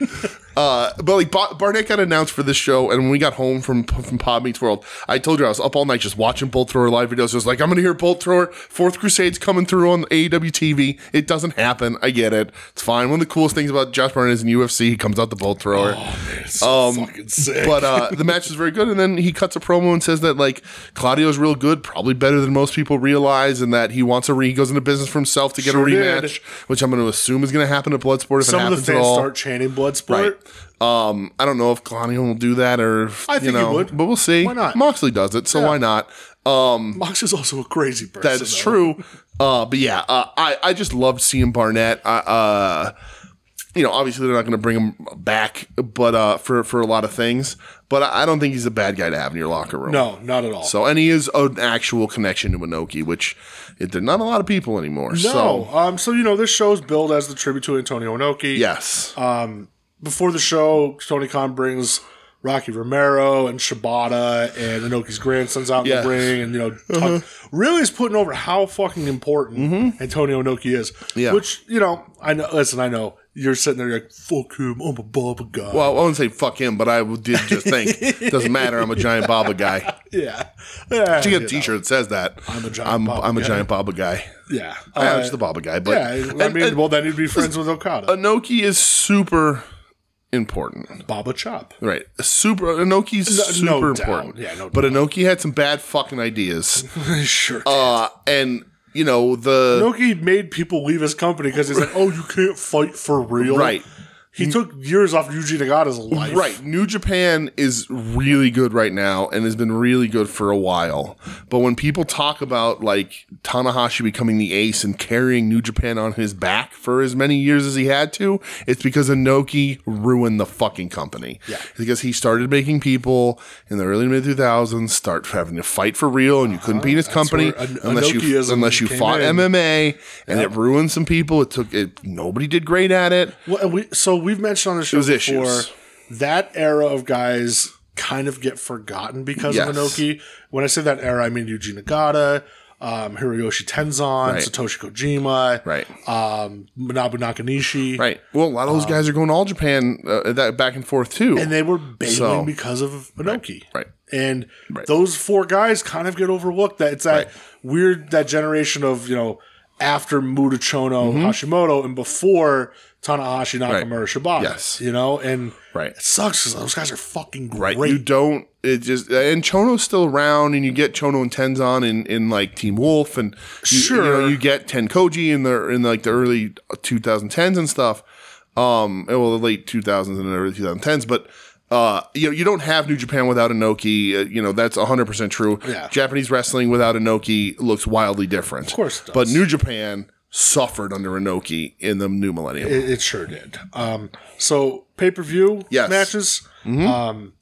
Speaker 1: Uh, but like Bar- Barnett got announced for this show, and when we got home from from Pod Meets World, I told you I was up all night just watching Bolt Thrower live videos. I was like, I'm gonna hear Bolt Thrower Fourth Crusade's coming through on E AEW TV. It doesn't happen. I get it. It's fine. One of the coolest things about Josh Barnett is in UFC, he comes out the Bolt Thrower.
Speaker 2: It's so fucking
Speaker 1: <laughs>
Speaker 2: sick.
Speaker 1: Um, But uh, the match is very good, and then he cuts a promo and says that like Claudio's real good, probably better than most people realize, and that he wants a re- he goes into business for himself to get a
Speaker 2: Sure did.
Speaker 1: rematch, which I'm going to assume is going to happen at Bloodsport if it
Speaker 2: some of
Speaker 1: happens
Speaker 2: the
Speaker 1: at
Speaker 2: fans
Speaker 1: all.
Speaker 2: start chanting Bloodsport.
Speaker 1: Right. Um, I don't know if Colonial will do that or if,
Speaker 2: I
Speaker 1: you
Speaker 2: think he
Speaker 1: know,
Speaker 2: would.
Speaker 1: but we'll see.
Speaker 2: Why not?
Speaker 1: Moxley does it, so why not? Um,
Speaker 2: Mm. Mox is also a crazy person.
Speaker 1: that is true. Uh, but yeah, uh, I I just loved seeing Barnett. I, uh, you know, obviously they're not going to bring him back, but uh, for for a lot of things. But I, I don't think he's a bad guy to have in your locker room.
Speaker 2: No, not at all.
Speaker 1: So and he is an actual connection to Inoki, which it, there are not a lot of people anymore.
Speaker 2: no.
Speaker 1: So
Speaker 2: um, so you know, this show is billed as the tribute to Antonio Inoki.
Speaker 1: yes,
Speaker 2: Before the show, Tony Khan brings Rocky Romero and Shibata and Inoki's grandsons out
Speaker 1: Yes. Uh-huh.
Speaker 2: in the ring, and you know, talk- really is putting over how fucking important Antonio Inoki is.
Speaker 1: Mm-hmm. Yeah.
Speaker 2: Which you know, I know. Listen, I know you're sitting there you're like, fuck him, I'm a Baba guy.
Speaker 1: Well, I wouldn't say fuck him, but I did just think
Speaker 2: <laughs>
Speaker 1: it doesn't matter. I'm a giant Baba guy.
Speaker 2: yeah, yeah,
Speaker 1: You
Speaker 2: you
Speaker 1: get
Speaker 2: know,
Speaker 1: a T-shirt that says that. I'm
Speaker 2: a giant
Speaker 1: I'm,
Speaker 2: Baba
Speaker 1: I'm a
Speaker 2: guy.
Speaker 1: giant Baba guy.
Speaker 2: yeah.
Speaker 1: I'm
Speaker 2: Uh,
Speaker 1: just a Baba guy, but
Speaker 2: yeah, I mean,
Speaker 1: and- and
Speaker 2: well, then you'd be friends with Okada.
Speaker 1: Inoki is super important, <laughs>
Speaker 2: Baba Chop.
Speaker 1: right? Super Inoki's super
Speaker 2: no doubt.
Speaker 1: important.
Speaker 2: Yeah, no
Speaker 1: but Inoki had some bad fucking ideas,
Speaker 2: sure.
Speaker 1: uh, and you know the
Speaker 2: Noki made people leave his company because he's like, oh, you can't fight for real.
Speaker 1: right.
Speaker 2: He took years off Yuji Nagata's life.
Speaker 1: Right. New Japan is really good right now and has been really good for a while. But when people talk about like Tanahashi becoming the ace and carrying New Japan on his back for as many years as he had to, it's because Inoki ruined the fucking company. Yeah. Because he started making people in the early mid 2000s start having to fight for real and you couldn't beat his company
Speaker 2: Uh-huh. where An-
Speaker 1: unless you
Speaker 2: Inokiism
Speaker 1: unless you
Speaker 2: came
Speaker 1: fought
Speaker 2: in.
Speaker 1: MMA and it ruined some people. It took it nobody did great at it.
Speaker 2: Well, and we, so we've mentioned on the show
Speaker 1: was
Speaker 2: before
Speaker 1: issues.
Speaker 2: that era of guys kind of get forgotten because
Speaker 1: Yes.
Speaker 2: of Inoki. When I say that era, I mean Yuji Nagata, um, Hiroyoshi Tenzan,
Speaker 1: Right.
Speaker 2: Satoshi Kojima,
Speaker 1: Right.
Speaker 2: um, Manabu Nakanishi.
Speaker 1: Right. Um, Well, a lot of those guys are going to all Japan uh, that back and forth too.
Speaker 2: And they were bailing
Speaker 1: So-
Speaker 2: because of Inoki.
Speaker 1: right.
Speaker 2: And
Speaker 1: Right.
Speaker 2: those four guys kind of get overlooked. That it's that
Speaker 1: Right.
Speaker 2: weird that generation of you know after Mutachono
Speaker 1: Mm-hmm.
Speaker 2: Hashimoto and before Tanahashi Nakamura Shibata.
Speaker 1: Yes.
Speaker 2: you know, and
Speaker 1: Right.
Speaker 2: it sucks because those guys are fucking
Speaker 1: right.
Speaker 2: great.
Speaker 1: You don't. It just and Chono's still around, and you get Chono and Tenzon in, in like Team Wolf, and you, you, know,
Speaker 2: Sure.
Speaker 1: you get Tenkoji in the in like the early 2010s and stuff. Um, well, the late 2000s and early 2010s, but. Uh, you know, you don't have New Japan without Inoki. Uh, you know that's 100 percent true.
Speaker 2: Yeah.
Speaker 1: Japanese wrestling without Inoki looks wildly different. Of
Speaker 2: course it does.
Speaker 1: but New Japan suffered under Inoki in the new millennium.
Speaker 2: It, it sure did. Um, so pay per view
Speaker 1: Yes. Mm-hmm.
Speaker 2: matches. Um,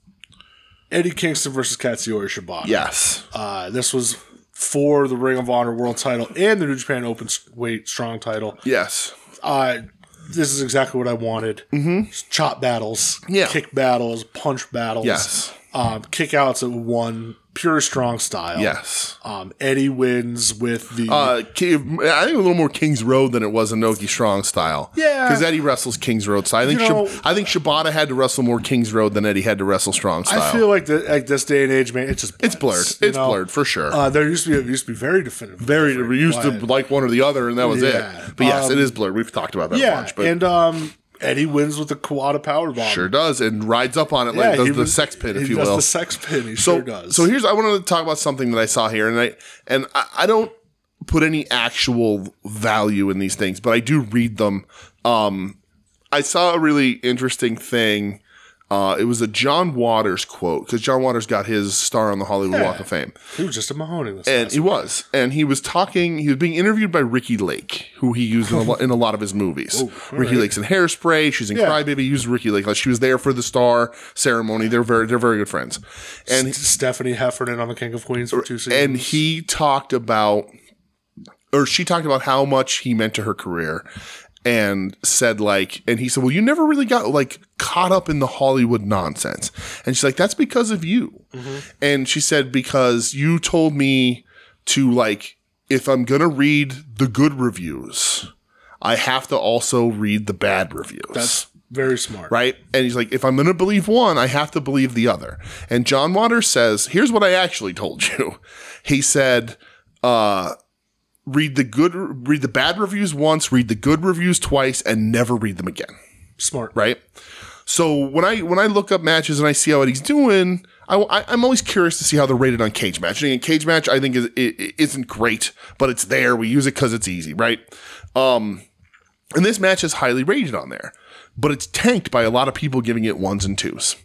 Speaker 2: Eddie Kingston versus Katsuyori Shibata.
Speaker 1: yes,
Speaker 2: Uh, this was for the Ring of Honor World Title and the New Japan Open Weight Strong Title.
Speaker 1: yes.
Speaker 2: uh, this is exactly what I wanted. Mm-hmm. Chop battles,
Speaker 1: Yeah.
Speaker 2: kick battles, punch battles,
Speaker 1: Yes.
Speaker 2: um, kick outs at one, pure strong style.
Speaker 1: Yes.
Speaker 2: Um, Eddie wins with the.
Speaker 1: Uh, Ki- I think a little more King's Road than it was Inoki Strong style.
Speaker 2: Yeah.
Speaker 1: because Eddie wrestles King's Road style. I think
Speaker 2: You
Speaker 1: Shib-
Speaker 2: know-
Speaker 1: I think Shibata had to wrestle more King's Road than Eddie had to wrestle Strong style.
Speaker 2: I feel like the, like this day and age, man, it's just
Speaker 1: it's blurred.
Speaker 2: you
Speaker 1: It's
Speaker 2: know?
Speaker 1: blurred for sure.
Speaker 2: Uh, there used to be it used to be very definitive.
Speaker 1: Very we used to
Speaker 2: but-
Speaker 1: like one or the other, and that was
Speaker 2: Yeah. um,
Speaker 1: it. But yes, it is blurred. We've talked about that a
Speaker 2: yeah,
Speaker 1: bunch, but
Speaker 2: and um, Eddie wins with the Kawada power bomb.
Speaker 1: sure does and rides up on it like does the sex pit, if
Speaker 2: he
Speaker 1: you
Speaker 2: does
Speaker 1: will.
Speaker 2: The sex pin, he
Speaker 1: so,
Speaker 2: sure does.
Speaker 1: So here's I wanted to talk about something that I saw here, and I and I, I don't put any actual value in these things, but I do read them. Um, I saw a really interesting thing. Uh, it was a John Waters quote because John Waters got his star on the Hollywood Walk of Fame.
Speaker 2: he was just a Mahoney. This
Speaker 1: And he was, and he was talking. He was being interviewed by Ricky Lake, who he used in a, lo- in a lot of his movies. Ricky Lake's in Hairspray. She's in
Speaker 2: Oh, Yeah.
Speaker 1: Cry Baby. Used Ricky Lake. Like she was there for the star ceremony. They're very, they're very good friends. And
Speaker 2: last- Stephanie Heffernan on the King of Queens for two seasons.
Speaker 1: and he talked about or she talked about how much he meant to her career and said like and he said well you never really got like caught up in the hollywood nonsense and she's like that's because of you and she said because you told me to like if i'm gonna read the good reviews i have to also read the bad reviews
Speaker 2: That's very smart.
Speaker 1: right? And he's like, if I'm going to believe one, I have to believe the other. And John Waters says, here's what I actually told <laughs> you. He said, uh, read the good, read the bad reviews once, read the good reviews twice, and never read them again
Speaker 2: Smart.
Speaker 1: right? So when I when I look up matches and I see how he's doing, I, am always curious to see how they're rated on Cage Match. And again, Cage Match I think is it, it isn't great, but it's there. We use it because it's easy, right? Um, and this match is highly rated on there. but it's tanked by a lot of people giving it ones and twos.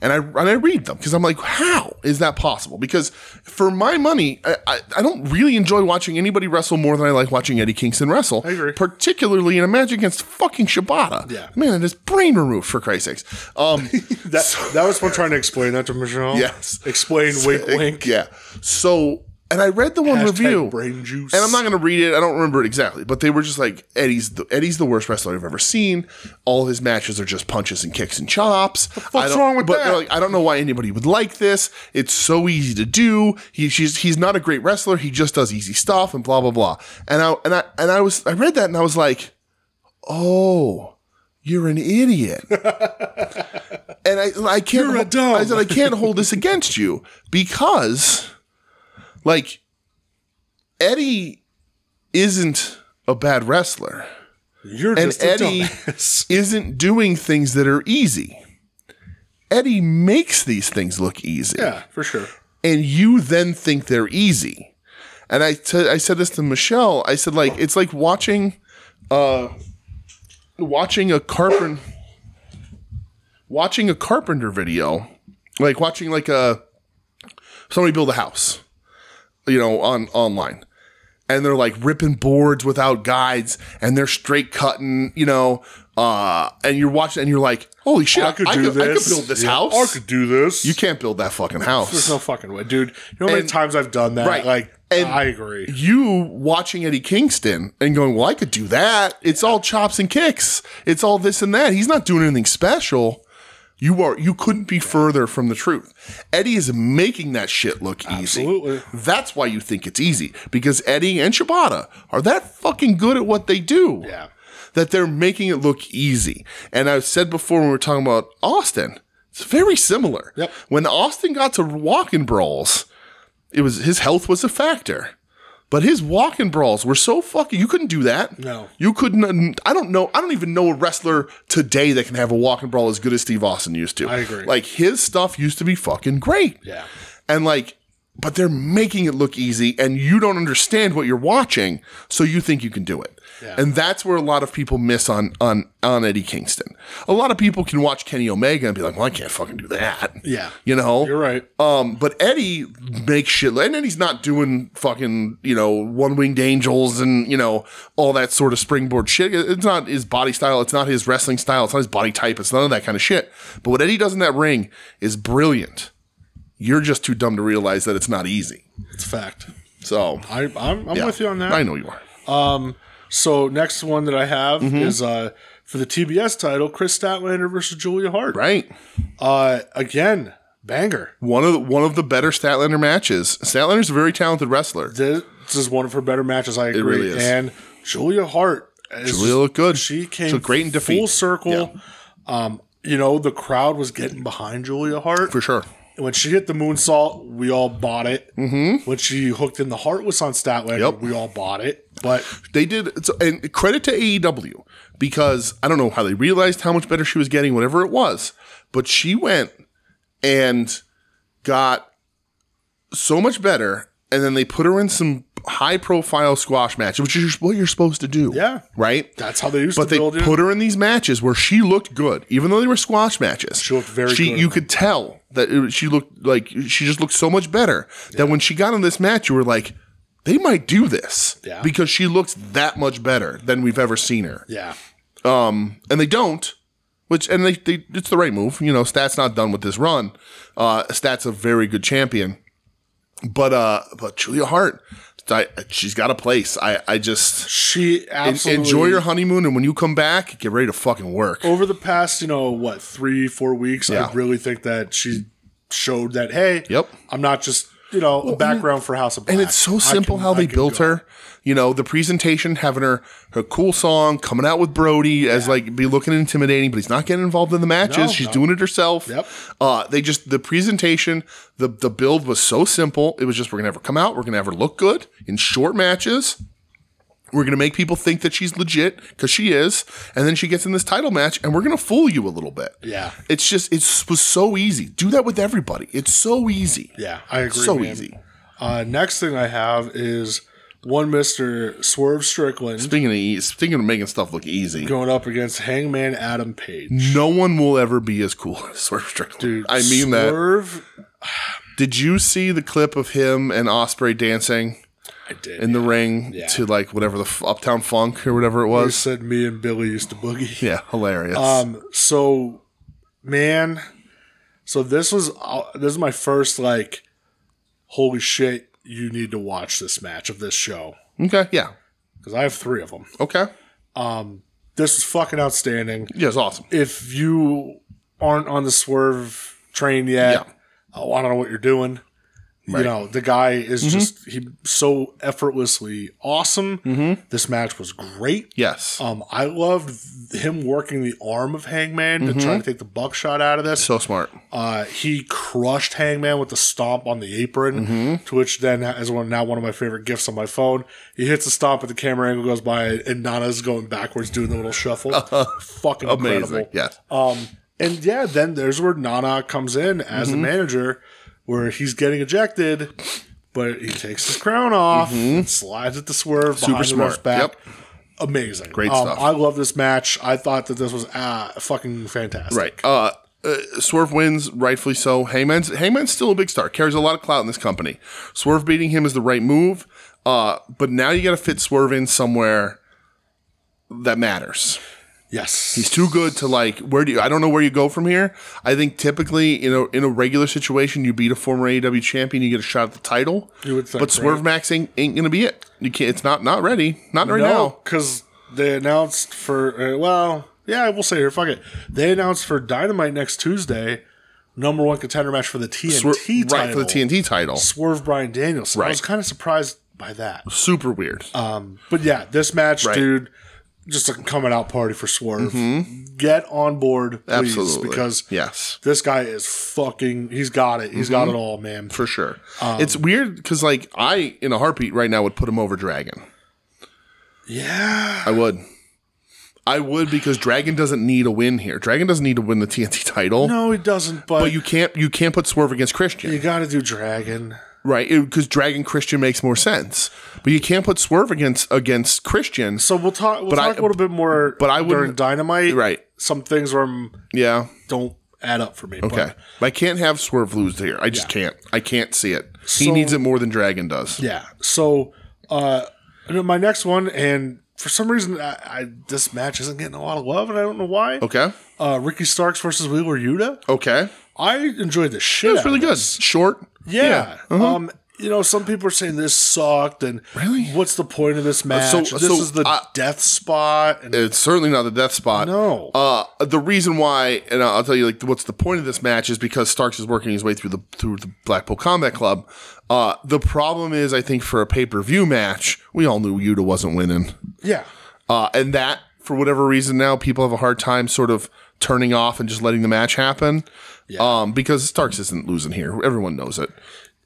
Speaker 1: And I and I read them because I'm like, how is that possible? Because for my money, I, I, I don't really enjoy watching anybody wrestle more than I like watching Eddie Kingston wrestle. I
Speaker 2: agree.
Speaker 1: Particularly in a match against fucking Shibata.
Speaker 2: Yeah.
Speaker 1: Man, it is brain removed for Christ's sakes. Um
Speaker 2: <laughs> That, that was fun trying to explain that to Michelle.
Speaker 1: Yes. <laughs>
Speaker 2: Explain wink wink.
Speaker 1: yeah. So and I read the one
Speaker 2: Hashtag
Speaker 1: review.
Speaker 2: brain juice.
Speaker 1: And I'm not going to read it. I don't remember it exactly, but they were just like Eddie's. The, Eddie's the worst wrestler I've ever seen. All his matches are just punches and kicks and chops.
Speaker 2: fuck's wrong with
Speaker 1: but they're
Speaker 2: that?
Speaker 1: Like, I don't know why anybody would like this. It's so easy to do. He, she's, he's not a great wrestler. He just does easy stuff and blah blah blah. And I and I and I was I read that and I was like, oh. You're an idiot,
Speaker 2: <laughs>
Speaker 1: and I, I can't.
Speaker 2: You're a dumb.
Speaker 1: I said I can't hold this against you because, like, Eddie isn't a bad wrestler.
Speaker 2: You're
Speaker 1: And
Speaker 2: just a
Speaker 1: Eddie-
Speaker 2: dumbass. <laughs>
Speaker 1: Isn't doing things that are easy. Eddie makes these things look easy,
Speaker 2: Yeah, for sure.
Speaker 1: and you then think they're easy. And I, t- I said this to Michelle. I said like it's like watching, uh, watching a carpenter, watching a carpenter video, like watching like a somebody build a house, you know, on online. and they're like ripping boards without guides and they're straight cutting, you know, uh, and you're watching and you're like, holy shit, I could, I could, I could build this
Speaker 2: Yeah,
Speaker 1: house.
Speaker 2: I could do this.
Speaker 1: you can't build that fucking house.
Speaker 2: There's no fucking way, dude. You know how many
Speaker 1: And-
Speaker 2: times I've done that?
Speaker 1: Right.
Speaker 2: Like,
Speaker 1: And-
Speaker 2: I agree.
Speaker 1: you watching Eddie Kingston and going, well, I could do that. It's all chops and kicks. It's all this and that. He's not doing anything special. You are you couldn't be further from the truth. Eddie is making that shit look easy.
Speaker 2: Absolutely.
Speaker 1: That's why you think it's easy because Eddie and Shibata are that fucking good at what they do.
Speaker 2: Yeah.
Speaker 1: that they're making it look easy. And I've said before when we were talking about Austin, it's very similar.
Speaker 2: Yep.
Speaker 1: When Austin got to walking brawls, it was his health was a factor. But his walking brawls were so fucking you couldn't do that.
Speaker 2: No.
Speaker 1: You couldn't I don't know I don't even know a wrestler today that can have a walking brawl as good as Steve Austin used to.
Speaker 2: I agree.
Speaker 1: Like his stuff used to be fucking great.
Speaker 2: Yeah.
Speaker 1: And like but they're making it look easy and you don't understand what you're watching, so you think you can do it. And that's where a lot of people miss on on on Eddie Kingston. A lot of people can watch Kenny Omega and be like, "Well, I can't fucking do that."
Speaker 2: Yeah.
Speaker 1: You know?
Speaker 2: You're right.
Speaker 1: Um, but Eddie makes shit, and Eddie's not doing fucking you know one winged angels and you know all that sort of springboard shit. It- It's not his body style. It's not his wrestling style. It's not his body type. It's none of that kind of shit. But what Eddie does in that ring is brilliant. You're just too dumb to realize that it's not easy.
Speaker 2: It's a fact.
Speaker 1: So
Speaker 2: I, I'm, I'm
Speaker 1: yeah.
Speaker 2: with you on that.
Speaker 1: I know you are.
Speaker 2: So next one that I have
Speaker 1: Mm-hmm.
Speaker 2: is uh, for the TBS title, Chris Statlander versus Julia Hart.
Speaker 1: Right.
Speaker 2: Uh, again, banger.
Speaker 1: One of the, one of the better Statlander matches. Statlander's a very talented wrestler.
Speaker 2: This is one of her better matches. I agree.
Speaker 1: really is.
Speaker 2: And Julia Hart, is
Speaker 1: Julia looked good.
Speaker 2: She came
Speaker 1: looked great in defeat.
Speaker 2: full circle. Um, you know the crowd was getting behind Julia Hart
Speaker 1: For sure.
Speaker 2: when she hit the moonsault. We all bought it. Mm-hmm. When she hooked in the Hartless on Statlander,
Speaker 1: Yep.
Speaker 2: we all bought it. But
Speaker 1: They did, so, and credit to AEW because I don't know how they realized how much better she was getting, whatever it was, but she went and got so much better, and then they put her in some high profile squash matches, which is what you're supposed to do.
Speaker 2: Yeah.
Speaker 1: Right?
Speaker 2: that's how they used
Speaker 1: But
Speaker 2: to
Speaker 1: they
Speaker 2: build it.
Speaker 1: put her in these matches where she looked good, even though they were squash matches. She
Speaker 2: looked very good.
Speaker 1: You could tell that it, she looked like she just looked so much better that when she got in this match, you were like, they might do this
Speaker 2: Yeah.
Speaker 1: because she looks that much better than we've ever seen her.
Speaker 2: yeah,
Speaker 1: And they don't, which and they, they it's the right move. You know, Stat's not done with this run. Uh, Stat's a very good champion, but uh, but Julia Hart, I, she's got a place. I I just.
Speaker 2: she absolutely
Speaker 1: Enjoy your honeymoon, and when you come back, get ready to fucking work.
Speaker 2: over the past, you know, what, three, four weeks,
Speaker 1: Yeah.
Speaker 2: I really think that she showed that, hey,
Speaker 1: Yep.
Speaker 2: I'm not just, you know, a background for House of Black.
Speaker 1: And it's so simple how they built her. You know, the presentation, having her her cool song, coming out with Brody as like be looking intimidating, but he's not getting involved in the matches.
Speaker 2: No,
Speaker 1: She's
Speaker 2: no.
Speaker 1: doing it herself.
Speaker 2: Yep.
Speaker 1: Uh, they just the presentation, the the build was so simple. It was just we're gonna have her come out, we're gonna have her look good in short matches. We're gonna make people think that she's legit because she is, and then she gets in this title match, and we're gonna fool you a little bit.
Speaker 2: Yeah.
Speaker 1: It's just it's was so easy. Do that with everybody. It's so easy.
Speaker 2: Yeah, I agree.
Speaker 1: So
Speaker 2: man.
Speaker 1: easy.
Speaker 2: Uh, next thing I have is one Mister Swerve Strickland
Speaker 1: Speaking of e- speaking of making stuff look easy,
Speaker 2: going up against Hangman Adam Page.
Speaker 1: no one will ever be as cool <laughs> as Swerve Strickland.
Speaker 2: Dude,
Speaker 1: I mean that.
Speaker 2: Swerve,
Speaker 1: Did you see the clip of him and Osprey dancing
Speaker 2: I did.
Speaker 1: in
Speaker 2: And
Speaker 1: the ring
Speaker 2: Yeah.
Speaker 1: to like whatever the f- Uptown Funk or whatever it
Speaker 2: you
Speaker 1: was?
Speaker 2: said me and Billy used to
Speaker 1: <laughs>
Speaker 2: boogie.
Speaker 1: Yeah, hilarious.
Speaker 2: Um. So, man. So this was uh, this is my first like, holy shit! You need to watch this match of this show
Speaker 1: okay, yeah,
Speaker 2: because I have three of them.
Speaker 1: okay,
Speaker 2: This was fucking outstanding.
Speaker 1: yeah, it's awesome.
Speaker 2: If you aren't on the swerve train yet,
Speaker 1: Yeah.
Speaker 2: oh, I don't know what you're doing. You know, the guy is
Speaker 1: Mm-hmm.
Speaker 2: just he so effortlessly awesome.
Speaker 1: Mm-hmm.
Speaker 2: This match was great.
Speaker 1: Yes,
Speaker 2: Um, I loved him working the arm of Hangman to
Speaker 1: Mm-hmm.
Speaker 2: try to take the buckshot out of this.
Speaker 1: so smart.
Speaker 2: Uh, he crushed Hangman with the stomp on the apron,
Speaker 1: Mm-hmm.
Speaker 2: to which then is one now one of my favorite gifts on my phone. He hits a stomp, but the camera angle goes by, and Nana's going backwards doing the
Speaker 1: <laughs>
Speaker 2: little shuffle. Fucking
Speaker 1: Amazing.
Speaker 2: incredible.
Speaker 1: Yes.
Speaker 2: Um, and yeah, then there's where Nana comes in
Speaker 1: Mm-hmm.
Speaker 2: as the manager, where he's getting ejected, but he takes his crown off, and slides it to Swerve behind the
Speaker 1: Mm-hmm. smart.
Speaker 2: ref's back.
Speaker 1: Yep.
Speaker 2: Amazing.
Speaker 1: Great
Speaker 2: Um,
Speaker 1: stuff.
Speaker 2: I love this match. I thought that this was uh, fucking fantastic.
Speaker 1: Right. Uh, uh, Swerve wins, rightfully so. Hangman's Hangman's still a big star, carries a lot of clout in this company. Swerve beating him is the right move, uh, but now you got to fit Swerve in somewhere that matters.
Speaker 2: Yes.
Speaker 1: He's too good to like. Where do you? I don't know where you go from here. I think typically in a in a regular situation, you beat a former AEW champion, you get a shot at the title.
Speaker 2: You would think,
Speaker 1: but Swerve Max ain't, ain't gonna be it. You can't. It's not not ready. Not right now.
Speaker 2: No, because they announced for uh, well, yeah, we'll say here. Fuck it. They announced for Dynamite next Tuesday, number one contender match for the TNT
Speaker 1: Swerve-
Speaker 2: title.
Speaker 1: right for the TNT title.
Speaker 2: Swerve Brian Danielson. I
Speaker 1: Right.
Speaker 2: was kind of surprised by that.
Speaker 1: Super weird.
Speaker 2: Um, but yeah, this match,
Speaker 1: Right.
Speaker 2: dude, just a coming out party for Swerve. Get on board, please,
Speaker 1: Mm-hmm. Absolutely.
Speaker 2: because
Speaker 1: yes.
Speaker 2: this guy is fucking. He's got it. He's
Speaker 1: Mm-hmm.
Speaker 2: got it all, man.
Speaker 1: for sure.
Speaker 2: Um,
Speaker 1: it's weird because like I in a heartbeat right now would put him over Dragon.
Speaker 2: Yeah.
Speaker 1: I would. I would because Dragon doesn't need a win here. Dragon doesn't need to win the TNT title.
Speaker 2: No, he doesn't. But,
Speaker 1: But you can't you can't put Swerve against Christian,
Speaker 2: you got to do Dragon.
Speaker 1: right? Because Dragon Christian makes more sense. But you can't put Swerve against against Christian,
Speaker 2: So we'll talk. We'll
Speaker 1: I-
Speaker 2: talk a little bit more.
Speaker 1: but I
Speaker 2: during
Speaker 1: wouldn't-
Speaker 2: Dynamite,
Speaker 1: right?
Speaker 2: Some things where I'm,
Speaker 1: Yeah,
Speaker 2: don't add up for me.
Speaker 1: okay.
Speaker 2: But
Speaker 1: But I can't have Swerve lose here. I just can't. I can't see it. he
Speaker 2: So-
Speaker 1: needs it more than Dragon does.
Speaker 2: yeah. So uh, and then my next one, and for some reason, I, I this match isn't getting a lot of love, and I don't know why.
Speaker 1: Okay,
Speaker 2: Uh, Ricky Starks versus Wheeler Yuta.
Speaker 1: okay.
Speaker 2: I enjoyed the shit.
Speaker 1: That's really good. Short.
Speaker 2: Yeah. Um, you know, some people are saying this sucked, and
Speaker 1: Uh-huh. Really? Uh,
Speaker 2: what's the point of this match?
Speaker 1: so-
Speaker 2: this
Speaker 1: so
Speaker 2: is the
Speaker 1: I-
Speaker 2: death spot. And
Speaker 1: It's certainly not the death spot.
Speaker 2: no,
Speaker 1: Uh, the reason why, and I'll tell you like what's the point of this match is because Starks is working his way through the through the Blackpool Combat Club. Uh, the problem is, I think for a pay per view match, we all knew Yuta wasn't winning,
Speaker 2: yeah.
Speaker 1: uh, and that for whatever reason now people have a hard time sort of turning off and just letting the match happen. Um, because Starks isn't losing here, everyone knows it.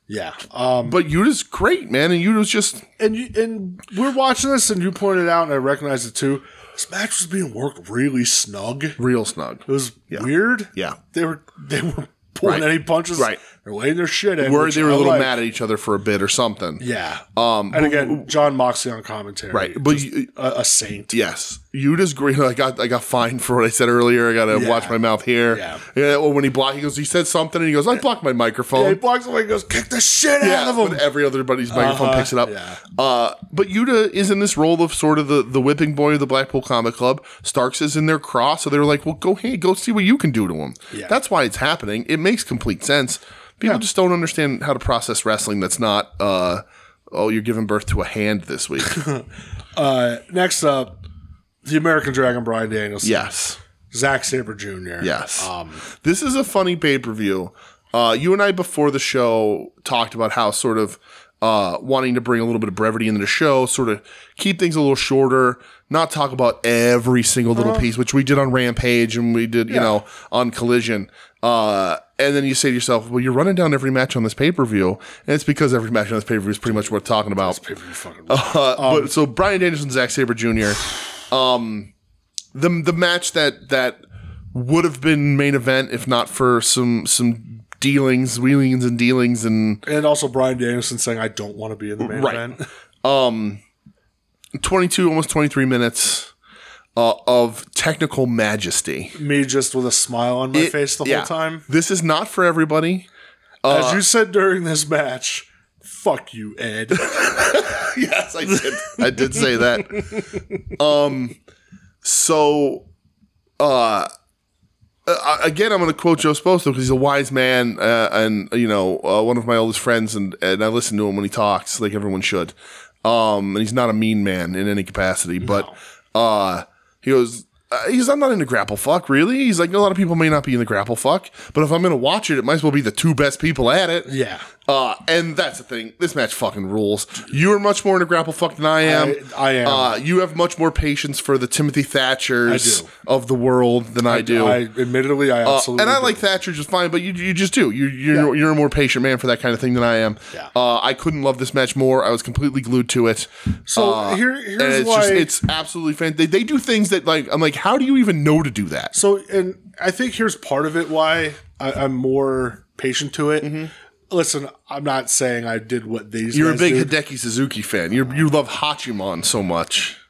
Speaker 2: Yeah. Um,
Speaker 1: But Yuta's great, man, and Yuta's just
Speaker 2: and you, and we're watching this, and you pointed out, and I recognize it too. This match was being worked really snug. It
Speaker 1: real snug.
Speaker 2: was weird.
Speaker 1: Yeah.
Speaker 2: they were they were pulling
Speaker 1: Right.
Speaker 2: any punches.
Speaker 1: Right.
Speaker 2: they're laying their shit in.
Speaker 1: Where
Speaker 2: which
Speaker 1: they were
Speaker 2: I
Speaker 1: a little
Speaker 2: like.
Speaker 1: mad at each other for a bit or something.
Speaker 2: Yeah. Um, and again, John Moxley on commentary.
Speaker 1: Right, but you-
Speaker 2: a, a saint.
Speaker 1: Yes, Yuta's great. <laughs> I got I got fined for what I said earlier. I got to watch my mouth here.
Speaker 2: Yeah.
Speaker 1: Well, when he blocked, he goes. He said something, and he goes, "I blocked my microphone."
Speaker 2: He blocks away and goes, "Kick the shit out of him."
Speaker 1: but every other buddy's microphone
Speaker 2: Uh-huh,
Speaker 1: picks it up.
Speaker 2: yeah.
Speaker 1: Uh, but Yuta is in this role of sort of the, the whipping boy of the Blackpool Comic Club. Starks is in their cross, so they're like, "Well, go hey, go see what you can do to him."
Speaker 2: Yeah.
Speaker 1: That's why it's happening. It makes complete sense. People just don't understand how to process wrestling. That's not. Uh, oh, you're giving birth to a hand this
Speaker 2: <laughs>
Speaker 1: week.
Speaker 2: Uh, next up, the American Dragon Brian Danielson,
Speaker 1: yes.
Speaker 2: Zack Saber Jr.
Speaker 1: Yes.
Speaker 2: Um,
Speaker 1: This is a funny pay per view. Uh, you and I before the show talked about how sort of uh, wanting to bring a little bit of brevity into the show, sort of keep things a little shorter, not talk about every single little piece, which we did on Rampage and we did, you know, on Collision. Uh, and then you say to yourself, well, you're running down every match on this pay per view. And it's because every match on this pay per view is pretty much worth talking about.
Speaker 2: people are fucking-
Speaker 1: Uh,
Speaker 2: Um,
Speaker 1: but so Brian Danielson, Zack Saber Jr. Um, the the match that that would have been main event if not for some some dealings, wheelings and dealings, and
Speaker 2: and also Brian Danielson saying, "I don't want to be in the main
Speaker 1: Right.
Speaker 2: event."
Speaker 1: 22, almost 23 minutes uh, of technical majesty.
Speaker 2: Me just with a smile on my
Speaker 1: It-
Speaker 2: face the
Speaker 1: yeah. Uh,
Speaker 2: whole time.
Speaker 1: This is not for everybody.
Speaker 2: As you said during this match, fuck you,
Speaker 1: <laughs>
Speaker 2: Ed.
Speaker 1: yes, I did. I did say that. Um, so, uh, uh, again, I'm going to quote Joe Sposto because he's a wise man, uh, and you know, uh, one of my oldest friends, and and I listen to him when he talks, like everyone should. Um, and he's not a mean man in any capacity, but uh, he goes. Uh, he's I'm not into grapple fuck really. He's like a lot of people may not be into grapple fuck, but if I'm gonna watch it, it might as well be the two best people at it.
Speaker 2: yeah.
Speaker 1: Uh, and that's the thing. This match fucking rules. You are much more into grapple fuck than I am.
Speaker 2: I- I am.
Speaker 1: Uh, you have much more patience for the Timothy Thatchers
Speaker 2: I do.
Speaker 1: of the world than I, do.
Speaker 2: I admittedly I absolutely
Speaker 1: Uh, and I
Speaker 2: do.
Speaker 1: like Thatcher just fine, but you, you just do. You, you're, you're a more patient man for that kind of thing than I am.
Speaker 2: Yeah.
Speaker 1: Uh, I couldn't love this match more. I was completely glued to it.
Speaker 2: So
Speaker 1: Uh,
Speaker 2: here
Speaker 1: and
Speaker 2: here's
Speaker 1: it's
Speaker 2: why
Speaker 1: just, it's absolutely fantastic. They, they do things that, like, I'm like, how do you even know to do that?
Speaker 2: So, and I think here's part of it why I, I'm more patient to it. Listen, I'm not saying I did what these.
Speaker 1: Mm-hmm. You're a
Speaker 2: guys
Speaker 1: big
Speaker 2: did.
Speaker 1: Hideki Suzuki fan. You you love Hachiman so much.
Speaker 2: <sighs>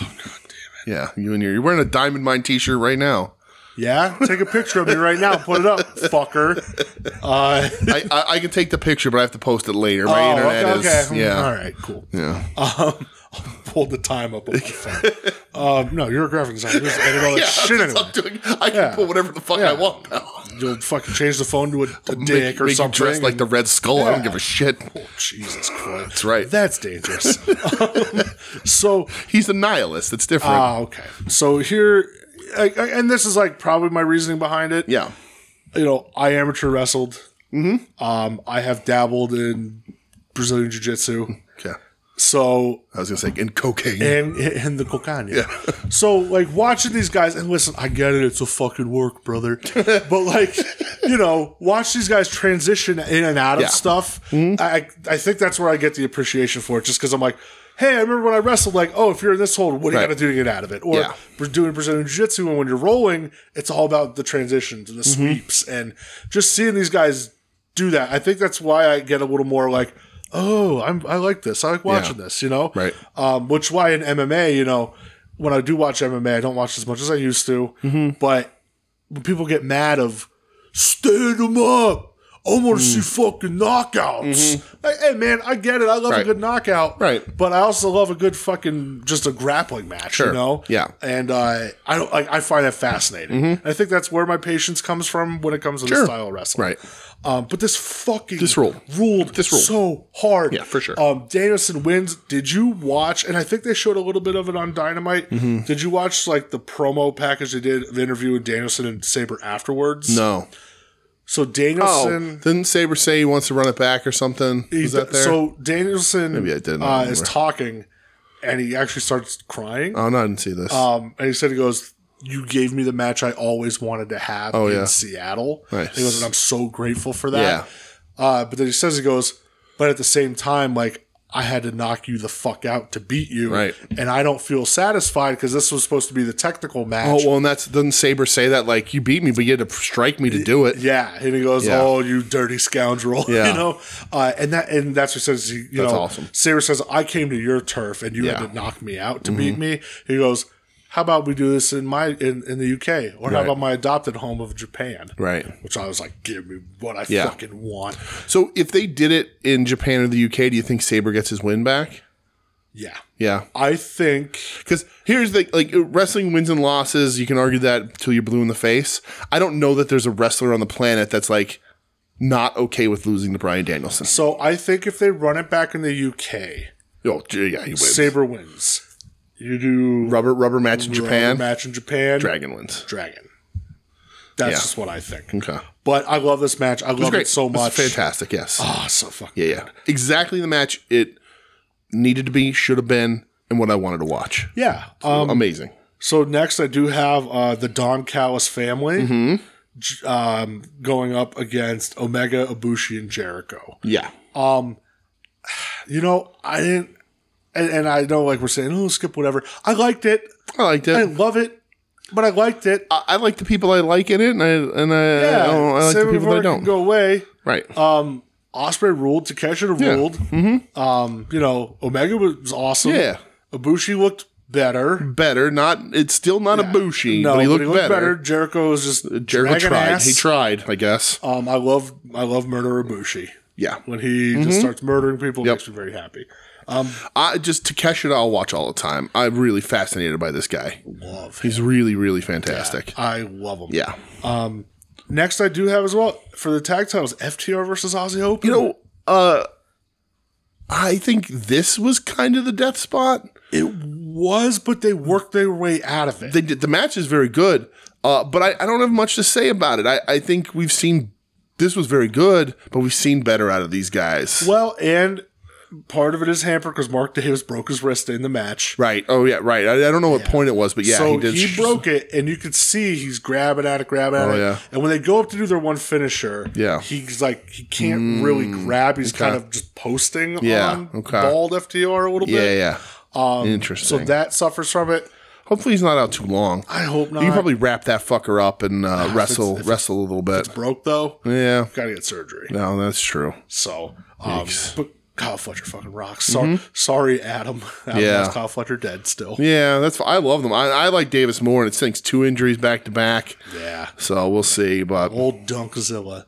Speaker 2: Oh,
Speaker 1: God damn it. Yeah, you and your you're wearing a Diamond Mine T-shirt right now.
Speaker 2: Yeah, take a picture of me right now. Put it up, fucker.
Speaker 1: <laughs>
Speaker 2: Uh,
Speaker 1: I, I I can take the picture, but I have to post it later. My
Speaker 2: oh,
Speaker 1: internet
Speaker 2: okay,
Speaker 1: is
Speaker 2: okay.
Speaker 1: yeah
Speaker 2: All right, cool.
Speaker 1: yeah.
Speaker 2: Um, <laughs> I'll pull the time up on my phone. um, no, you're a graphic designer. Just edit all
Speaker 1: <laughs>
Speaker 2: that
Speaker 1: yeah,
Speaker 2: shit
Speaker 1: that's
Speaker 2: anyway.
Speaker 1: what I'm doing. I can
Speaker 2: Yeah.
Speaker 1: put whatever the fuck I want now.
Speaker 2: You'll fucking change the phone to a, a dick
Speaker 1: Make-
Speaker 2: or
Speaker 1: make you
Speaker 2: something.
Speaker 1: dress like the Red Skull. I don't
Speaker 2: Yeah.
Speaker 1: give a shit.
Speaker 2: Jesus Christ. That's
Speaker 1: right. <laughs>
Speaker 2: That's dangerous. <laughs> um, so
Speaker 1: He's a nihilist. It's different.
Speaker 2: Ah, okay. So here, I, I, and this is like probably my reasoning behind it.
Speaker 1: yeah,
Speaker 2: You know, I amateur wrestled. Mm-hmm. Um, I have dabbled in Brazilian Jiu Jitsu.
Speaker 1: okay.
Speaker 2: So,
Speaker 1: I was gonna say in cocaine.
Speaker 2: and and the cocaine. Yeah. So, like watching these guys, and listen, I get it, it's a fucking work,
Speaker 1: <laughs>
Speaker 2: brother. but like, you know, watch these guys transition in and out of
Speaker 1: Yeah. Mm-hmm.
Speaker 2: stuff. I I think that's where I get the appreciation for it, just because I'm like, hey, I remember when I wrestled. Like, oh, if you're in this hold, what do you
Speaker 1: Right.
Speaker 2: got to do to get out of it? Or
Speaker 1: Yeah.
Speaker 2: we're doing Brazilian Jiu Jitsu, and when you're rolling, it's all about the transitions and the
Speaker 1: Mm-hmm.
Speaker 2: sweeps, and just seeing these guys do that. I think that's why I get a little more like. Oh, I'm, I like this. I like watching this, you know?
Speaker 1: Right.
Speaker 2: Um, which why in MMA, you know, when I do watch MMA, I don't watch as much as I used to.
Speaker 1: Mm-hmm.
Speaker 2: But when people get mad of stand them up, I
Speaker 1: Mm.
Speaker 2: want to see fucking knockouts. Like, hey man, I get it. I love a
Speaker 1: Mm-hmm. Right.
Speaker 2: good knockout,
Speaker 1: Right.
Speaker 2: But I also love a good fucking just a grappling match,
Speaker 1: Sure.
Speaker 2: you know?
Speaker 1: Yeah. Mm-hmm.
Speaker 2: And uh, I don't like. I find that fascinating. I think that's where my patience comes from when it comes to
Speaker 1: Sure.
Speaker 2: this style of wrestling,
Speaker 1: Right.
Speaker 2: Um, but this fucking
Speaker 1: This ruled.
Speaker 2: ruled
Speaker 1: This ruled.
Speaker 2: so hard.
Speaker 1: Yeah, for sure.
Speaker 2: Um, Danielson wins. Did you watch? And I think they showed a little bit of it on Dynamite.
Speaker 1: Mm-hmm.
Speaker 2: Did you watch like the promo package they did of interview with Danielson and Saber afterwards?
Speaker 1: no.
Speaker 2: So
Speaker 1: Oh,
Speaker 2: Danielson.
Speaker 1: didn't Saber say he wants to run it back or something? Is that there?
Speaker 2: So Danielson
Speaker 1: I didn't. I
Speaker 2: uh,
Speaker 1: don't
Speaker 2: is
Speaker 1: remember.
Speaker 2: talking, and he actually starts crying.
Speaker 1: oh no, I didn't see this.
Speaker 2: Um, and he said, he goes, you gave me the match I always wanted to have in
Speaker 1: Oh, yeah.
Speaker 2: Seattle.
Speaker 1: Nice.
Speaker 2: He goes, and I'm so grateful for
Speaker 1: Yeah.
Speaker 2: that. Uh, but then he says, he goes, but at the same time, like, I had to knock you the fuck out to beat you.
Speaker 1: Right.
Speaker 2: And I don't feel satisfied because this was supposed to be the technical match.
Speaker 1: Oh well, and that's doesn't Saber say that like you beat me, but you had to strike me to do it.
Speaker 2: yeah. And he goes,
Speaker 1: Yeah.
Speaker 2: oh, you dirty scoundrel. <laughs>
Speaker 1: Yeah.
Speaker 2: You know? Uh, and that and that's what he says, you
Speaker 1: That's
Speaker 2: know,
Speaker 1: awesome.
Speaker 2: Saber says, I came to your turf and you
Speaker 1: Yeah. Mm-hmm.
Speaker 2: had to knock me out to beat me. He goes, how about we do this in my in, in the UK or how
Speaker 1: Right.
Speaker 2: about my adopted home of Japan?
Speaker 1: Right.
Speaker 2: Which I was like, give me what I
Speaker 1: Yeah.
Speaker 2: fucking want.
Speaker 1: So if they did it in Japan or the UK, do you think Saber gets his win back?
Speaker 2: Yeah.
Speaker 1: Yeah,
Speaker 2: I think
Speaker 1: because here's the like wrestling wins and losses. You can argue that till you're blue in the face. I don't know that there's a wrestler on the planet that's like not okay with losing to Brian Danielson.
Speaker 2: so. I think if they run it back in the UK,
Speaker 1: Oh gee, yeah, he wins.
Speaker 2: Saber wins. You do
Speaker 1: rubber rubber match in Japan.
Speaker 2: rubber match in Japan.
Speaker 1: Dragon wins.
Speaker 2: Dragon. That's
Speaker 1: Yeah.
Speaker 2: just what I think.
Speaker 1: Okay,
Speaker 2: But I love this match. I love it so
Speaker 1: This is
Speaker 2: much.
Speaker 1: fantastic. Yes.
Speaker 2: Ah, so fucking
Speaker 1: Yeah, yeah. Exactly the match it needed to be, should have been, and what I wanted to watch.
Speaker 2: yeah. Um,
Speaker 1: Amazing.
Speaker 2: so next, I do have uh, the Don Callis family
Speaker 1: Mm-hmm.
Speaker 2: j- um, going up against Omega, Ibushi, and Jericho.
Speaker 1: Yeah.
Speaker 2: You know, I didn't, and, and I know like we're saying, oh, skip whatever. I liked it.
Speaker 1: I liked
Speaker 2: I
Speaker 1: it.
Speaker 2: didn't love it, but I liked it.
Speaker 1: I, I like the people I like in it, and I and I, I, don't- I like
Speaker 2: Sammy
Speaker 1: the people that I
Speaker 2: Guevara can
Speaker 1: don't.
Speaker 2: Go away.
Speaker 1: right.
Speaker 2: Um, Osprey ruled. Takeshita ruled. Um, you know, Omega was awesome.
Speaker 1: Mm-hmm. Yeah.
Speaker 2: Ibushi looked better.
Speaker 1: Better, not it's still not a bushy,
Speaker 2: No,
Speaker 1: but he looked, better. Uh,
Speaker 2: Jericho was just
Speaker 1: Jericho
Speaker 2: dragging
Speaker 1: tried.
Speaker 2: ass.
Speaker 1: He tried, I guess.
Speaker 2: Um, I love I love Murder Ibushi.
Speaker 1: yeah,
Speaker 2: When he just starts murdering people,
Speaker 1: Mm-hmm.
Speaker 2: it
Speaker 1: Yep.
Speaker 2: makes me very happy.
Speaker 1: I just Takeshita I'll watch all the time. I'm really fascinated by this guy.
Speaker 2: Love.
Speaker 1: He's really, really fantastic.
Speaker 2: I love him. Um,
Speaker 1: Yeah,
Speaker 2: Next, I do have as well for the tag titles: FTR versus Aussie Open.
Speaker 1: you know, uh, I think this was kind of the death spot.
Speaker 2: it was, but they worked their way out of it.
Speaker 1: They did, the match is very good, uh, but I, I don't have much to say about it. I, I think we've seen this was very good, but we've seen better out of these guys.
Speaker 2: well, and part of it is hampered because Mark Davis broke his wrist in the match.
Speaker 1: Right. Oh yeah. Right. I, I don't know what point it was, but yeah,
Speaker 2: so
Speaker 1: he did.
Speaker 2: he
Speaker 1: sh-
Speaker 2: broke it, and you could see he's grabbing at it, grabbing at
Speaker 1: Oh,
Speaker 2: it.
Speaker 1: yeah.
Speaker 2: And when they go up to do their one finisher,
Speaker 1: Yeah. Mm,
Speaker 2: he's like he can't really grab. He's kind of just posting
Speaker 1: Yeah,
Speaker 2: on
Speaker 1: okay.
Speaker 2: bald FTR a little
Speaker 1: Yeah.
Speaker 2: bit.
Speaker 1: Yeah.
Speaker 2: um, So
Speaker 1: Interesting.
Speaker 2: that suffers from it.
Speaker 1: Hopefully he's not out too long.
Speaker 2: I hope not.
Speaker 1: You can probably wrap that fucker up and
Speaker 2: <sighs>
Speaker 1: uh, wrestle wrestle a little bit.
Speaker 2: broke though.
Speaker 1: Yeah.
Speaker 2: Gotta get surgery.
Speaker 1: No, that's true.
Speaker 2: So, um, but Kyle Fletcher fucking rocks. Sorry, sorry Adam. <laughs> Adam
Speaker 1: Mm-hmm. Yeah.
Speaker 2: has Kyle Fletcher dead still.
Speaker 1: Yeah, that's. I love them. I, I like Davis more, and it stinks two injuries back to back.
Speaker 2: Yeah.
Speaker 1: So we'll see. But <laughs>
Speaker 2: Old Dunkzilla.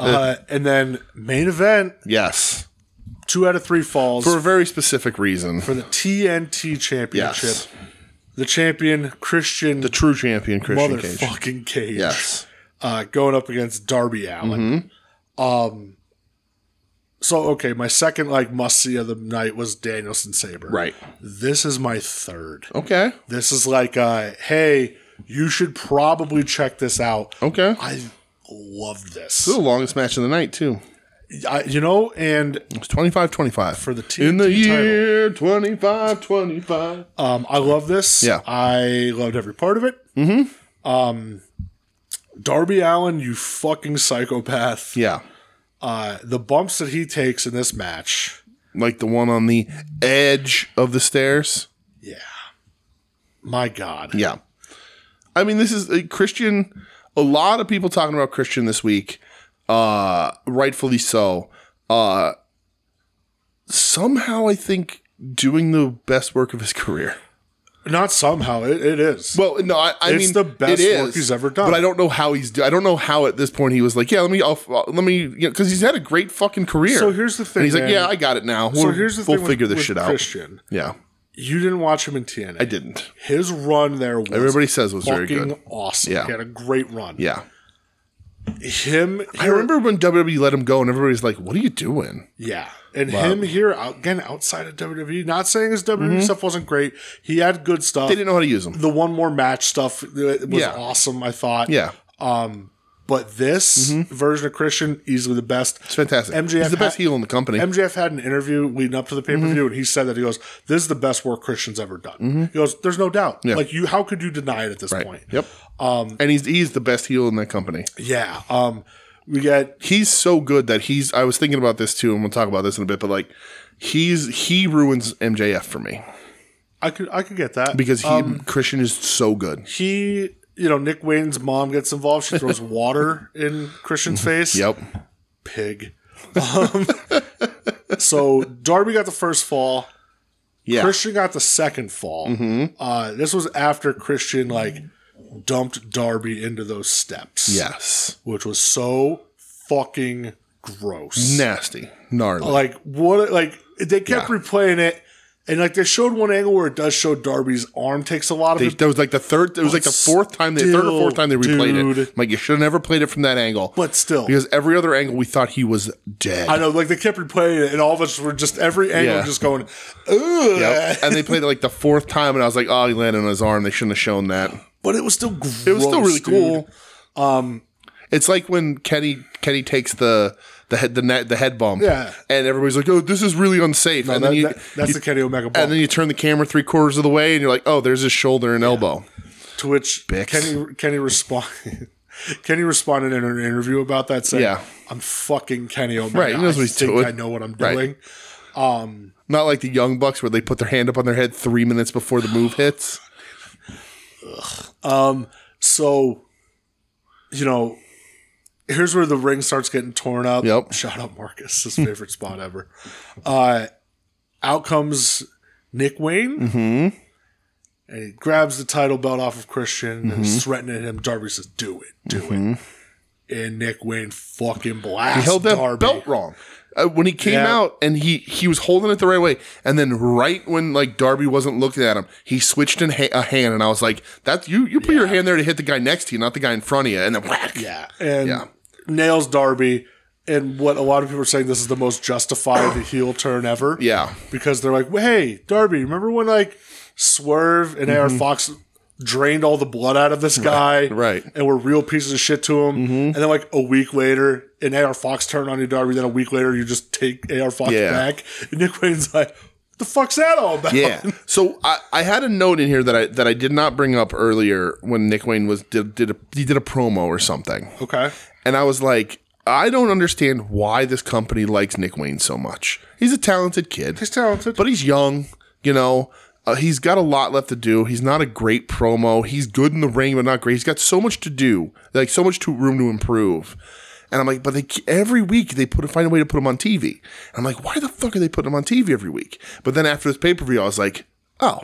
Speaker 2: uh, and then main event,
Speaker 1: yes,
Speaker 2: two out of three falls
Speaker 1: for
Speaker 2: for,
Speaker 1: a very specific reason.
Speaker 2: the TNT Championship.
Speaker 1: yes,
Speaker 2: The champion, Christian
Speaker 1: the true champion Christian Cage.
Speaker 2: motherfucking Cage,
Speaker 1: Yes.
Speaker 2: uh, going up against Darby Allen. Um,
Speaker 1: Mm-hmm.
Speaker 2: so, okay, my second like must see of the night was Danielson Sabre.
Speaker 1: Right.
Speaker 2: This is my third.
Speaker 1: Okay.
Speaker 2: This is like, uh, hey, you should probably check this out.
Speaker 1: Okay.
Speaker 2: I love this.
Speaker 1: This is the longest match of the night too.
Speaker 2: I, you know, and
Speaker 1: It's 25-25.
Speaker 2: for the TNT
Speaker 1: in the
Speaker 2: title,
Speaker 1: year 25-25.
Speaker 2: um, I love this.
Speaker 1: Yeah.
Speaker 2: I loved every part of it. Mm-hmm. Um, Darby Allen, you fucking psychopath.
Speaker 1: Yeah,
Speaker 2: Uh, the bumps that he takes in this match,
Speaker 1: like the one on the edge of the stairs.
Speaker 2: yeah, my god,
Speaker 1: Yeah. I mean, this is a Christian. A lot of people talking about Christian this week, uh, rightfully so. Uh, somehow, I think doing the best work of his <laughs> career.
Speaker 2: not somehow it, it is.
Speaker 1: Well, no, I, I
Speaker 2: It's
Speaker 1: mean
Speaker 2: the best
Speaker 1: it is,
Speaker 2: work he's ever done.
Speaker 1: But I don't know how he's. Do- I don't know how at this point he was like, yeah, let me, I'll, let me, you know, because he's had a great fucking career.
Speaker 2: So here's the thing,
Speaker 1: And he's
Speaker 2: man.
Speaker 1: like, yeah, I got it now.
Speaker 2: so
Speaker 1: We'll-
Speaker 2: here's the
Speaker 1: we'll
Speaker 2: thing: with-
Speaker 1: figure this
Speaker 2: with
Speaker 1: shit
Speaker 2: Christian,
Speaker 1: out. Yeah,
Speaker 2: you didn't watch him in TNA.
Speaker 1: I didn't.
Speaker 2: His run there was
Speaker 1: Everybody says it was very
Speaker 2: fucking
Speaker 1: good.
Speaker 2: awesome.
Speaker 1: Yeah.
Speaker 2: He had a great run.
Speaker 1: Yeah.
Speaker 2: Him,
Speaker 1: I remember when WWE let him go, and everybody's like, "What are you doing?"
Speaker 2: yeah, and him here out- again outside of WWE. Not saying his WWE
Speaker 1: Mm-hmm.
Speaker 2: stuff wasn't great. He had good stuff.
Speaker 1: They didn't know how to use him.
Speaker 2: the one more match stuff uh, was
Speaker 1: Yeah.
Speaker 2: awesome. I thought.
Speaker 1: Yeah, Mm-hmm.
Speaker 2: But this version of Christian, easily the best.
Speaker 1: it's fantastic.
Speaker 2: MJF
Speaker 1: He's the best
Speaker 2: had-
Speaker 1: heel in the company.
Speaker 2: MJF had an interview leading up to the pay per
Speaker 1: Mm-hmm.
Speaker 2: view, and he said that he goes, "This is the best work Christian's ever done." He goes, "There's no doubt. Like you, how could you deny it at this point?" Um,
Speaker 1: yep. and he's he's the best heel in that company.
Speaker 2: Yeah. Um, we get
Speaker 1: He's so good that he's. I was thinking about this too, and we'll talk about this in a bit. But like, he's he ruins MJF for me
Speaker 2: I could I could get that
Speaker 1: because he Christian is so good.
Speaker 2: he you know Nick Wayne's mom gets involved. She
Speaker 1: <laughs>
Speaker 2: throws water in Christian's face.
Speaker 1: Mm-hmm. Yep.
Speaker 2: Pig. <laughs> Um, so Darby got the first fall.
Speaker 1: Yeah. Mm-hmm.
Speaker 2: Christian got the second fall. Uh, this was after Christian like dumped Darby into those steps.
Speaker 1: yes.
Speaker 2: which was so fucking gross.
Speaker 1: Nasty. Gnarly.
Speaker 2: Like what? Like they kept replaying it, and like they showed one angle where it does show Darby's arm takes a lot of it,
Speaker 1: that was like the third. It was like the fourth time, they, third or fourth time they replayed
Speaker 2: dude.
Speaker 1: it. I'm like you should have never played it from that angle.
Speaker 2: but still.
Speaker 1: because every other angle we thought he was dead.
Speaker 2: I know, like they kept replaying it, and all of us were just every angle
Speaker 1: Yeah.
Speaker 2: just going, ugh. <laughs>
Speaker 1: Yep. and they played it like the fourth time, and I was like, oh, he landed on his arm. They shouldn't have shown that.
Speaker 2: But it was still gross.
Speaker 1: It was still really
Speaker 2: dude.
Speaker 1: cool. Um, it's like when Kenny Kenny takes the the head the net the head bump,
Speaker 2: Yeah.
Speaker 1: and everybody's like, oh, this is really unsafe. and
Speaker 2: That-
Speaker 1: then you,
Speaker 2: that- that's
Speaker 1: you-
Speaker 2: the Kenny Omega bump.
Speaker 1: and then you turn the camera three quarters of the way, and you're like, oh, there's his shoulder and elbow.
Speaker 2: to which Kenny Kenny respond. <laughs> Kenny responded in an interview about that saying,
Speaker 1: Yeah.
Speaker 2: "I'm fucking Kenny Omega.
Speaker 1: Right, he knows
Speaker 2: I
Speaker 1: what he's
Speaker 2: think
Speaker 1: doing."
Speaker 2: I know what I'm
Speaker 1: Right.
Speaker 2: doing."
Speaker 1: Not like the Young Bucks where they put their hand up on their head three minutes before the move
Speaker 2: <gasps>
Speaker 1: hits.
Speaker 2: So, you know, here's where the ring starts getting torn up.
Speaker 1: Yep.
Speaker 2: Shout out Marcus, his favorite <laughs> spot ever. Uh, out comes Nick Wayne.
Speaker 1: Mm-hmm.
Speaker 2: And he grabs the title belt off of Christian and
Speaker 1: Mm-hmm.
Speaker 2: is threatening him. Darby says, Do it, do it. And Nick Wayne fucking blasts
Speaker 1: He held that
Speaker 2: Darby.
Speaker 1: belt wrong. Uh, when he came
Speaker 2: Yeah.
Speaker 1: out and he he was holding it the right way, and then right when like Darby wasn't looking at him, he switched in ha- a hand, and I was like, "That's you. You put your hand there to hit the guy next to you, not the guy in front of you." And then whack.
Speaker 2: Yeah. And
Speaker 1: Yeah.
Speaker 2: nails Darby. And what a lot of people are saying, this is the most
Speaker 1: <coughs>
Speaker 2: justified heel turn ever.
Speaker 1: Yeah.
Speaker 2: Because they're like, well, hey, Darby, remember when like Swerve and AR Fox drained all the blood out of this guy?
Speaker 1: Mm-hmm. right. Mm-hmm.
Speaker 2: And were real pieces of shit to him. And then like a week later, and AR Fox turned on you, Darby. Then a week later, you just take AR Fox
Speaker 1: Yeah.
Speaker 2: back. And Nick Wayne's like, what the fuck's that all about? <laughs>
Speaker 1: Yeah. So I, I had a note in here that I that I did not bring up earlier when Nick Wayne was did did a, he did a promo or something,
Speaker 2: Okay.
Speaker 1: and I was like, I don't understand why this company likes Nick Wayne so much. He's a talented kid.
Speaker 2: He's talented.
Speaker 1: but he's young. You know, uh, he's got a lot left to do. He's not a great promo. He's good in the ring, but not great. He's got so much to do, like so much to room to improve. And I'm like, but they every week they put find a way to put him on TV. And I'm like, why the fuck are they putting him on TV every week? But then after this pay per view, I was like, oh,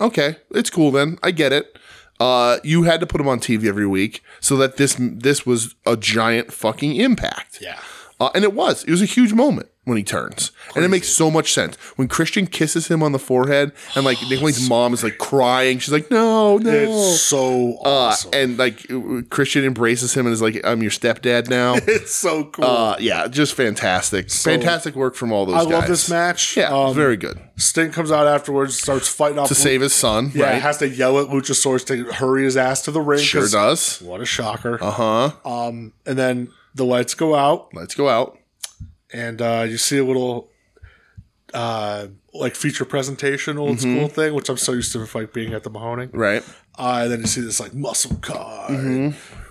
Speaker 1: okay, it's cool then. I get it. Uh, you had to put him on TV every week so that this this was a giant fucking impact.
Speaker 2: Yeah.
Speaker 1: Uh, and it was. It was a huge moment when he turns. And it makes so much sense. When Christian kisses him on the forehead and like Nick Wayne's mom is like crying. She's like, no, no.
Speaker 2: It's so
Speaker 1: Uh,
Speaker 2: awesome.
Speaker 1: and like uh, Christian embraces him and is like, I'm your stepdad
Speaker 2: <laughs>
Speaker 1: now.
Speaker 2: it's so cool.
Speaker 1: uh, yeah, just fantastic. fantastic work from all those
Speaker 2: I
Speaker 1: guys.
Speaker 2: love this match.
Speaker 1: Yeah,
Speaker 2: Um,
Speaker 1: very good.
Speaker 2: Sting comes out afterwards, starts fighting off.
Speaker 1: To save his son,
Speaker 2: yeah,
Speaker 1: right?
Speaker 2: has to yell at Luchasaurus to hurry his ass to the ring.
Speaker 1: Sure
Speaker 2: 'cause-
Speaker 1: does.
Speaker 2: What a shocker!
Speaker 1: Uh huh.
Speaker 2: Um, and then the lights go out,
Speaker 1: Let's go out.
Speaker 2: and uh, you see a little, uh, like feature presentation, old
Speaker 1: Mm-hmm.
Speaker 2: school thing, which I'm so used to like being at the Mahoning.
Speaker 1: Right.
Speaker 2: Uh, and then you see this like muscle car.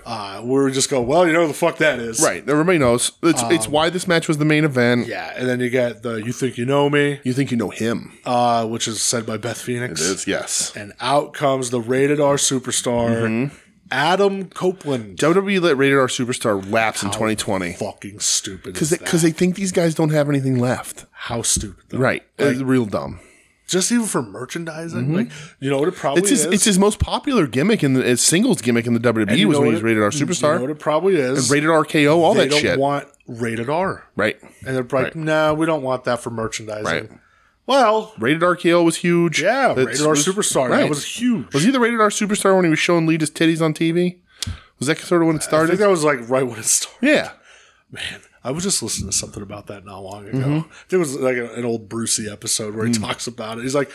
Speaker 2: Uh, we just go, well, you know who the fuck that is,
Speaker 1: Mm-hmm. Right. Everybody knows. It's, it's why this match was the main event.
Speaker 2: Um, Yeah, and then you get the "You Think You Know Me,"
Speaker 1: You think you know him.
Speaker 2: uh, which is said by Beth Phoenix.
Speaker 1: It's, yes.
Speaker 2: and out comes the rated R superstar
Speaker 1: Mm-hmm.
Speaker 2: Adam Copeland.
Speaker 1: WWE let Rated R E Superstar lapse in 2020
Speaker 2: Fucking stupid.
Speaker 1: because because they think these guys don't have anything left.
Speaker 2: how stupid? Though.
Speaker 1: Right, it's real dumb.
Speaker 2: Just even for merchandising, like you know what it probably
Speaker 1: Mm-hmm. It's his,
Speaker 2: is.
Speaker 1: it's his most popular gimmick in the his singles gimmick in the WWE
Speaker 2: You
Speaker 1: was
Speaker 2: know
Speaker 1: when he was
Speaker 2: what it-
Speaker 1: Rated R
Speaker 2: You know
Speaker 1: Superstar,
Speaker 2: what it probably is.
Speaker 1: Rated R KO, all
Speaker 2: they
Speaker 1: that
Speaker 2: don't
Speaker 1: shit.
Speaker 2: want rated R,
Speaker 1: right,
Speaker 2: and they're like, "No, nah, we don't want that for merchandising."
Speaker 1: Right.
Speaker 2: Well,
Speaker 1: Rated R KO was huge.
Speaker 2: yeah,
Speaker 1: That's-
Speaker 2: rated R
Speaker 1: was-
Speaker 2: superstar.
Speaker 1: right.
Speaker 2: That was huge.
Speaker 1: Was he the Rated R Superstar when he was showing Lita's titties on TV? Was that sort of when it
Speaker 2: I think
Speaker 1: started?
Speaker 2: that was like right when it started.
Speaker 1: yeah,
Speaker 2: Man, I was just listening to something about that not long ago.
Speaker 1: Mm-hmm.
Speaker 2: There was like a- an old Brucey episode where he
Speaker 1: Mm.
Speaker 2: talks about it. He's like,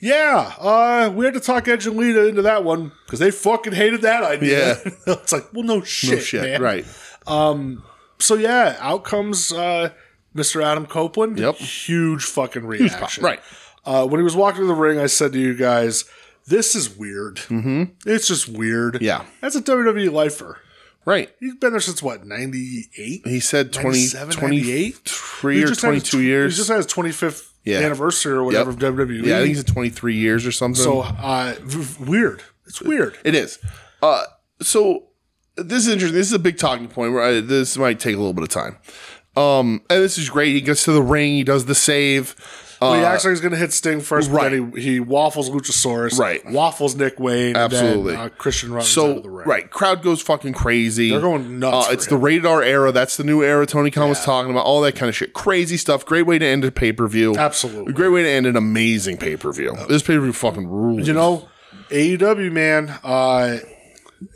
Speaker 2: "Yeah, uh, we had to talk Edge and Lita into that one because they fucking hated that idea."
Speaker 1: Yeah.
Speaker 2: <laughs> it's like, well, no shit,
Speaker 1: oh, shit,
Speaker 2: man.
Speaker 1: right.
Speaker 2: So yeah, out comes uh, Mr. Adam Copeland.
Speaker 1: Yep.
Speaker 2: huge fucking reaction.
Speaker 1: right.
Speaker 2: Uh, when he was walking to the ring, I said to you guys, "This is weird. Mm-hmm. It's just weird."
Speaker 1: Yeah.
Speaker 2: that's a WWE lifer.
Speaker 1: Right.
Speaker 2: He's been there since what ninety eight.
Speaker 1: He said 20,
Speaker 2: 97,
Speaker 1: 23
Speaker 2: He
Speaker 1: or
Speaker 2: just had his
Speaker 1: 22
Speaker 2: tw-
Speaker 1: years.
Speaker 2: He just had his 25th
Speaker 1: Yeah.
Speaker 2: anniversary or whatever
Speaker 1: Yep.
Speaker 2: of WWE.
Speaker 1: yeah, I think he's at 23 years or something.
Speaker 2: so uh, v- weird. It's weird.
Speaker 1: It is. Uh, so this is interesting. This is a big talking point where I, this might take a little bit of time. Um, and this is great. He gets to the ring. He does the save. Uh,
Speaker 2: Well, he actually was going to hit Sting first, but then he, he waffles Luchasaurus,
Speaker 1: Right.
Speaker 2: Waffles Nick Wayne,
Speaker 1: Absolutely.
Speaker 2: And then, uh, Christian runs out
Speaker 1: so
Speaker 2: of the ring.
Speaker 1: right, crowd goes fucking crazy. They're
Speaker 2: going nuts for
Speaker 1: it's the radar era. That's the new era. Tony Khan was talking about all that kind of shit. Crazy stuff. Great way to end a pay per view.
Speaker 2: Absolutely. Uh,
Speaker 1: Great way to end an amazing pay per view. This pay per view fucking rules.
Speaker 2: You know, AEW man. Uh,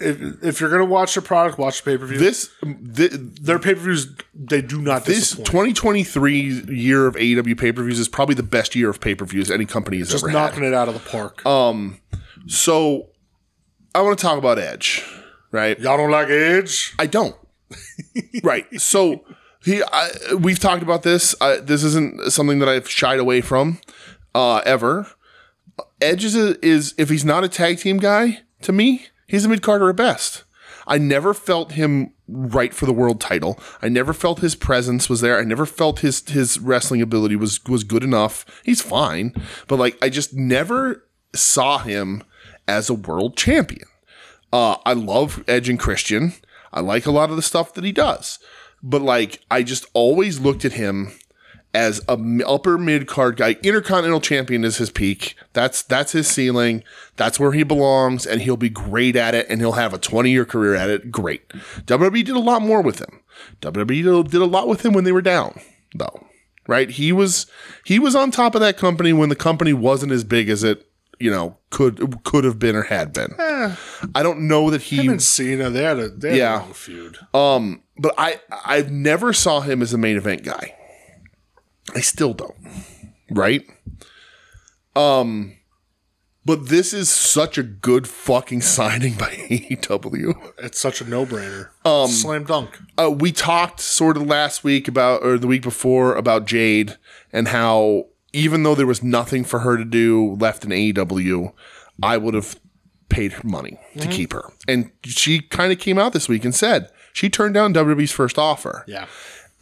Speaker 2: if, if you're going to watch the product, watch the pay per view.
Speaker 1: this. This,
Speaker 2: Their pay per views they do not
Speaker 1: this
Speaker 2: disappoint.
Speaker 1: 2023 year of AEW pay per views is probably the best year of pay per views any company has
Speaker 2: Just
Speaker 1: ever had.
Speaker 2: knocking it out of the park.
Speaker 1: Uh, So I want to talk about Edge, right?
Speaker 2: Y'all don't like Edge?
Speaker 1: I don't. right. So he, I, we've talked about this. Uh, this isn't something that I've shied away from uh, ever. Edge is, a, is if he's not a tag team guy to me, he's a mid Carter at best. I never felt him right for the world title. I never felt his presence was there. I never felt his his wrestling ability was was good enough. He's fine, but like I just never saw him as a world champion. Uh, I love Edge and Christian. I like a lot of the stuff that he does, but like I just always looked at him as a m- upper mid card guy. Intercontinental champion is his peak. That's that's his ceiling. That's where he belongs, and he'll be great at it, and he'll have a twenty year career at it. Great. WWE did a lot more with him. WWE did- did a lot with him when they were down, though. Right? He was he was on top of that company when the company wasn't as big as it you know could could have been or had been. I don't know that he
Speaker 2: Eh. Him and Cena, they had a they had
Speaker 1: Yeah.
Speaker 2: a little feud.
Speaker 1: um, but I I've never saw him as a main event guy. I still don't. Right? Um but this is such a good fucking <laughs> signing by E AEW.
Speaker 2: It's such a no brainer.
Speaker 1: um,
Speaker 2: Slam dunk.
Speaker 1: Uh, we talked sort of last week about, or the week before, about Jade and how even though there was nothing for her to do left in AEW, I would have paid her money to keep her. And she kind of came out this week and said she turned down WWE's first offer.
Speaker 2: Yeah.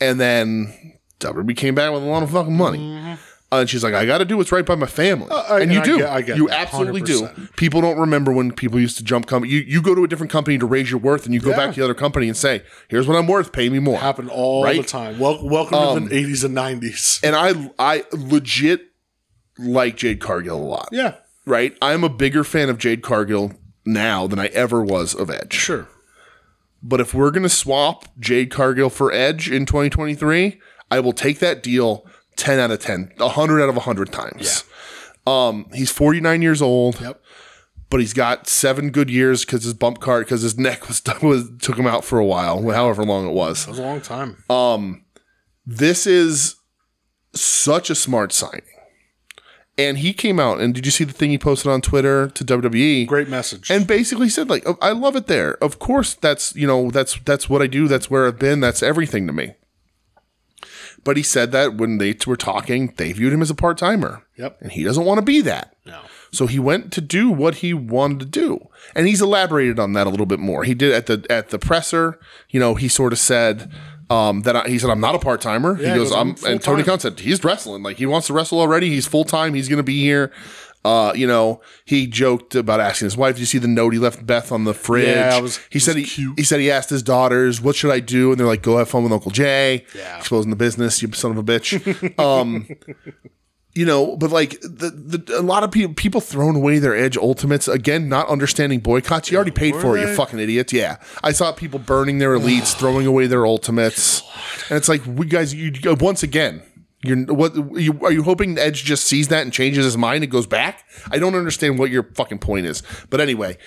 Speaker 1: And then WWE came back with a lot of fucking money. Uh, and she's like, I got to do what's right by my family.
Speaker 2: Uh, I-
Speaker 1: and you
Speaker 2: I
Speaker 1: do.
Speaker 2: get- I get
Speaker 1: you
Speaker 2: that,
Speaker 1: absolutely do.
Speaker 2: 100%.
Speaker 1: People don't remember when people used to jump company. You, you go to a different company to raise your worth and you go back to the other company and say, here's what I'm worth. Pay me more.
Speaker 2: Happened all the
Speaker 1: Right? Um,
Speaker 2: time. Wel- welcome to the 80s and 90s.
Speaker 1: And I, I legit like Jade Cargill a lot.
Speaker 2: Yeah.
Speaker 1: Right? I'm a bigger fan of Jade Cargill now than I ever was of Edge.
Speaker 2: Sure.
Speaker 1: But if we're going to swap Jade Cargill for Edge in 2023, I will take that deal 10 out of 10, 100 out of 100 times. Um, he's 49 years old,
Speaker 2: Yep.
Speaker 1: but he's got seven good years because his bump card, because his neck was, <laughs> was took him out for a while, however long it was.
Speaker 2: It was a long time.
Speaker 1: Uh, This is such a smart signing. And he came out, and did you see the thing he posted on Twitter to E? WWE?
Speaker 2: Great message.
Speaker 1: and basically said like "Oh, i love it there of course that's you know that's that's what i do that's where i've been that's everything to me but he said that when they t- were talking they viewed him as a part-timer
Speaker 2: Yep.
Speaker 1: and he doesn't want to be that
Speaker 2: no.
Speaker 1: so he went to do what he wanted to do and he's elaborated on that a little bit more he did at the at the presser you know he sort of said um, that I, he said, I'm not a part timer.
Speaker 2: he
Speaker 1: he goes,
Speaker 2: goes,
Speaker 1: I'm,
Speaker 2: "I'm
Speaker 1: and Tony
Speaker 2: full-time."
Speaker 1: Khan said, he's wrestling. Like he wants to wrestle already. He's full time. He's going to be here. Uh, you know, he joked about asking his wife, "Did you see the note he left Beth on the fridge?"
Speaker 2: Yeah, it was-
Speaker 1: he
Speaker 2: it
Speaker 1: said
Speaker 2: was
Speaker 1: he
Speaker 2: cute.
Speaker 1: he said he asked his daughters, "What should I do?" And they're like, "Go have fun with Uncle Jay."
Speaker 2: Yeah.
Speaker 1: exposing the business, you son of a
Speaker 2: <laughs>
Speaker 1: bitch. um, you know, but like the, the a lot of people people throwing away their Edge Ultimates again, not understanding boycotts. You already paid for it, you
Speaker 2: they?
Speaker 1: fucking idiots. Yeah, I saw people burning their
Speaker 2: <sighs>
Speaker 1: elites, throwing away their Ultimates, and it's like, we guys, you once again. You're, what you, are you hoping Edge just sees that and changes his mind and goes back? I don't understand what your fucking point is. But anyway,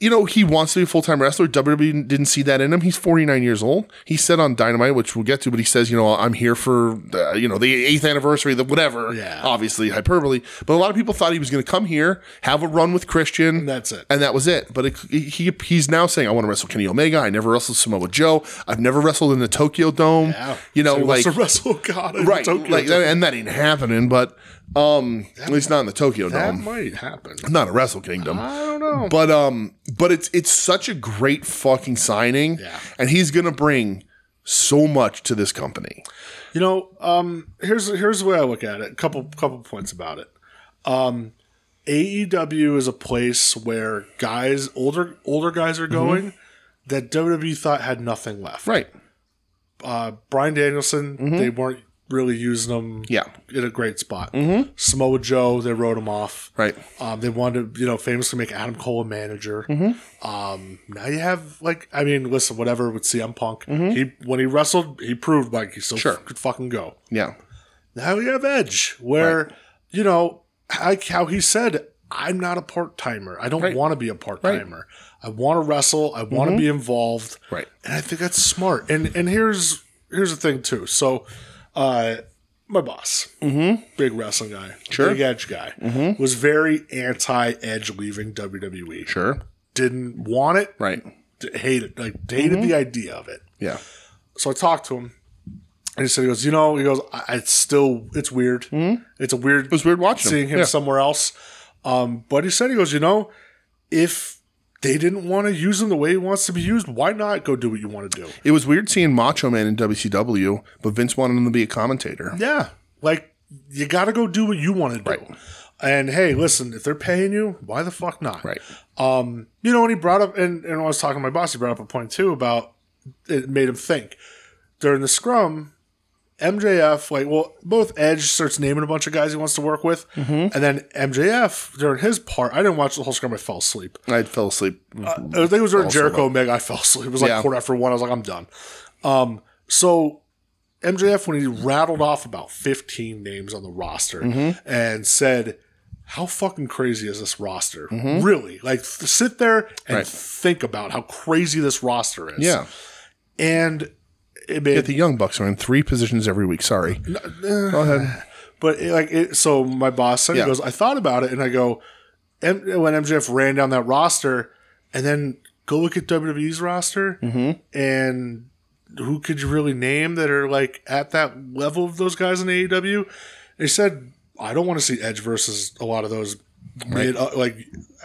Speaker 1: you know, he wants to be a full time wrestler. WWE didn't see that in him. He's 49 years old. He said on Dynamite, which we'll get to, but he says, you know, I'm here for, uh, you know, the eighth anniversary, the whatever.
Speaker 2: Yeah.
Speaker 1: Obviously, hyperbole. But a lot of people thought he was going to come here, have a run with Christian.
Speaker 2: And that's it.
Speaker 1: And that was it. But it, he he's now saying, I want to wrestle Kenny Omega. I never wrestled Samoa Joe. I've never wrestled in the Tokyo Dome.
Speaker 2: Yeah.
Speaker 1: You know,
Speaker 2: So he
Speaker 1: like
Speaker 2: wants to wrestle <laughs> God in
Speaker 1: right,
Speaker 2: Tokyo.
Speaker 1: like, and that ain't happening. But um, at least not in the Tokyo
Speaker 2: that
Speaker 1: Dome.
Speaker 2: might happen.
Speaker 1: Not a Wrestle Kingdom.
Speaker 2: I don't know.
Speaker 1: But um, but it's it's such a great fucking signing,
Speaker 2: Yeah.
Speaker 1: and he's gonna bring so much to this company.
Speaker 2: You know, um, here's here's the way I look at it. Couple couple points about it. Um, AEW is a place where guys, older older guys
Speaker 1: Mm-hmm.
Speaker 2: are going that WWE thought had nothing left.
Speaker 1: Right?
Speaker 2: Uh, Brian Danielson,
Speaker 1: Mm-hmm.
Speaker 2: they weren't really using him.
Speaker 1: Yeah.
Speaker 2: in a great spot. Mm-hmm. Samoa Joe, they wrote him off.
Speaker 1: Right.
Speaker 2: Um, they wanted to, you know, famously make Adam Cole a manager.
Speaker 1: Mm-hmm.
Speaker 2: Um, now you have like, I mean, listen, whatever with CM Punk, he when he wrestled, he proved like he still
Speaker 1: Mm-hmm. Sure.
Speaker 2: could fucking go.
Speaker 1: Yeah.
Speaker 2: Now you have Edge, where you know, like how he said, I'm not a part timer. I don't want to be a part timer. I want to wrestle. I want to be involved.
Speaker 1: Mm-hmm. Right.
Speaker 2: And I think that's smart. And and here's here's the thing too. So, uh, my boss, mm-hmm. big wrestling guy,
Speaker 1: Sure. Mm-hmm.
Speaker 2: big Edge guy, was very anti Edge leaving WWE.
Speaker 1: Sure.
Speaker 2: Didn't want it.
Speaker 1: Right.
Speaker 2: d- Hated like hated
Speaker 1: Mm-hmm.
Speaker 2: the idea of it
Speaker 1: Yeah.
Speaker 2: so I talked to him, and he said, "He goes, you know, he goes, I, it's still, it's weird. It's a weird,
Speaker 1: Hmm? It was weird watching
Speaker 2: <laughs> seeing him
Speaker 1: Yeah.
Speaker 2: somewhere else." Um, but he said, "He goes, you know, if they didn't want to use him the way he wants to be used, why not go do what you want to do?"
Speaker 1: It was weird seeing Macho Man in WCW, but Vince wanted him to be a commentator.
Speaker 2: Yeah, like you got to go do what you want to do. And hey, listen, if they're paying you, why the fuck not?
Speaker 1: Right.
Speaker 2: Um, you know, and he brought up, and, and when I was talking to my boss, he brought up a point too about it made him think. During the scrum, MJF, like, well, both Edge starts naming a bunch of guys he wants to work with, and then MJF, during his part, I didn't watch the whole scrum, I fell asleep.
Speaker 1: I fell asleep.
Speaker 2: I think it was during Jericho Omega. I fell asleep. It was like
Speaker 1: Yeah.
Speaker 2: quarter after one. I was like, I'm done. Um, so MJF when he rattled off about 15 names on the roster
Speaker 1: Mm-hmm.
Speaker 2: and said, "How fucking crazy is this roster? Really? Like, th- sit there and
Speaker 1: Mm-hmm. Right.
Speaker 2: think about how crazy this roster is."
Speaker 1: yeah.
Speaker 2: and it made, eh.
Speaker 1: The Young Bucks are in three positions every week. Sorry. Go ahead.
Speaker 2: but it, like, it, so my boss said,
Speaker 1: Yeah.
Speaker 2: he goes, "I thought about it," and I go, M- when MJF ran down that roster, and then go look at WWE's roster
Speaker 1: Mm-hmm.
Speaker 2: and who could you really name that are like at that level of those guys in AEW? They said I don't want to see Edge versus a lot of those mid, uh, like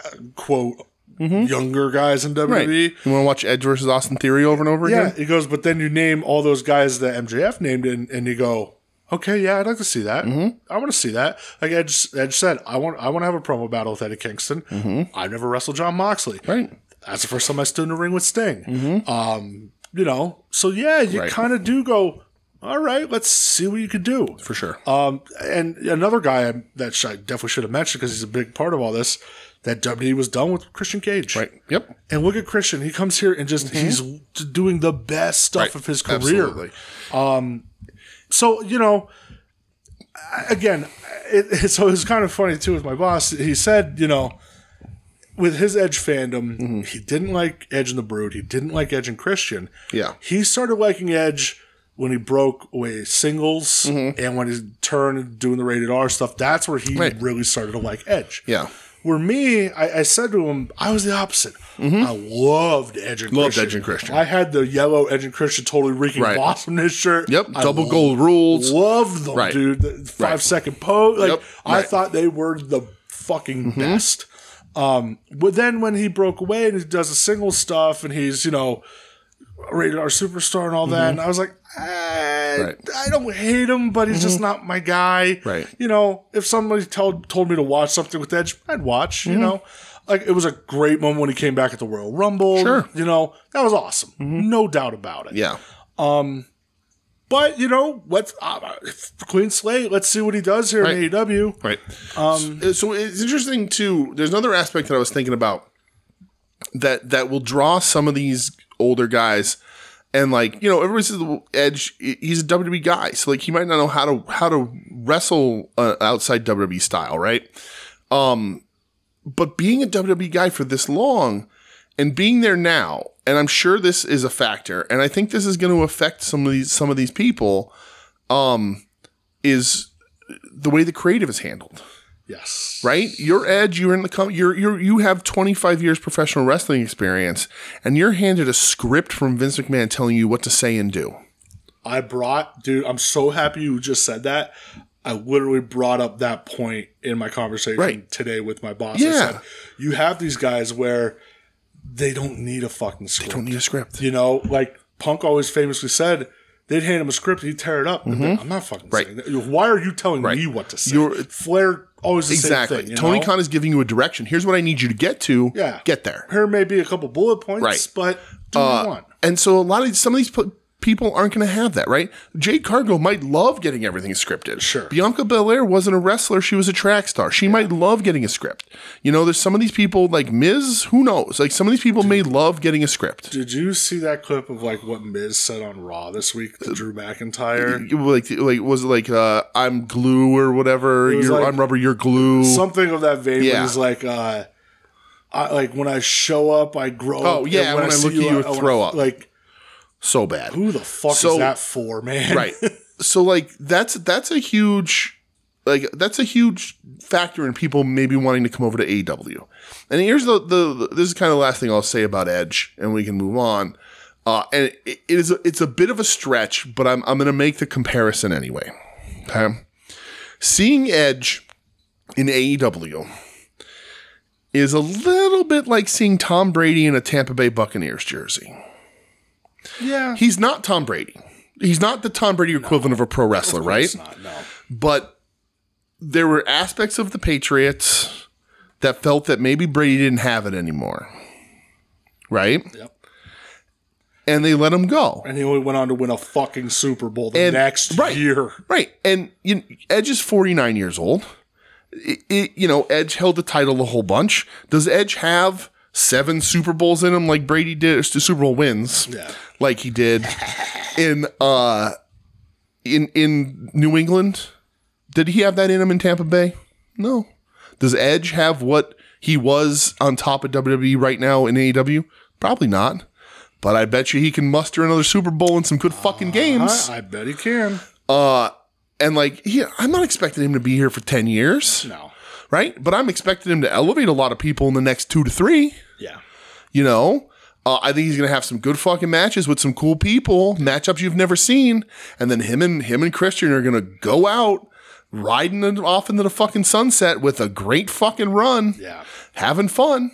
Speaker 2: uh, quote younger guys in
Speaker 1: Mm-hmm.
Speaker 2: E."
Speaker 1: Right.
Speaker 2: WWE.
Speaker 1: You want to watch Edge versus Austin Theory over and over
Speaker 2: Yeah,
Speaker 1: again?
Speaker 2: he goes, but then you name all those guys that MJF named, and, and you go, okay, yeah, I'd like to see that.
Speaker 1: Mm-hmm.
Speaker 2: I want to see that. Like Edge, Edge said, I want, I want to have a promo battle with Eddie Kingston. I've never wrestled John Moxley.
Speaker 1: Mm-hmm. Right. Mm-hmm.
Speaker 2: That's the first time I stood in a ring with Sting. Um, you know, so yeah, you
Speaker 1: Right.
Speaker 2: kind of do go. All right, let's see what you could do.
Speaker 1: For sure.
Speaker 2: Um, and another guy I- that sh- I definitely should have mentioned because he's a big part of all this. That WWE was done with Christian Cage.
Speaker 1: right. Yep.
Speaker 2: And look at Christian. He comes here and just he's t- doing the best stuff
Speaker 1: Mm-hmm. Right.
Speaker 2: of his career.
Speaker 1: Absolutely.
Speaker 2: So you know, I- again, it, <laughs> it, so it was kind of funny too with my boss. He said, you know, with his Edge fandom,
Speaker 1: Mm-hmm.
Speaker 2: he didn't like Edge and the Brood. He didn't like Edge and Christian.
Speaker 1: Yeah.
Speaker 2: he started liking Edge. When he broke away singles and when he turned and doing the rated R stuff, that's where he
Speaker 1: Mm-hmm. Right.
Speaker 2: really started to like Edge.
Speaker 1: Yeah.
Speaker 2: Where me, I, I said to him, I was the opposite. I loved Edge and
Speaker 1: Mm-hmm. Loved
Speaker 2: Christian.
Speaker 1: Edge and Christian.
Speaker 2: I had the yellow Edge and Christian totally reeking
Speaker 1: Right.
Speaker 2: awesomeness shirt.
Speaker 1: Yep.
Speaker 2: I
Speaker 1: Double
Speaker 2: lo-
Speaker 1: gold rules.
Speaker 2: Loved them,
Speaker 1: Right.
Speaker 2: dude. The five second pose. Like
Speaker 1: Yep.
Speaker 2: I
Speaker 1: Right. Mm-hmm.
Speaker 2: thought they were the fucking best. Um, but then when he broke away and he does the single stuff and he's you know rated R superstar and all that, and I was like, I,
Speaker 1: Mm-hmm. Right. Mm-hmm.
Speaker 2: I don't hate him, but he's just not my guy.
Speaker 1: Right.
Speaker 2: You know, if somebody told told me to watch something with Edge, I'd watch.
Speaker 1: Mm-hmm.
Speaker 2: You know, like it was a great moment when he came back at the Royal Rumble.
Speaker 1: Sure. Mm-hmm.
Speaker 2: You know, that was awesome. No doubt about it.
Speaker 1: Yeah.
Speaker 2: But you know, let's uh, clean slate. Let's see what he does here in E
Speaker 1: Right.
Speaker 2: AEW.
Speaker 1: Right. Um, so, so it's interesting too. There's another aspect that I was thinking about that that will draw some of these older guys, and like you know, everybody says well, Edge. he- He's a WWE guy, so like he might not know how to how to wrestle uh, outside WWE style, right? Um, but being a WWE guy for this long and being there now, and I'm sure this is a factor, and I think this is going to affect some of these some of these people. Um, is the way the creative is handled
Speaker 2: Yes.
Speaker 1: right? Your edge, you're in the com- you're you are you have 25 years professional wrestling experience, and you're handed a script from Vince McMahon telling you what to say and do.
Speaker 2: I brought, dude. I'm so happy you just said that. I literally brought up that point in my conversation
Speaker 1: Right.
Speaker 2: today with my boss. I
Speaker 1: Yeah.
Speaker 2: said, you have these guys where they don't need a fucking script.
Speaker 1: Don't need a script.
Speaker 2: You know, like Punk always famously said, they'd hand him a script, he'd tear it up. I'm not fucking saying that. Why are you telling me what to say?
Speaker 1: Mm-hmm. You're-
Speaker 2: Flair always the
Speaker 1: Exactly.
Speaker 2: same thing. you
Speaker 1: Tony
Speaker 2: know?
Speaker 1: Khan is giving you a direction. Here's what I need you to get to.
Speaker 2: Yeah.
Speaker 1: Get there.
Speaker 2: Here may be a couple bullet points,
Speaker 1: Right. Uh,
Speaker 2: but do you want?
Speaker 1: And so a lot of some of these p- people aren't going to have that, right? Jade Cargo might love getting everything scripted.
Speaker 2: Sure.
Speaker 1: Bianca Belair wasn't a wrestler; she was a track star. She might love getting a script. You know, there's some of these people like Miz. Who knows? Like some of these people may love getting a script.
Speaker 2: Did you see that clip of like what Miz said on Raw this week to Drew McIntyre?
Speaker 1: It was like like was it like uh I'm glue or whatever
Speaker 2: was
Speaker 1: you're,
Speaker 2: like-
Speaker 1: I'm rubber you're glue
Speaker 2: Something of that vein. Yeah.
Speaker 1: Yeah.
Speaker 2: He's like, uh, I, like when I show up, I grow.
Speaker 1: Oh,
Speaker 2: up,
Speaker 1: yeah,
Speaker 2: and
Speaker 1: when I
Speaker 2: see
Speaker 1: look at you,
Speaker 2: I- I
Speaker 1: throw
Speaker 2: wanna-
Speaker 1: up.
Speaker 2: Like
Speaker 1: so bad
Speaker 2: who the fuck is
Speaker 1: So-
Speaker 2: that for, man?
Speaker 1: right so like that's that's a huge like that's a huge factor in people maybe wanting to come over to AEW and here's the the, the- this is kind of the last thing I'll say about Edge and we can move on uh and it, it is a, it's a bit of a stretch but I'm I'm gonna make the comparison anyway okay seeing Edge in AEW is a little bit like seeing Tom Brady in a Tampa Bay Buccaneers jersey
Speaker 2: <laughs> Yeah.
Speaker 1: he's not Tom Brady. He's not the Tom Brady equivalent of a pro wrestler, right?
Speaker 2: It's not. No.
Speaker 1: But there were aspects of the Patriots that felt that maybe Brady didn't have it anymore. Right?
Speaker 2: Yep.
Speaker 1: And they let him go.
Speaker 2: And he only went on to win a fucking Super Bowl the
Speaker 1: And-
Speaker 2: next
Speaker 1: right.
Speaker 2: year. <laughs>
Speaker 1: Right. And you know, Edge is 49 years old. I- I- you know, Edge held the title a whole bunch. Does Edge have seven Super Bowls in him like Brady did, or Super Bowl wins
Speaker 2: Yeah.
Speaker 1: like he did in uh in in New England? Did he have that in him in Tampa Bay? No. Does Edge have what he was on top of WWE right now in AEW? Probably not. But I bet you he can muster another Super Bowl and some good fucking games.
Speaker 2: I, I bet he can.
Speaker 1: And like, he, I'm not expecting him to be here for 10 years,
Speaker 2: No.
Speaker 1: right? But I'm expecting him to elevate a lot of people in the next two to three,
Speaker 2: Yeah.
Speaker 1: you know? Uh, I think he's gonna have some good fucking matches with some cool people, matchups you've never seen, and then him and him and Christian are gonna go out riding it off into the fucking sunset with a great fucking run
Speaker 2: Yeah.
Speaker 1: having fun.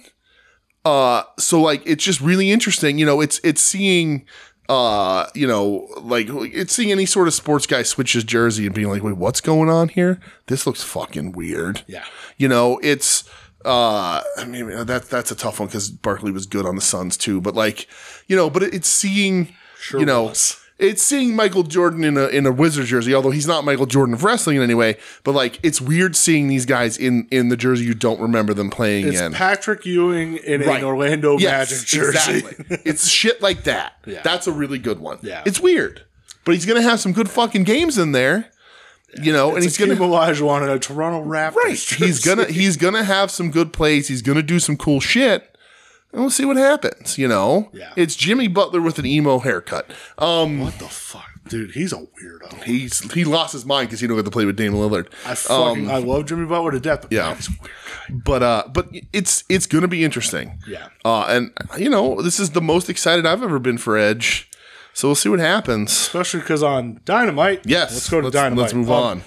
Speaker 1: Uh, so like it's just really interesting. You know, it's it's seeing uh, you know, like it's seeing any sort of sports guy switch his jersey and being like, wait, what's going on here? This looks fucking weird.
Speaker 2: Yeah.
Speaker 1: You know, it's uh I mean that that's a tough one because Barkley was good on the Suns too, but like, you know, but it, it's seeing
Speaker 2: Sure
Speaker 1: you know
Speaker 2: was.
Speaker 1: it's seeing Michael Jordan in a in a Wizard jersey, although he's not Michael Jordan of wrestling in any way, but like it's weird seeing these guys in in the jersey you don't remember them playing
Speaker 2: It's
Speaker 1: in.
Speaker 2: Patrick Ewing in
Speaker 1: Right.
Speaker 2: an Orlando
Speaker 1: Yes,
Speaker 2: Magic jersey. <laughs>
Speaker 1: Exactly. it's shit like that.
Speaker 2: Yeah.
Speaker 1: That's a really good one.
Speaker 2: Yeah.
Speaker 1: It's weird, but he's going to have some good fucking games in there, you know, and he's
Speaker 2: <laughs> It's going
Speaker 1: going
Speaker 2: to
Speaker 1: to.
Speaker 2: Olajuwon in a Toronto Raptors
Speaker 1: Right.
Speaker 2: jersey.
Speaker 1: <laughs> He's gonna he's gonna have some good plays. He's gonna do some cool shit, and we'll see what happens. You know,
Speaker 2: Yeah.
Speaker 1: it's Jimmy Butler with an emo haircut. Um,
Speaker 2: What the fuck? Dude, he's a weirdo.
Speaker 1: he's he lost his mind because he don't get to play with Damian Lillard.
Speaker 2: I fucking I love Jimmy Butler to death, but
Speaker 1: um, Yeah.
Speaker 2: man, he's a weird guy.
Speaker 1: but uh, but it's it's gonna be interesting.
Speaker 2: Yeah.
Speaker 1: Uh, and you know, this is the most excited I've ever been for Edge. So we'll see what happens.
Speaker 2: Especially because on Dynamite.
Speaker 1: Yes.
Speaker 2: Let's go to Dynamite.
Speaker 1: Let's move
Speaker 2: Um,
Speaker 1: on.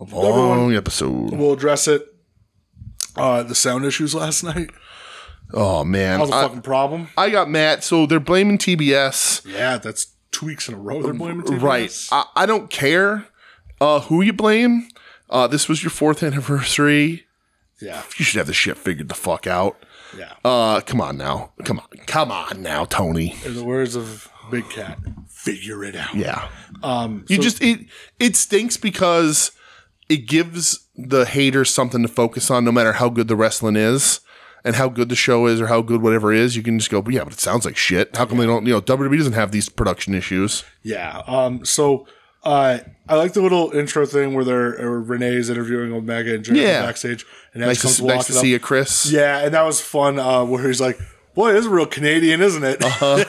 Speaker 1: A long episode.
Speaker 2: We'll address it. Uh, the sound issues last night.
Speaker 1: Oh
Speaker 2: That
Speaker 1: man,
Speaker 2: was a
Speaker 1: I,
Speaker 2: fucking problem.
Speaker 1: I got mad. So they're blaming TBS,
Speaker 2: Yeah, that's two weeks in a row they're blaming TBS.
Speaker 1: right? I, I don't care uh, who you blame. Uh, this was your fourth anniversary.
Speaker 2: Yeah,
Speaker 1: You should have the shit figured the fuck out.
Speaker 2: yeah.
Speaker 1: Uh, come on now, come on, come on now, Tony.
Speaker 2: in the words of Big Cat, figure it out.
Speaker 1: Yeah,
Speaker 2: Um,
Speaker 1: you just it it stinks because it gives the haters something to focus on, no matter how good the wrestling is and how good the show is or how good whatever is. You can just go, but yeah, but it sounds like shit. How come they don't? You know, WWE doesn't have these production issues.
Speaker 2: Yeah. Um. So, uh, I like the little intro thing where they're uh, Renee's interviewing Omega and Jericho
Speaker 1: Yeah.
Speaker 2: backstage, and Edge
Speaker 1: Nice
Speaker 2: comes
Speaker 1: to,
Speaker 2: walking
Speaker 1: nice to
Speaker 2: up.
Speaker 1: see you, Chris.
Speaker 2: Yeah, and that was fun. Uh, where he's like, "Boy, this is a real Canadian, isn't it?"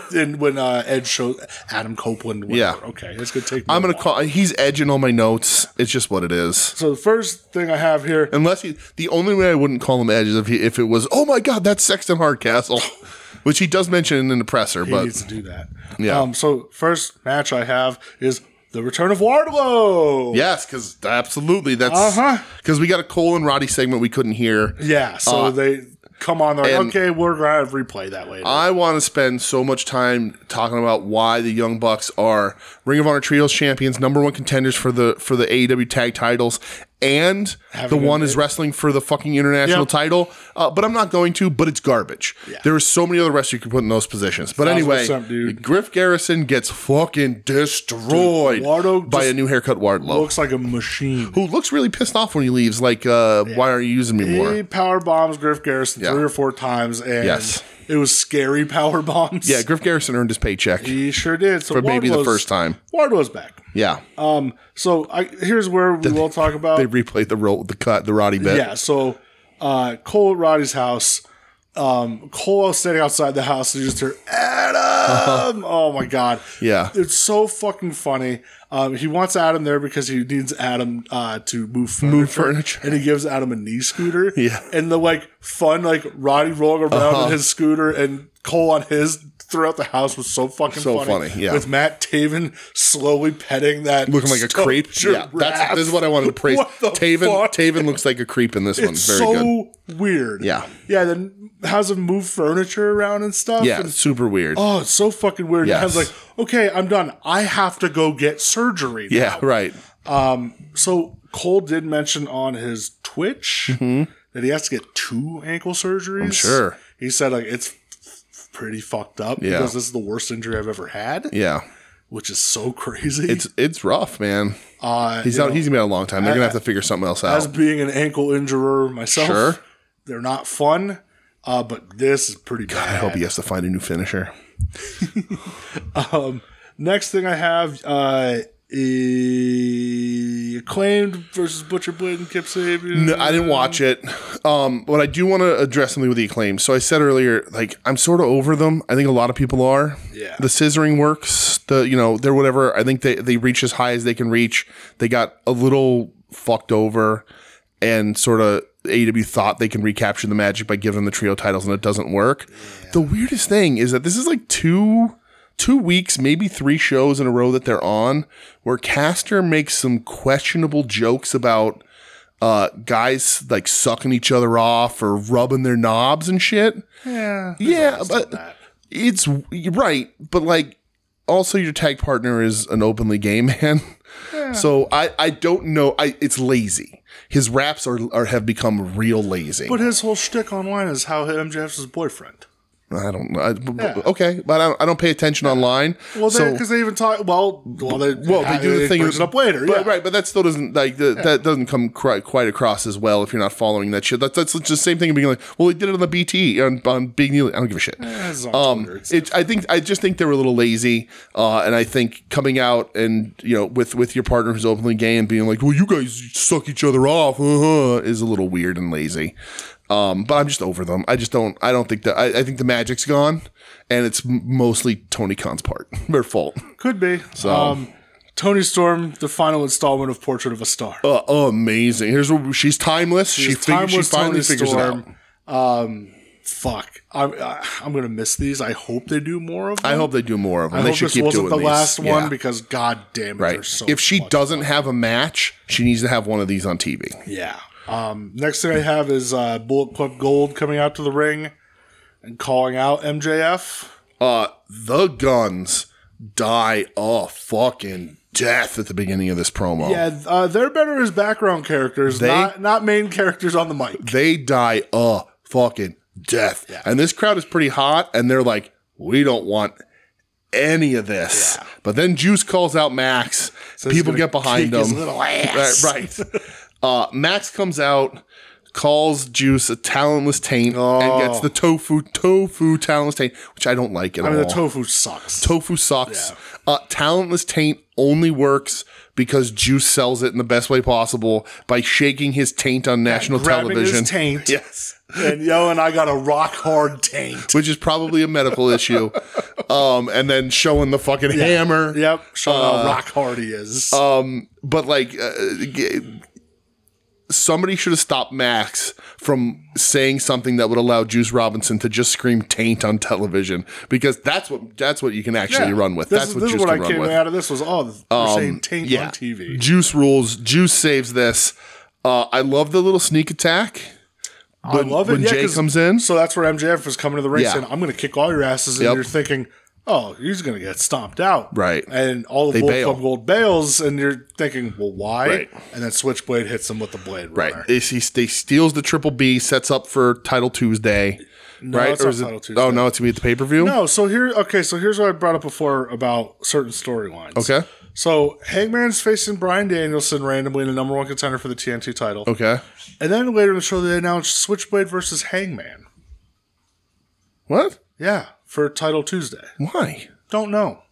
Speaker 2: <laughs> and when uh, Ed shows Adam Copeland, whatever.
Speaker 1: Uh-huh. Yeah.
Speaker 2: okay, it's gonna take. Me
Speaker 1: I'm
Speaker 2: a
Speaker 1: gonna
Speaker 2: while.
Speaker 1: call. He's edging all my notes. It's just what it is.
Speaker 2: So the first thing I have here,
Speaker 1: Unless he, the only way I wouldn't call him edge is if he, if it was, oh my god, that's Sexton Hardcastle, <laughs> which he does mention in the presser.
Speaker 2: he
Speaker 1: but
Speaker 2: needs to do that.
Speaker 1: Yeah.
Speaker 2: Um. So first match I have is the return of Wardlow.
Speaker 1: yes, because absolutely, that's
Speaker 2: Uh-huh.
Speaker 1: because we got a Cole and Roddy segment we couldn't hear.
Speaker 2: Yeah. So they come on. They're like,
Speaker 1: Uh, and- Uh,
Speaker 2: okay, we're gonna have replay that later.
Speaker 1: I want to spend so much time talking about why the Young Bucks are Ring of Honor Trios champions, number one contenders for the for the AEW tag titles, and the one is wrestling for the fucking international
Speaker 2: Yep.
Speaker 1: title. Uh, but I'm not going to. But it's garbage. There are so many other wrestlers you could put in those positions. But anyway,
Speaker 2: 1000%, dude.
Speaker 1: Griff Garrison gets fucking destroyed
Speaker 2: Wardo
Speaker 1: by
Speaker 2: just
Speaker 1: a new haircut Wardlow,
Speaker 2: looks like a machine.
Speaker 1: who looks really pissed off when he leaves. Like, uh, why are you using me more?
Speaker 2: He power bombs Griff Garrison
Speaker 1: Yeah.
Speaker 2: three or four times, and
Speaker 1: Yes.
Speaker 2: it was scary <laughs> power bombs.
Speaker 1: yeah, Griff Garrison earned his paycheck.
Speaker 2: he sure did. So
Speaker 1: for maybe the
Speaker 2: Wardlow's-
Speaker 1: first time.
Speaker 2: Wardlow's back.
Speaker 1: Yeah.
Speaker 2: Um, so I, here's where we will talk about.
Speaker 1: they replayed the roll the cut the Roddy bit.
Speaker 2: yeah, so uh, Cole at Roddy's house. Um, Cole was standing outside the house and he just heard
Speaker 1: <laughs>
Speaker 2: Adam. oh my god.
Speaker 1: Yeah.
Speaker 2: It's so fucking funny. Um, he wants Adam there because he needs Adam uh, to move
Speaker 1: <laughs>
Speaker 2: furniture,
Speaker 1: furniture.
Speaker 2: and he gives Adam a knee scooter.
Speaker 1: Yeah. Uh-huh.
Speaker 2: and the like fun like Roddy rolling around in his scooter and Cole on his throughout the house was so fucking
Speaker 1: So
Speaker 2: funny.
Speaker 1: funny, yeah.
Speaker 2: with Matt Taven slowly petting that
Speaker 1: Looking like a creep. Yeah,
Speaker 2: giraffe.
Speaker 1: that's this is what I wanted to praise.
Speaker 2: What the
Speaker 1: Taven
Speaker 2: fuck?
Speaker 1: Taven looks like a creep in this one.
Speaker 2: It's
Speaker 1: Very good.
Speaker 2: so weird.
Speaker 1: Yeah.
Speaker 2: yeah. Then has him move furniture around and stuff.
Speaker 1: Yeah,
Speaker 2: and-
Speaker 1: super weird.
Speaker 2: Oh, it's so fucking weird.
Speaker 1: Yes.
Speaker 2: I was like, okay, I'm done. I have to go get surgery. now.
Speaker 1: yeah, right.
Speaker 2: So Cole did mention on his Twitch that he has to get two ankle surgeries.
Speaker 1: Mm-hmm. sure.
Speaker 2: He said like it's f- f- pretty fucked up
Speaker 1: Yeah.
Speaker 2: because this is the worst injury I've ever had,
Speaker 1: Yeah,
Speaker 2: which is so crazy.
Speaker 1: it's it's rough, man.
Speaker 2: uh,
Speaker 1: He's
Speaker 2: you
Speaker 1: out.
Speaker 2: know,
Speaker 1: He's gonna be out a long time. They're gonna have to figure something else
Speaker 2: <laughs> as
Speaker 1: out.
Speaker 2: being an ankle injurer myself.
Speaker 1: Sure.
Speaker 2: They're not fun, uh, but this is pretty bad.
Speaker 1: I hope he has to find a new finisher.
Speaker 2: Next thing I have uh, is acclaimed versus Butcher Blade and Kip Sabian.
Speaker 1: No, I didn't watch it. Um, but I do want to address something with the acclaim. So I said earlier, like I'm sort of over them. I think a lot of people are.
Speaker 2: Yeah.
Speaker 1: The scissoring works. The you know they're whatever. I think they they reach as high as they can reach. They got a little fucked over, and sort of AEW thought they can recapture the magic by giving them the trio titles, and it doesn't work. The weirdest thing is that this is like two two weeks, maybe three shows in a row that they're on, where Caster makes some questionable jokes about uh, guys like sucking each other off or rubbing their knobs and shit.
Speaker 2: yeah,
Speaker 1: Yeah, but it's you're right. But like, also your tag partner is an openly gay <laughs> man, so I I don't know. I it's lazy. His raps are, are have become real lazy.
Speaker 2: but his whole shtick online is how MJF's his boyfriend.
Speaker 1: I don't know. I- b- b- Okay, but I don't, I don't pay attention online.
Speaker 2: Well,
Speaker 1: so,
Speaker 2: because they even talk. Well, well, they,
Speaker 1: well, they do the thing.
Speaker 2: Brings it up later.
Speaker 1: but,
Speaker 2: yeah.
Speaker 1: right? But that still doesn't like the, that doesn't come cri- quite across as well if you're not following that shit. That's that's just the same thing of being like, well, he did it on the BT on, on Big Neil. I don't give a shit.
Speaker 2: That's on Twitter. It's-
Speaker 1: It, I think I just think they were a little lazy, uh, and I think coming out and you know with with your partner who's openly gay and being like, "Well, you guys suck each other off," uh-huh, is a little weird and lazy. Um, but I'm just over them. I just don't. I don't think that. I, I think the magic's gone, and it's m- mostly Tony Khan's part, <laughs> their fault.
Speaker 2: could be. Um, Tony Storm, the final installment of Portrait of a Star.
Speaker 1: Uh, amazing. Here's what she's timeless. she
Speaker 2: It's
Speaker 1: fig- she
Speaker 2: Timeless
Speaker 1: finally
Speaker 2: Tony
Speaker 1: figures it out.
Speaker 2: Storm. Um, fuck. I'm I, I'm gonna miss these. I hope they do more of them.
Speaker 1: I hope they do more of them.
Speaker 2: I
Speaker 1: they
Speaker 2: hope
Speaker 1: should
Speaker 2: this
Speaker 1: keep
Speaker 2: wasn't
Speaker 1: doing
Speaker 2: the
Speaker 1: these.
Speaker 2: last
Speaker 1: Yeah.
Speaker 2: one because god damn it, they're
Speaker 1: Right.
Speaker 2: so
Speaker 1: if she
Speaker 2: much-
Speaker 1: doesn't have a match, she needs to have one of these on TV.
Speaker 2: yeah. Um, next thing I have is uh, Bullet Club Gold coming out to the ring and calling out MJF.
Speaker 1: uh, the guns die a fucking death at the beginning of this promo.
Speaker 2: Yeah, uh, they're better as background characters, not not main characters on the mic.
Speaker 1: They die a fucking death. And this crowd is pretty hot, and they're like, we don't want any of this. But then Juice calls out Max.
Speaker 2: He's
Speaker 1: People
Speaker 2: gonna
Speaker 1: get behind
Speaker 2: kick his
Speaker 1: him.
Speaker 2: little
Speaker 1: Right.
Speaker 2: ass.
Speaker 1: right. uh, Max comes out, calls Juice a talentless taint, and gets the tofu, tofu talentless taint, which I don't like at
Speaker 2: Oh. I
Speaker 1: all.
Speaker 2: mean, the tofu sucks.
Speaker 1: tofu sucks. Uh, talentless taint only works because Juice sells it in the best way possible by shaking his taint on national
Speaker 2: Grabbing
Speaker 1: television.
Speaker 2: his taint.
Speaker 1: Yes.
Speaker 2: And yo, and I got a rock hard taint.
Speaker 1: Which is probably a medical
Speaker 2: <laughs>
Speaker 1: issue. Um, and then showing the fucking hammer.
Speaker 2: Yep, show
Speaker 1: Uh,
Speaker 2: how rock hard he is.
Speaker 1: oh, But like, uh, g- somebody should have stopped Max from saying something that would allow Juice Robinson to just scream taint on television because that's what that's what you can actually
Speaker 2: Yeah.
Speaker 1: run with.
Speaker 2: This
Speaker 1: that's
Speaker 2: is,
Speaker 1: what
Speaker 2: this
Speaker 1: Juice
Speaker 2: is what
Speaker 1: can
Speaker 2: I
Speaker 1: run
Speaker 2: came
Speaker 1: with. Um,
Speaker 2: out of this was oh we're saying taint on TV.
Speaker 1: Juice rules. Juice saves this. Uh, I love the little sneak attack. When,
Speaker 2: I love it.
Speaker 1: when
Speaker 2: yeah,
Speaker 1: Jay
Speaker 2: 'cause-
Speaker 1: comes in.
Speaker 2: so that's where MJF was coming to the ring
Speaker 1: Yeah.
Speaker 2: saying, "I'm going to kick all your asses," and
Speaker 1: Yep.
Speaker 2: you're thinking, "Oh, he's going to get stomped out."
Speaker 1: Right.
Speaker 2: And all of Bullet
Speaker 1: bail.
Speaker 2: Club Gold bails, and you're thinking, "Well, why?"
Speaker 1: Right.
Speaker 2: And then Switchblade hits him with the blade.
Speaker 1: Right.
Speaker 2: Runner.
Speaker 1: He, he steals the triple B, sets up for Title Tuesday. right?
Speaker 2: it's not Title Tuesday.
Speaker 1: Oh, no, it's going to be at the pay per view?
Speaker 2: No, so here, okay, so here's what I brought up before about certain storylines.
Speaker 1: Okay.
Speaker 2: So Hangman's facing Brian Danielson randomly in the number one contender for the TNT title.
Speaker 1: Okay.
Speaker 2: And then later in the show, they announced Switchblade versus Hangman.
Speaker 1: What?
Speaker 2: Yeah, for Title Tuesday.
Speaker 1: Why?
Speaker 2: Don't know.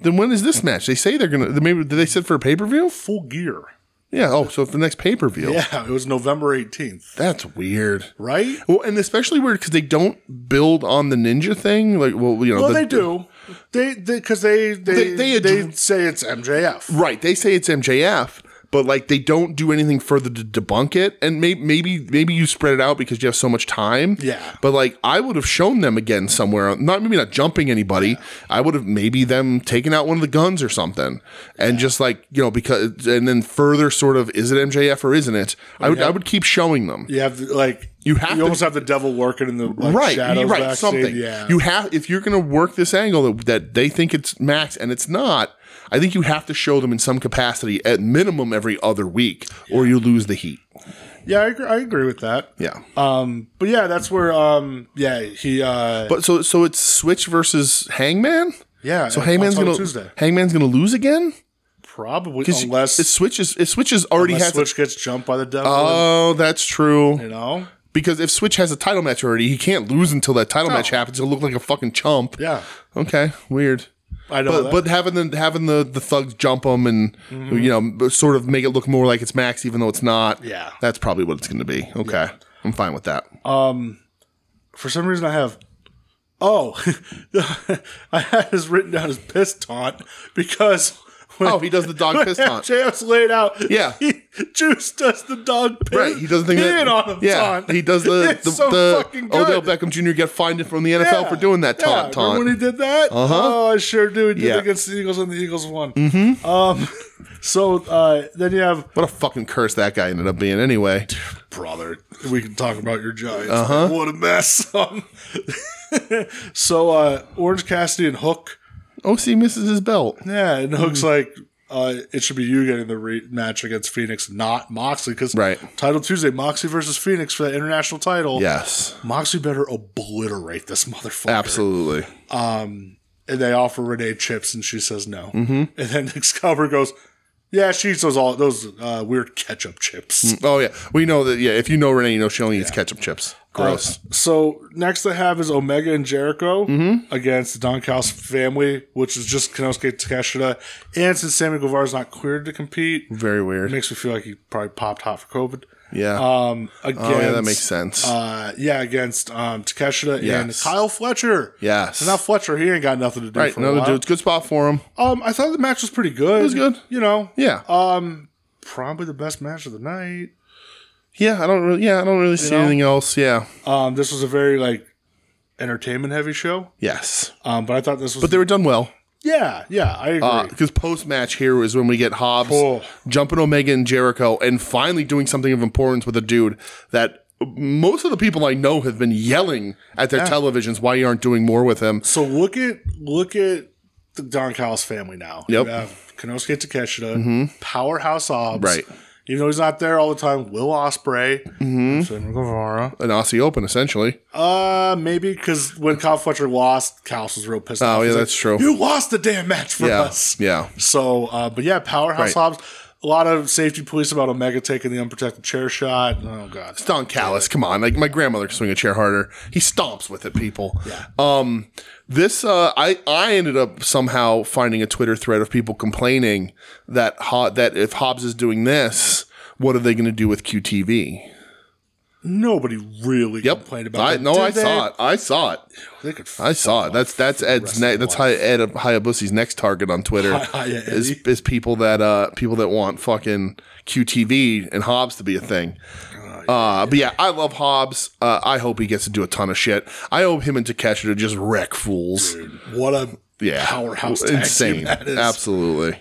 Speaker 1: Then when is this match? They say they're going to. Maybe Did they set for a pay per view?
Speaker 2: Full gear. <laughs>
Speaker 1: Yeah. Oh, so for the next pay per view.
Speaker 2: Yeah, it was November 18th,
Speaker 1: That's weird.
Speaker 2: right?
Speaker 1: Well, and especially weird because they don't build on the ninja thing. Like, well, you know,
Speaker 2: Well,
Speaker 1: the-
Speaker 2: they do. They because they
Speaker 1: They-
Speaker 2: they they,
Speaker 1: they
Speaker 2: they,
Speaker 1: ad-
Speaker 2: say it's MJF.
Speaker 1: Right. They say it's MJF, but like they don't do anything further to debunk it. And may- maybe maybe you spread it out because you have so much time.
Speaker 2: Yeah.
Speaker 1: But like I would have shown them again somewhere. Not maybe not jumping anybody. I would have maybe them taking out one of the guns or something, and just like you know because and then further sort of is it MJF or isn't it? I would I would keep showing them.
Speaker 2: You have the, like
Speaker 1: You have to-
Speaker 2: almost have the devil working in the like,
Speaker 1: Right,
Speaker 2: shadows
Speaker 1: right,
Speaker 2: backstage.
Speaker 1: something.
Speaker 2: Yeah,
Speaker 1: You have if you're going to work this angle that, that they think it's Max and it's not. I think you have to show them in some capacity at minimum every other week, or you lose the heat. Uh,
Speaker 2: Yeah, I agree, I agree with that.
Speaker 1: Yeah.
Speaker 2: Um, but yeah, that's where um, yeah, he uh,
Speaker 1: But so so it's Switch versus Hangman.
Speaker 2: yeah.
Speaker 1: So Hangman's gonna
Speaker 2: Tuesday
Speaker 1: Hangman's gonna lose again
Speaker 2: probably
Speaker 1: 'Cause
Speaker 2: unless
Speaker 1: it switches. It switches already
Speaker 2: unless
Speaker 1: has.
Speaker 2: Switch gets jumped by the devil.
Speaker 1: a, oh, that's true.
Speaker 2: you know,
Speaker 1: Because if Switch has a title match already, he can't lose until that title match happens. He'll look like a fucking chump.
Speaker 2: yeah,
Speaker 1: Okay. Weird.
Speaker 2: I know.
Speaker 1: But,
Speaker 2: that. Mm-hmm.
Speaker 1: but having the having the, the thugs jump him and you know sort of make it look more like it's Max even though it's not.
Speaker 2: Yeah.
Speaker 1: That's probably what it's going to be. Okay. I'm fine with that.
Speaker 2: for some reason, I have. Oh, <laughs> I had this written down as piss taunt because when
Speaker 1: oh, he does the dog piss taunt.
Speaker 2: JF's laid out.
Speaker 1: Yeah.
Speaker 2: he, Juice does the dog piss.
Speaker 1: Right, he does the thing
Speaker 2: peeing
Speaker 1: that
Speaker 2: on him
Speaker 1: yeah,
Speaker 2: taunt.
Speaker 1: he does the
Speaker 2: <laughs> It's
Speaker 1: the,
Speaker 2: so
Speaker 1: the
Speaker 2: fucking good.
Speaker 1: Odell Beckham Jr. got fined from the NFL
Speaker 2: Yeah,
Speaker 1: for doing that taunt
Speaker 2: yeah.
Speaker 1: taunt. Uh-huh.
Speaker 2: Remember when he did that? Oh, I sure do. He did
Speaker 1: Yeah.
Speaker 2: it against the Eagles, and the Eagles won. Mm-hmm. Um, <laughs> so uh, then you have
Speaker 1: what a fucking curse that guy ended up being anyway.
Speaker 2: brother. We can talk about your Giants. What a mess. <laughs> Um, so uh, Orange Cassidy and Hook.
Speaker 1: OC misses his
Speaker 2: <laughs>
Speaker 1: belt.
Speaker 2: Yeah, and Hook's like, uh, it should be you getting the re- match against Phoenix, not Moxley, because
Speaker 1: Right.
Speaker 2: Title Tuesday, Moxley versus Phoenix for that international title.
Speaker 1: Yes.
Speaker 2: Moxley better obliterate this <laughs> motherfucker.
Speaker 1: Absolutely.
Speaker 2: and they offer Renee chips, and she says no. Mm-hmm. And then <laughs> Excalibur goes, "Yeah, she eats those all those uh, weird ketchup chips."
Speaker 1: Oh yeah. We know that yeah, if you know Renee, you know she only eats ketchup chips.
Speaker 2: Uh,
Speaker 1: Gross.
Speaker 2: So next they have is Omega and Jericho
Speaker 1: Mm-hmm.
Speaker 2: against the Don Callis family, which is just Kenosuke Takeshita. And since Sammy Guevara's not cleared to compete,
Speaker 1: Very weird.
Speaker 2: makes me feel like he probably popped hot for COVID.
Speaker 1: Yeah.
Speaker 2: Um, against,
Speaker 1: oh yeah, that makes sense.
Speaker 2: Uh, yeah, against um, Takeshita and
Speaker 1: Yes.
Speaker 2: Kyle Fletcher.
Speaker 1: yes.
Speaker 2: So now Fletcher, he ain't got nothing to do
Speaker 1: right,
Speaker 2: for a
Speaker 1: another
Speaker 2: while.
Speaker 1: dude. It's a good spot for him.
Speaker 2: Um, I thought the match was pretty good. It
Speaker 1: was good.
Speaker 2: You know, um,
Speaker 1: Yeah.
Speaker 2: probably the best match of the night.
Speaker 1: yeah, I don't really yeah, I don't really see
Speaker 2: know?
Speaker 1: anything else. Yeah.
Speaker 2: Um, this was a very like entertainment heavy show.
Speaker 1: Yes.
Speaker 2: Um, but I thought this was
Speaker 1: But they were done well.
Speaker 2: yeah, yeah, I agree.
Speaker 1: Because post match here is when we get Hobbs
Speaker 2: Cool.
Speaker 1: jumping Omega and Jericho and finally doing something of importance with a dude that most of the people I know have been yelling at their televisions why you aren't doing more with him.
Speaker 2: so look at look at the Don Callis family now.
Speaker 1: Yep. Mm-hmm.
Speaker 2: You have Kenosuke Takeshita, powerhouse Hobbs.
Speaker 1: Right.
Speaker 2: Even though he's not there all the time, Will Osprey,
Speaker 1: Mm-hmm.
Speaker 2: Sammy Guevara.
Speaker 1: An Aussie Open, essentially.
Speaker 2: Uh, maybe because when Kyle Fletcher lost, Callis was real pissed off.
Speaker 1: Oh, yeah,
Speaker 2: He's like,
Speaker 1: that's true.
Speaker 2: You lost the damn match for
Speaker 1: Yeah.
Speaker 2: us.
Speaker 1: Yeah.
Speaker 2: So, uh, but yeah, powerhouse
Speaker 1: Right.
Speaker 2: Hobbs. A lot of safety police about Omega taking the unprotected chair shot. Oh God.
Speaker 1: It's Don Callis. Come on, like my grandmother can swing a chair harder. He stomps with it, people. Yeah. Um, this uh, I I ended up somehow finding a Twitter thread of people complaining that Ho- that if Hobbs is doing this, what are they going to do with QTV?
Speaker 2: Nobody really complained about
Speaker 1: I,
Speaker 2: that.
Speaker 1: No,
Speaker 2: did
Speaker 1: I
Speaker 2: they?
Speaker 1: saw it. I saw it.
Speaker 2: They could f-
Speaker 1: I saw it. That's that's Ed's. Ne- that's Hi- Ed Hayabusa's next target on
Speaker 2: <laughs>
Speaker 1: Twitter
Speaker 2: Hi- Hiya,
Speaker 1: is is people that uh people that want fucking QTV and Hobbs to be a thing. Uh, but yeah, I love Hobbs. Uh, I hope he gets to do a ton of shit. I hope him and Takeshita to just wreck fools.
Speaker 2: what a
Speaker 1: yeah,
Speaker 2: powerhouse tag team
Speaker 1: insane,
Speaker 2: that is. Uh,
Speaker 1: absolutely.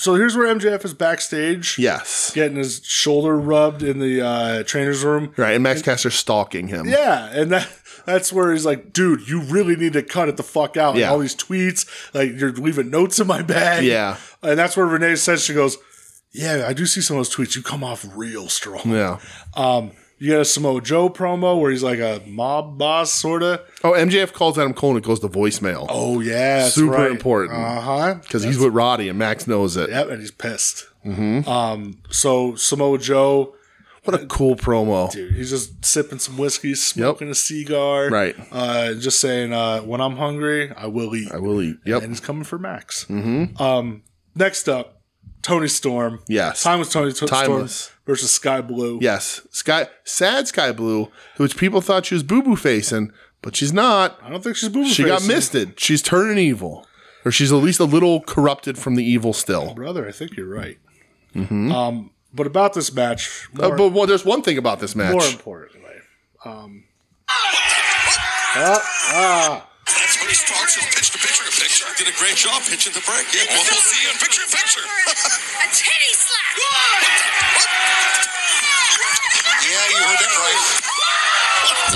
Speaker 2: So here's where MJF is backstage,
Speaker 1: yes,
Speaker 2: getting his shoulder rubbed in the uh, trainer's room.
Speaker 1: right. And Max Caster stalking him.
Speaker 2: Yeah, and that that's where he's like, dude, you really need to cut it the fuck out. And
Speaker 1: Yeah.
Speaker 2: all these tweets, like you're leaving notes in my bag.
Speaker 1: Yeah.
Speaker 2: and that's where Renee says she goes, yeah, I do see some of those tweets. You come off real strong.
Speaker 1: yeah.
Speaker 2: Um, you got a Samoa Joe promo where he's like a mob boss, sorta.
Speaker 1: Oh, MJF calls Adam Cole and it goes to voicemail.
Speaker 2: Oh yeah, that's
Speaker 1: Super
Speaker 2: right.
Speaker 1: important.
Speaker 2: Uh huh.
Speaker 1: Because he's with Roddy and Max knows it.
Speaker 2: Yep, and he's pissed.
Speaker 1: Mm-hmm.
Speaker 2: Um, so Samoa Joe,
Speaker 1: What a cool promo.
Speaker 2: dude, he's just sipping some whiskey, smoking a cigar,
Speaker 1: Right.
Speaker 2: Uh, just saying, uh, when I'm hungry, I will eat.
Speaker 1: I will eat. Yep.
Speaker 2: and he's coming for Max. Mm-hmm. Um, next up, Tony Storm.
Speaker 1: Yes.
Speaker 2: timeless Tony T-
Speaker 1: Timeless.
Speaker 2: Storm versus Sky Blue.
Speaker 1: Yes, Sky, sad Sky Blue, which people thought she was boo boo facing, but she's not.
Speaker 2: I don't think she's boob.
Speaker 1: She got misted. She's turning evil, or she's at least a little corrupted from the evil still.
Speaker 2: brother. I think you're right.
Speaker 1: Mm-hmm.
Speaker 2: Um, but about this match,
Speaker 1: Uh,
Speaker 2: more,
Speaker 1: but well, there's one thing about this
Speaker 2: more
Speaker 1: match.
Speaker 2: importantly,
Speaker 3: That's when he starts. He'll pitch to picture in picture. Did a great job pitching the break. Yeah, well, we'll see you in picture in picture.
Speaker 4: A titty slap. <laughs>
Speaker 3: Yeah, you heard that right.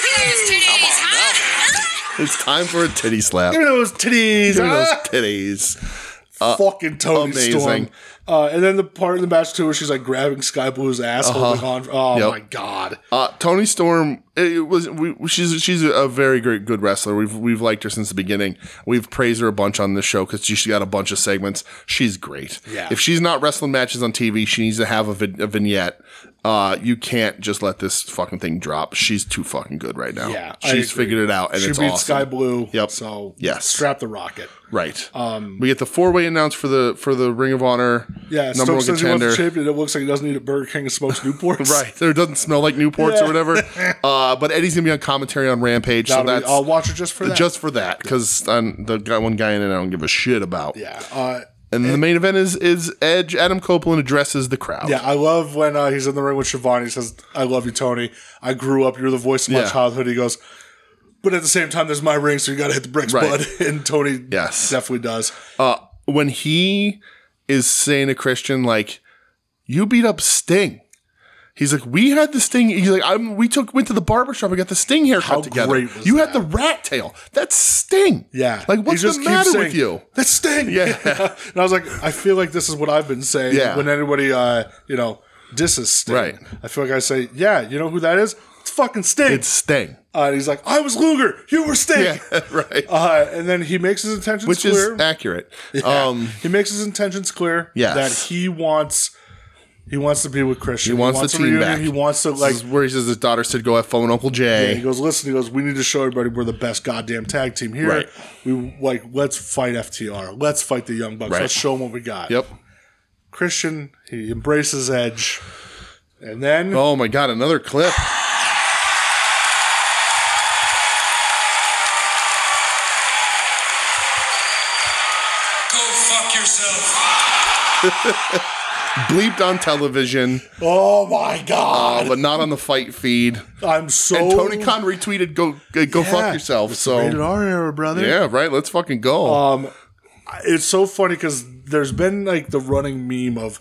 Speaker 4: Look at those titties,
Speaker 3: Come on,
Speaker 4: huh?
Speaker 1: It's time for a titty slap.
Speaker 2: Give me those titties. <laughs>
Speaker 1: Give me those
Speaker 2: ah!
Speaker 1: titties.
Speaker 2: fucking Tony
Speaker 1: Uh, amazing.
Speaker 2: Storm. Uh, and then the part in the match too where she's like grabbing Sky Blue's ass, holding on. Oh
Speaker 1: Uh-huh. Yep.
Speaker 2: my god!
Speaker 1: Uh, Tony Storm, it was we, she's she's a very great good wrestler. We've we've liked her since the beginning. We've praised her a bunch on this show because she's got a bunch of segments. She's great.
Speaker 2: Yeah.
Speaker 1: If she's not wrestling matches on TV, she needs to have a, vi- a vignette. Uh, you can't just let this fucking thing drop. She's too fucking good right now.
Speaker 2: Yeah, I
Speaker 1: she's
Speaker 2: agree.
Speaker 1: figured it out, and
Speaker 2: she
Speaker 1: it's
Speaker 2: beat
Speaker 1: awesome.
Speaker 2: Sky Blue.
Speaker 1: Yep.
Speaker 2: So
Speaker 1: Yes.
Speaker 2: strap the rocket.
Speaker 1: Right. Um, we get the four way announced for the for the Ring of Honor
Speaker 2: Yeah,
Speaker 1: number
Speaker 2: Stokes
Speaker 1: one
Speaker 2: says he wants
Speaker 1: contender.
Speaker 2: a champion. It looks like he doesn't need a Burger King
Speaker 1: <laughs>
Speaker 2: and smokes Newports. <laughs>
Speaker 1: Right. Or it doesn't smell like Newports
Speaker 2: Yeah.
Speaker 1: or
Speaker 2: <laughs>
Speaker 1: whatever. Uh, but Eddie's gonna be on commentary on Rampage,
Speaker 2: That'll
Speaker 1: so
Speaker 2: be-
Speaker 1: that's
Speaker 2: I'll watch it just for that.
Speaker 1: just for that because the guy, one guy in it I don't give a shit about.
Speaker 2: yeah. Uh,
Speaker 1: And the main event is is Edge. Adam Copeland addresses the crowd.
Speaker 2: yeah, I love when uh, he's in the ring with Siobhan. He says, "I love you, Tony. I grew up. You're the voice of my
Speaker 1: Yeah.
Speaker 2: childhood." He goes, "But at the same time, there's my ring, so you got to hit the bricks,
Speaker 1: Right.
Speaker 2: bud." <laughs> And Tony,
Speaker 1: Yes.
Speaker 2: definitely does.
Speaker 1: Uh, when he is saying to Christian like, "You beat up Sting." He's like, we had the sting. He's like, I'm, we took went to the barber shop. We got the sting haircut
Speaker 2: How
Speaker 1: together.
Speaker 2: great was
Speaker 1: you
Speaker 2: that?
Speaker 1: had the rat tail. That's sting.
Speaker 2: Yeah.
Speaker 1: Like,
Speaker 2: He
Speaker 1: what's
Speaker 2: just
Speaker 1: the
Speaker 2: keeps
Speaker 1: matter with
Speaker 2: saying,
Speaker 1: you?
Speaker 2: That's Sting.
Speaker 1: Yeah.
Speaker 2: <laughs> and I was like, I feel like this is what I've been saying
Speaker 1: Yeah.
Speaker 2: when anybody, uh, you know, disses Sting.
Speaker 1: Right.
Speaker 2: I feel like I say, yeah, you know who that is? It's fucking Sting.
Speaker 1: It's
Speaker 2: <laughs>
Speaker 1: sting.
Speaker 2: uh, and he's like, I was Luger. You were Sting.
Speaker 1: Yeah. <laughs> Right.
Speaker 2: <laughs> Uh, and then he makes his intentions
Speaker 1: Which
Speaker 2: clear.
Speaker 1: is accurate. Um,
Speaker 2: he makes his intentions clear
Speaker 1: Yes.
Speaker 2: that he wants he wants to be with Christian.
Speaker 1: He wants the
Speaker 2: a
Speaker 1: team
Speaker 2: reunion.
Speaker 1: back.
Speaker 2: He wants to
Speaker 1: like
Speaker 2: like.
Speaker 1: where he says his daughter said, "Go have fun with Uncle Jay."
Speaker 2: He goes, listen. He goes, we need to show everybody we're the best goddamn tag team here.
Speaker 1: Right.
Speaker 2: We like let's fight FTR. Let's fight the Young Bucks.
Speaker 1: Right.
Speaker 2: Let's show them what we got.
Speaker 1: Yep.
Speaker 2: Christian, he embraces Edge. And then
Speaker 1: Oh my God, another clip.
Speaker 3: Go fuck yourself.
Speaker 1: Bleeped on television,
Speaker 2: Oh my god.
Speaker 1: uh, but not on the fight feed.
Speaker 2: I'm so
Speaker 1: And Tony Khan retweeted, "Go, uh, go
Speaker 2: Oh. Yeah.
Speaker 1: fuck yourself."
Speaker 2: rated
Speaker 1: So
Speaker 2: R Uh, era, brother.
Speaker 1: yeah, right. Let's fucking go.
Speaker 2: It's so funny because there's been like the running meme of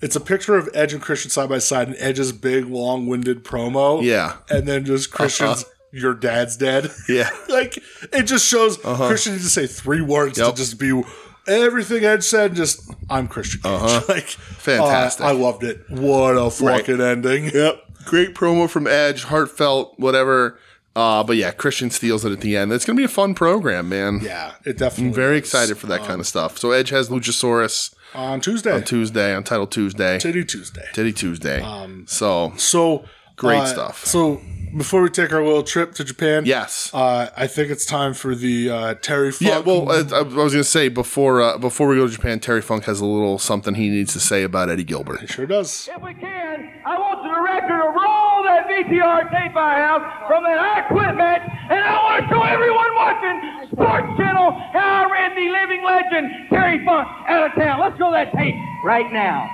Speaker 2: it's a picture of Edge and Christian side by side and Edge's big long winded promo.
Speaker 1: Yeah. Uh-huh.
Speaker 2: And then just Christian's your dad's dead.
Speaker 1: Yeah.
Speaker 2: <laughs>
Speaker 1: Uh-huh.
Speaker 2: like it just shows Christian needs to say three words
Speaker 1: Yep.
Speaker 2: to just be everything Edge said, just I'm Christian. Cage." <laughs> like
Speaker 1: Uh-huh. Fantastic.
Speaker 2: uh, I loved it. What a fucking ending. <laughs> Yep.
Speaker 1: Great promo from Edge, heartfelt, whatever. Uh, but yeah, Christian steals it at the end. It's gonna be a fun program, man.
Speaker 2: Yeah, Um, it definitely.
Speaker 1: I'm very
Speaker 2: is.
Speaker 1: excited for that kind of stuff. So Edge has Luchasaurus
Speaker 2: on Tuesday, on
Speaker 1: Tuesday on Title Tuesday,
Speaker 2: Titty Tuesday.
Speaker 1: Titty Tuesday. so
Speaker 2: Um, So
Speaker 1: Great
Speaker 2: uh,
Speaker 1: stuff.
Speaker 2: So before we take our little trip to Japan,
Speaker 1: yes,
Speaker 2: uh, I think it's time for the uh, Terry Funk.
Speaker 1: Yeah, well, I, I was going to say before uh, before we go to Japan, Terry Funk has a little something he needs to say about Eddie Gilbert.
Speaker 2: sure does.
Speaker 5: If we can, I want the director to roll that VTR tape I have from that I Quit match, and I want to show everyone watching Sports Channel how I ran the living legend Terry Funk out of town. Let's show that tape right now.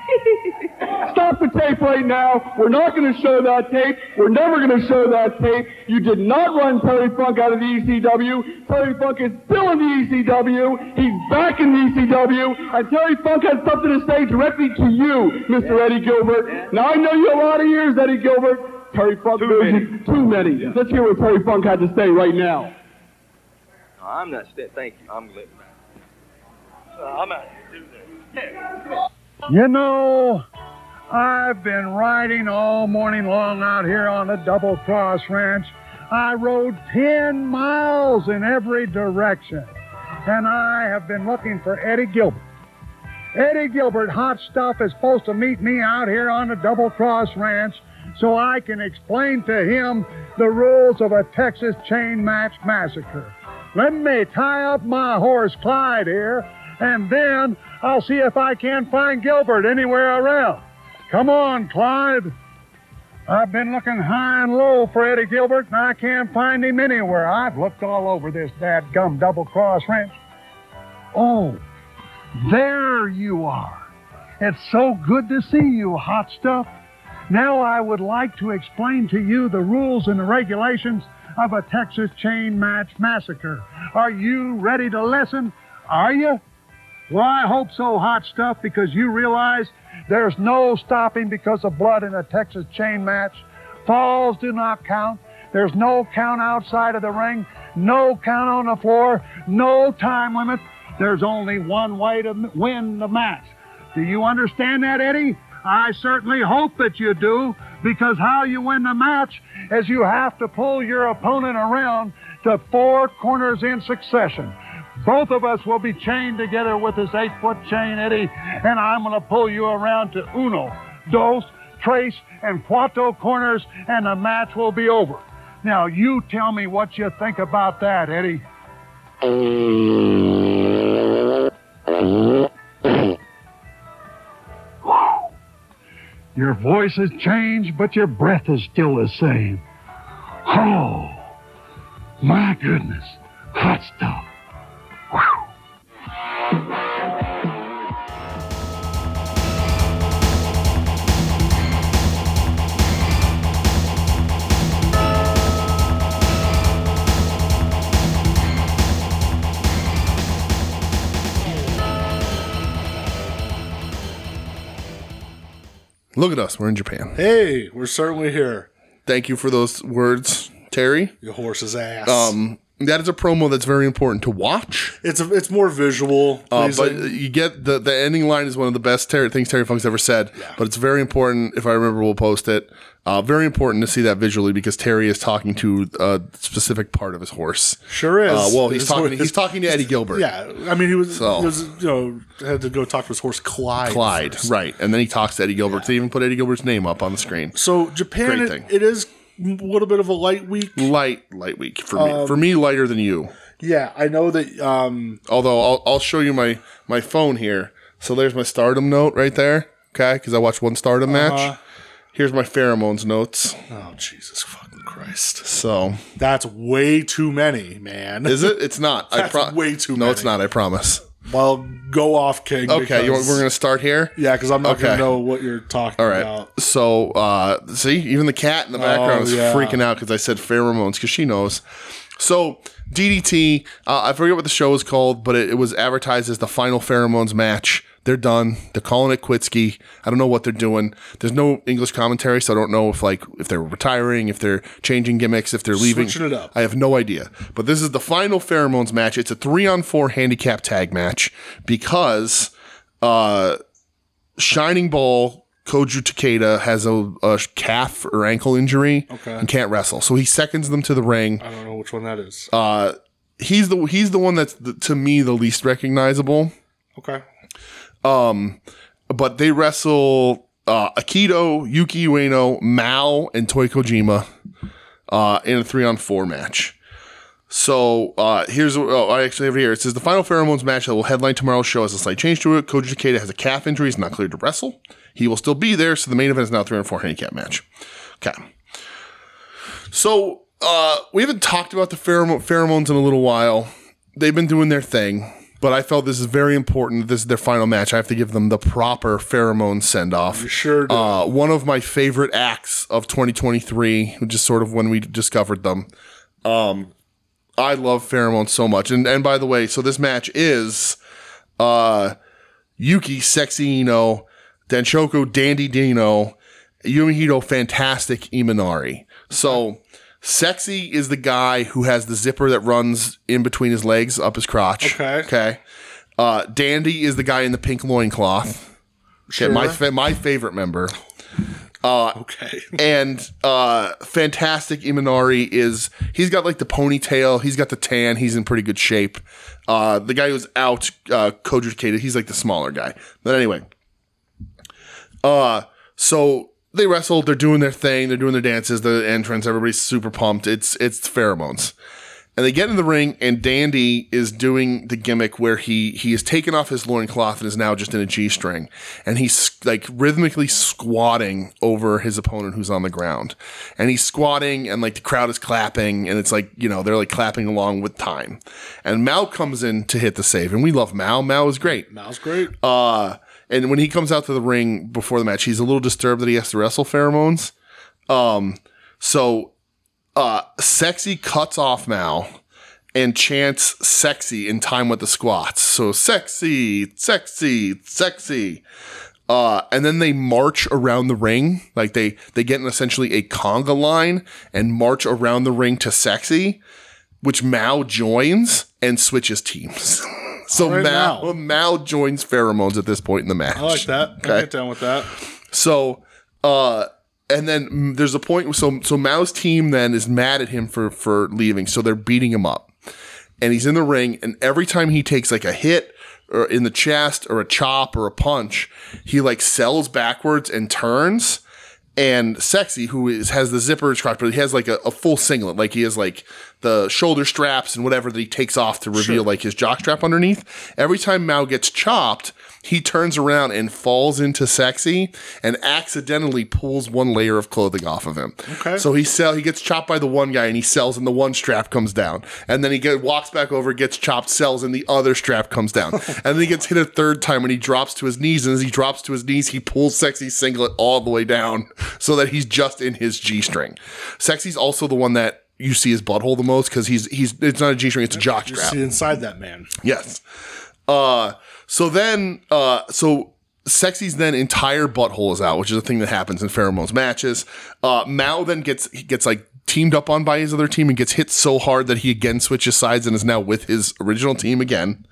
Speaker 5: Stop the tape right now. We're not going to show that tape. We're never going to show that tape. You did not run Terry Funk out of the E ECW. Terry Funk is still in the ECW. He's back in the ECW. And Terry Funk has something to say directly to you, Mr. Eddie Gilbert. Now, I know you a lot of years, Eddie Gilbert. Terry Funk too many. Too many. Let's hear what Terry Funk had to say right now.
Speaker 6: I'm not staying. Thank you. I'm glad. I'm out here. Do
Speaker 7: You know, I've been riding all morning long out here on the Double Cross Ranch. I rode 10 miles in every direction, and I have been looking for Eddie Gilbert. Eddie Gilbert, hot stuff, is supposed to meet me out here on the Double Cross Ranch so I can explain to him the rules of a Texas chain match massacre. Let me tie up my horse, Clyde, here, and then I'll see if I can find Gilbert anywhere around. Come on, Clyde. I've been looking high and low for Eddie Gilbert, and I can't find him anywhere. I've looked all over this dadgum double cross ranch. Oh, there you are. It's so good to see you, hot stuff. Now I would like to explain to you the rules and the regulations of a Texas chain match massacre. Are you ready to listen? Are you? Well, I hope so, hot stuff, because you realize there's no stopping because of blood in a Texas chain match. Falls do not count. There's no count outside of the ring. no count on the floor, no time limit. There's only one way to m- win the match. Do you understand that, Eddie? I certainly hope that you do, because how you win the match is you have to pull your opponent around to four corners in succession. Both of us will be chained together with this eight foot chain, Eddie, and I'm going to pull you around to uno, dos, tres, and cuatro corners, and the match will be over. Now, you tell me what you think about that, Eddie. Your voice has changed, but your breath is still the same. Oh, my goodness. Hot stuff. Whew.
Speaker 1: Look at us. We're in Japan.
Speaker 2: Hey, we're certainly here.
Speaker 1: Thank you for those words, Terry.
Speaker 2: Your horse's ass.
Speaker 1: Um, that is a promo that's very important to watch.
Speaker 2: it's a, it's more visual.
Speaker 1: Uh, but
Speaker 2: pleasing.
Speaker 1: you get the, the ending line is one of the best Terry, things Terry Funk's ever said. But it's very important. If I remember, we'll post it. Uh, very important to see that visually because Terry is talking to a specific part of his horse.
Speaker 2: Sure is.
Speaker 1: Uh, well, he's
Speaker 2: His
Speaker 1: talking.
Speaker 2: horse- <laughs>
Speaker 1: He's talking to Eddie Gilbert.
Speaker 2: yeah, I mean he was,
Speaker 1: So.
Speaker 2: he was you know had to go talk to his horse Clyde.
Speaker 1: Clyde.
Speaker 2: first.
Speaker 1: Right, and then he talks to Eddie Gilbert. They even put Eddie Gilbert's name up on the screen.
Speaker 2: So Japan,
Speaker 1: Great
Speaker 2: it-
Speaker 1: thing.
Speaker 2: it is a little bit of a light week.
Speaker 1: Light, light week for
Speaker 2: Um,
Speaker 1: me. For me, lighter than you.
Speaker 2: Yeah, I know that. Um,
Speaker 1: Although I'll, I'll show you my my phone here. So there's my Stardom note right there. Okay, because I watched one Stardom
Speaker 2: Uh-huh.
Speaker 1: match. Here's my pheromones notes.
Speaker 2: oh Jesus fucking Christ,
Speaker 1: So
Speaker 2: that's way too many, man.
Speaker 1: Is it? It's not. I
Speaker 2: That's way too
Speaker 1: No,
Speaker 2: many.
Speaker 1: it's not. I promise.
Speaker 2: well, go off, King.
Speaker 1: Okay, you,
Speaker 2: because-
Speaker 1: we're gonna start here.
Speaker 2: Yeah, because I'm not
Speaker 1: Okay.
Speaker 2: gonna know what you're talking
Speaker 1: All right.
Speaker 2: about. Oh,
Speaker 1: So, uh, see, even the cat in the background is
Speaker 2: yeah.
Speaker 1: freaking out because I said pheromones because she knows. So, DDT, uh, I forget what the show was called, but it, it was advertised as the final pheromones match. They're done. They're calling it Quitski. I don't know what they're doing. There's no English commentary, so I don't know if like if they're retiring, if they're changing gimmicks, if they're leaving.
Speaker 2: Switching it up.
Speaker 1: I have no idea. But this is the final pheromones match. It's a three on four handicap tag match because uh, Shining Ball Koju Takeda has a, a calf or ankle injury
Speaker 2: Okay.
Speaker 1: and can't wrestle, so he seconds them to the ring.
Speaker 2: I don't know which one that is.
Speaker 1: Uh, He's the he's the one that's the, to me the least recognizable.
Speaker 2: okay.
Speaker 1: But they wrestle uh, Akito, Yuki Ueno, Mao, and Toy Kojima uh, in a three on four match. So uh, here's oh, I actually have it here. It says the final pheromones match that will headline tomorrow's show has a slight change to it. Koji Takeda has a calf injury; he's not cleared to wrestle. He will still be there, so the main event is now a three on four handicap match. Okay. So uh, we haven't talked about the pheromone, pheromones in a little while. They've been doing their thing, but I felt this is very important. This is their final match. I have to give them the proper pheromone send off.
Speaker 2: sure do.
Speaker 1: Uh, one of my favorite acts of 2023, which is sort of when we discovered them. Um, I love pheromones so much. And and by the way, so this match is uh, Yuki Sexy Eno, Denshoku Dandy Dino, Yumihito Fantastic Imanari. So Sexy is the guy who has the zipper that runs in between his legs up his crotch.
Speaker 2: Okay.
Speaker 1: Okay. Uh, Dandy is the guy in the pink loincloth. Okay, my fa- my favorite member.
Speaker 2: <laughs> Okay.
Speaker 1: And uh fantastic Imanari is he's got like the ponytail, he's got the tan, he's in pretty good shape. Uh the guy who's out, uh Koji Takeda, he's like the smaller guy. But anyway. Uh so they wrestle, they're doing their thing, they're doing their dances, the entrance, everybody's super pumped. It's it's pheromones. And they get in the ring and Dandy is doing the gimmick where he he has taken off his loincloth and is now just in a G string and he's like rhythmically squatting over his opponent who's on the ground. And he's squatting and like the crowd is clapping and it's like, you know, they're like clapping along with time. And Mao comes in to hit the save and we love Mao. Mao is great.
Speaker 2: That was great.
Speaker 1: Uh, and when he comes out to the ring before the match, he's a little disturbed that he has to wrestle pheromones. Um, so uh, Sexy cuts off Mal and chants sexy in time with the squats. So sexy, sexy, sexy. Uh, and then they march around the ring. Like they, they get in essentially a conga line and march around the ring to sexy. which Mao joins and switches teams. <laughs> so
Speaker 2: All right,
Speaker 1: Mao,
Speaker 2: Mao.
Speaker 1: Mao joins pheromones at this point in the match.
Speaker 2: I like that. I
Speaker 1: Okay.
Speaker 2: get down with that.
Speaker 1: So, uh, and then mm, there's a point. So, so Mao's team then is mad at him for for leaving. So they're beating him up, and he's in the ring. And every time he takes like a hit or in the chest or a chop or a punch, he like sells backwards and turns. And Sexy, who is has the zipper in his crotch, but he has like a, a full singlet, like he has like the shoulder straps and whatever that he takes off to reveal like his jock strap underneath. Every time Mao gets chopped, he turns around and falls into sexy and accidentally pulls one layer of clothing off of him.
Speaker 2: Okay.
Speaker 1: So he sell he gets chopped by the one guy and he sells and the one strap comes down. And then he get, walks back over, gets chopped, sells and the other strap comes
Speaker 2: <laughs>
Speaker 1: down. and then he gets hit a third time and he drops to his knees and as he drops to his knees he pulls sexy singlet all the way down <laughs> so that he's just in his G-string. Sexy's also the one that you see his butthole the most because he's he's it's not a G string, it's a jock
Speaker 2: You
Speaker 1: strap.
Speaker 2: see inside that man.
Speaker 1: Yes. Uh, so then, uh, so Sexy's then entire butthole is out, which is a thing that happens in pheromones matches. Uh, Mao then gets he gets like teamed up on by his other team and gets hit so hard that he again switches sides and is now with his original team again.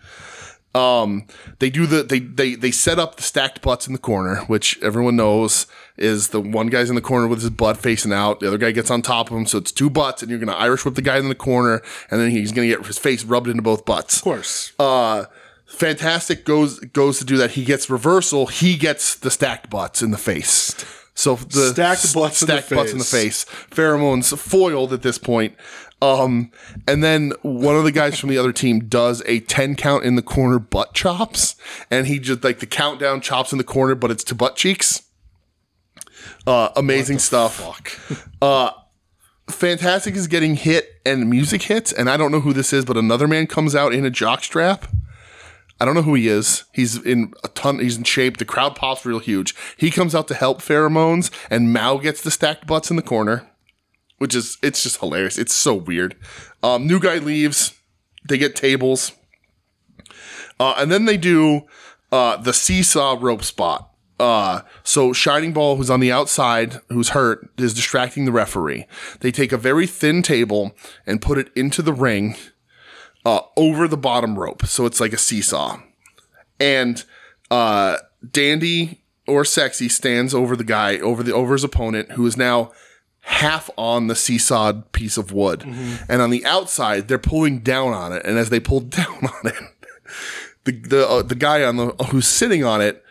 Speaker 1: Um, they do the they they they set up the stacked butts in the corner, which everyone knows is the one guy's in the corner with his butt facing out, the other guy gets on top of him, so it's two butts, and you're gonna Irish whip the guy in the corner, and then he's gonna get his face rubbed into both butts
Speaker 2: Of course.
Speaker 1: uh fantastic goes goes to do that he gets reversal he gets the stacked butts in the face so the
Speaker 2: Stacked butts in the
Speaker 1: stacked butts in the
Speaker 2: face.
Speaker 1: face pheromones foiled at this point um and then one of the guys from the other team does a 10 count in the corner butt chops and he just like the countdown chops in the corner but it's to butt cheeks uh amazing stuff <laughs> Uh, Fantastic is getting hit and music hits, and I don't know who this is, but another man comes out in a jockstrap. I don't know who he is. He's in a ton. He's in shape. The crowd pops real huge. He comes out to help pheromones, and Mao gets the stacked butts in the corner, which is it's just hilarious. It's so weird. Um, new guy leaves. They get tables, uh, and then they do uh, the seesaw rope spot. Uh, so Shining Ball, who's on the outside, who's hurt, is distracting the referee. They take a very thin table and put it into the ring uh, over the bottom rope. So it's like a seesaw. And uh, Dandy or Sexy stands over the guy, over the over his opponent, who is now half on the seesawed piece of wood. And on the outside, they're pulling down on it. And as they pull <laughs> down on it, the the uh, the guy on the who's sitting on it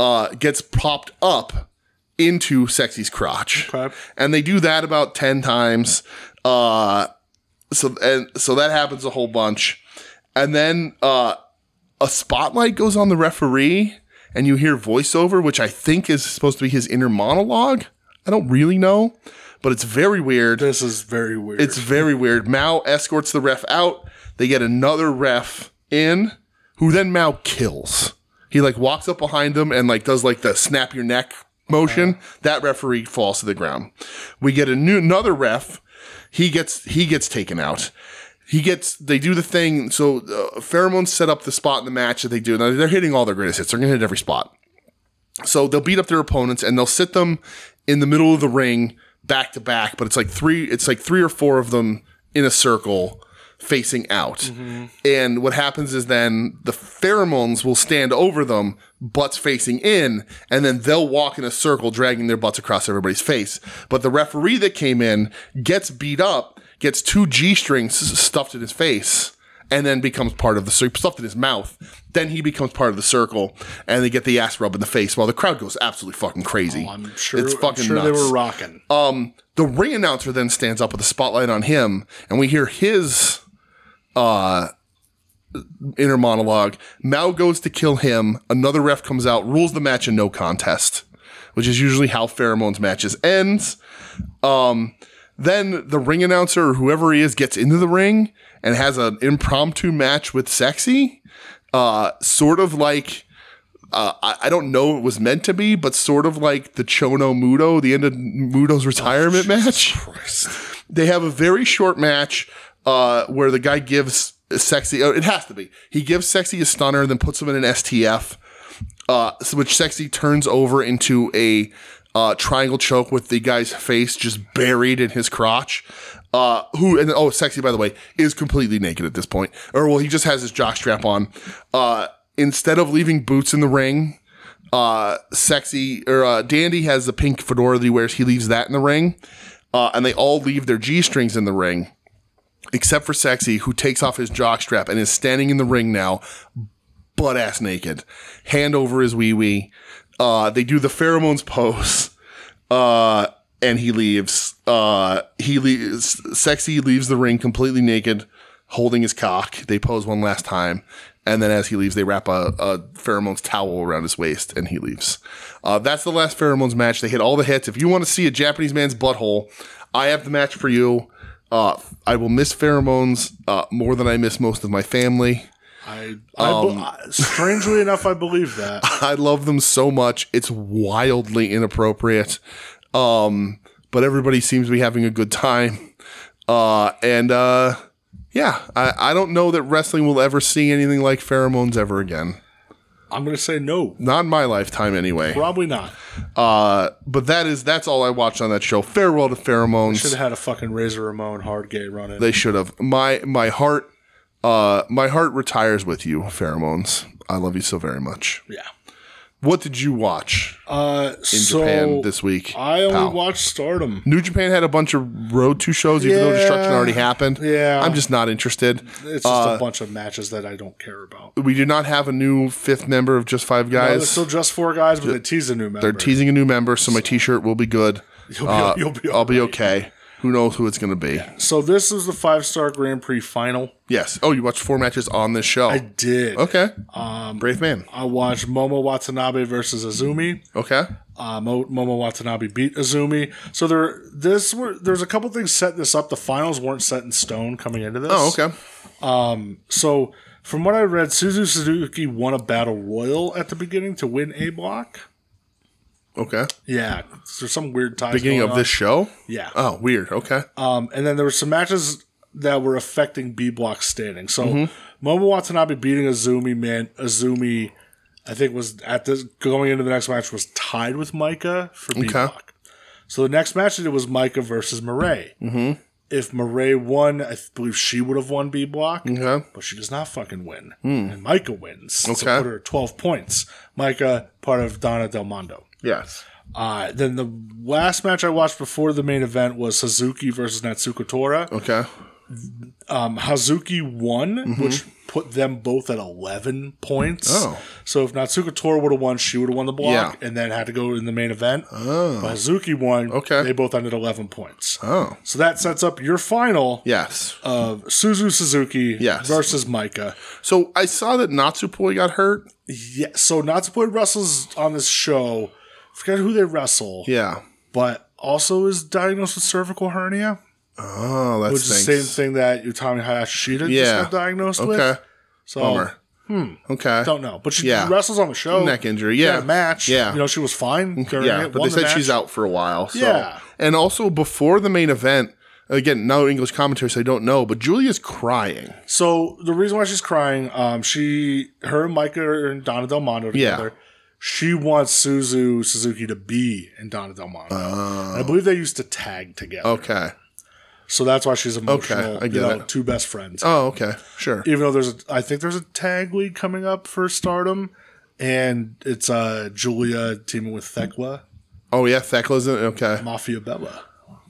Speaker 1: uh, gets propped up into Sexy's crotch,
Speaker 2: Okay.
Speaker 1: and they do that about ten times. Uh, so and so that happens a whole bunch, and then uh, a spotlight goes on the referee, and you hear voiceover, which I think is supposed to be his inner monologue. I don't really know, but it's very weird.
Speaker 2: This is very weird.
Speaker 1: It's very weird. Mao escorts the ref out. They get another ref in, who then Mao kills. He like walks up behind them and like does like the snap your neck motion. that referee falls to the ground. We get a new another ref. He gets he gets taken out. He gets they do the thing. So uh, pheromones set up the spot in the match that they do. Now they're hitting all their greatest hits. They're gonna hit every spot. So they'll beat up their opponents and they'll sit them in the middle of the ring back to back, but it's like three it's like three or four of them in a circle facing out. And what happens is then the pheromones will stand over them, butts facing in, and then they'll walk in a circle dragging their butts across everybody's face. But the referee that came in gets beat up, gets two G strings stuffed in his face and then becomes part of the circle, stuffed in his mouth. Then he becomes part of the circle, and they get the ass rub in the face while the crowd goes absolutely fucking crazy.
Speaker 2: Oh, I'm sure.
Speaker 1: it's fucking
Speaker 2: I'm sure
Speaker 1: nuts. Uh,
Speaker 2: they were rocking.
Speaker 1: the ring announcer then stands up with a spotlight on him, and we hear his uh, inner monologue. Mao goes to kill him. Another ref comes out, rules the match in no contest, which is usually how pheromones matches ends. Um, then the ring announcer or whoever he is gets into the ring and has an impromptu match with Sexy, uh, sort of like. Uh, I, I don't know it was meant to be, but sort of like the Chono Muto, the end of Muto's retirement match <laughs> they have a very short match uh, where the guy gives sexy oh, it has to be he gives sexy a stunner then puts him in an stf uh, so which sexy turns over into a uh, triangle choke with the guy's face just buried in his crotch uh, who and oh, sexy by the way is completely naked at this point, or well, he just has his jock strap on. Uh, instead of leaving boots in the ring, uh, sexy or uh, Dandy has the pink fedora that he wears. He leaves that in the ring, uh, and they all leave their g strings in the ring, except for sexy, who takes off his jock strap and is standing in the ring now, butt ass naked, hand over his wee wee. Uh, they do the pheromones pose, uh, and he leaves. Uh, he leaves. Sexy leaves the ring completely naked, holding his cock. They pose one last time, and then as he leaves, they wrap a, a pheromones towel around his waist, and he leaves. Uh, that's the last pheromones match. They hit all the hits. If you want to see a Japanese man's butthole, I have the match for you. Uh, I will miss pheromones uh, more than I miss most of my family.
Speaker 2: I, I be-
Speaker 1: um,
Speaker 2: I- strangely enough, I
Speaker 1: <laughs>
Speaker 2: believe that.
Speaker 1: I love them so much. It's wildly inappropriate. Um, but everybody seems to be having a good time. Uh, and uh, yeah, I, I don't know that wrestling will ever see anything like pheromones ever again.
Speaker 2: I'm gonna say no.
Speaker 1: Not in my lifetime, anyway.
Speaker 2: Probably not.
Speaker 1: Uh, but that is that's all I watched on that show. Farewell to pheromones.
Speaker 2: Should have had a fucking Razor Ramon hard gay run in.
Speaker 1: They should have. My my heart, uh, my heart retires with you, pheromones. I love you so very much.
Speaker 2: yeah.
Speaker 1: What did you watch
Speaker 2: Uh,
Speaker 1: in
Speaker 2: so
Speaker 1: Japan this week?
Speaker 2: I only
Speaker 1: pal?
Speaker 2: watched Stardom.
Speaker 1: New Japan had a bunch of road to shows, even though
Speaker 2: Yeah.
Speaker 1: destruction already happened.
Speaker 2: Yeah.
Speaker 1: I'm just not interested.
Speaker 2: It's just
Speaker 1: Uh,
Speaker 2: a bunch of matches that I don't care about.
Speaker 1: We do not have a new fifth member of Just Five
Speaker 2: No,
Speaker 1: Guys.
Speaker 2: There's still just four guys, but they tease a new member.
Speaker 1: They're teasing a new member, so my T-shirt will be good. Uh,
Speaker 2: You'll be- you'll be
Speaker 1: I'll be
Speaker 2: alright.
Speaker 1: okay. Who knows who it's going to be?
Speaker 2: so this is the five star Grand Prix final.
Speaker 1: Yes. Oh, you watched four matches on this show.
Speaker 2: I did.
Speaker 1: okay. Um, Brave man.
Speaker 2: I watched Momo Watanabe versus Azumi.
Speaker 1: Okay.
Speaker 2: Uh, Mo- Momo Watanabe beat Azumi. So there, this were there's a couple things setting this up. The finals weren't set in stone coming into this.
Speaker 1: Oh, okay.
Speaker 2: So from what I read, Suzu Suzuki won a battle royal at the beginning to win a block.
Speaker 1: Okay.
Speaker 2: Yeah, there's some weird ties.
Speaker 1: Beginning
Speaker 2: going
Speaker 1: of this
Speaker 2: on.
Speaker 1: show.
Speaker 2: yeah.
Speaker 1: Oh, weird. Okay.
Speaker 2: Um, and then there were some matches that were affecting B block standing. So Momo Watanabe beating Azumi meant Azumi, I think was at this going into the next match was tied with Micah for B block. So the next match it was Micah versus Murray. Mm-hmm. If Murray won, I th- believe she would have won B block,
Speaker 1: okay.
Speaker 2: but she does not fucking win, and Micah wins.
Speaker 1: Okay.
Speaker 2: so put her at twelve points. Micah part of Donna Del Mondo.
Speaker 1: Yes.
Speaker 2: Uh, then the last match I watched before the main event was Hazuki versus Natsuko Tora.
Speaker 1: Okay.
Speaker 2: Um, Hazuki won, which put them both at 11 points.
Speaker 1: Mm-hmm. Oh.
Speaker 2: So if Natsuko Tora would have won, she would have won the block
Speaker 1: Yeah.
Speaker 2: and then had to go in the main event. Oh. But Hazuki won.
Speaker 1: Okay.
Speaker 2: They both ended 11 points.
Speaker 1: Oh.
Speaker 2: So that sets up your final
Speaker 1: Yes.
Speaker 2: of Suzu Suzuki
Speaker 1: Yes.
Speaker 2: versus Micah.
Speaker 1: So I saw that Natsupoi got hurt.
Speaker 2: Yeah, so Natsupoi wrestles on this show. Forget who they wrestle,
Speaker 1: Yeah.
Speaker 2: but also is diagnosed with cervical hernia.
Speaker 1: Oh, that's
Speaker 2: which is the same thing that Utami Hayashishita
Speaker 1: Yeah.
Speaker 2: just got diagnosed with.
Speaker 1: Okay.
Speaker 2: So,
Speaker 1: Bummer.
Speaker 2: Oh,
Speaker 1: Hmm. Okay.
Speaker 2: Don't know, but she
Speaker 1: Yeah.
Speaker 2: wrestles on the show.
Speaker 1: Neck injury.
Speaker 2: She
Speaker 1: Yeah.
Speaker 2: had a match.
Speaker 1: Yeah.
Speaker 2: you know she was
Speaker 1: <laughs>
Speaker 2: fine during
Speaker 1: Yeah,
Speaker 2: it.
Speaker 1: but
Speaker 2: won
Speaker 1: they
Speaker 2: the
Speaker 1: said
Speaker 2: match.
Speaker 1: she's out for a while. So.
Speaker 2: Yeah.
Speaker 1: And also before the main event, again, no English commentary, so I don't know, but Julia's crying.
Speaker 2: So the reason why she's crying, um, she, her, and Micah, are in Donna Del Mondo
Speaker 1: Yeah.
Speaker 2: together. She wants Suzu Suzuki to be in Donna Del Mondo. And I believe they used to tag together,
Speaker 1: Okay.
Speaker 2: so that's why she's emotional.
Speaker 1: Oh. I get
Speaker 2: you know,
Speaker 1: it.
Speaker 2: Two best friends.
Speaker 1: Oh, okay. Sure.
Speaker 2: even though there's a I think there's a tag league coming up for Stardom, and it's uh Julia teaming with Thekla
Speaker 1: Oh yeah, Thekla's in okay.
Speaker 2: Mafia Bella.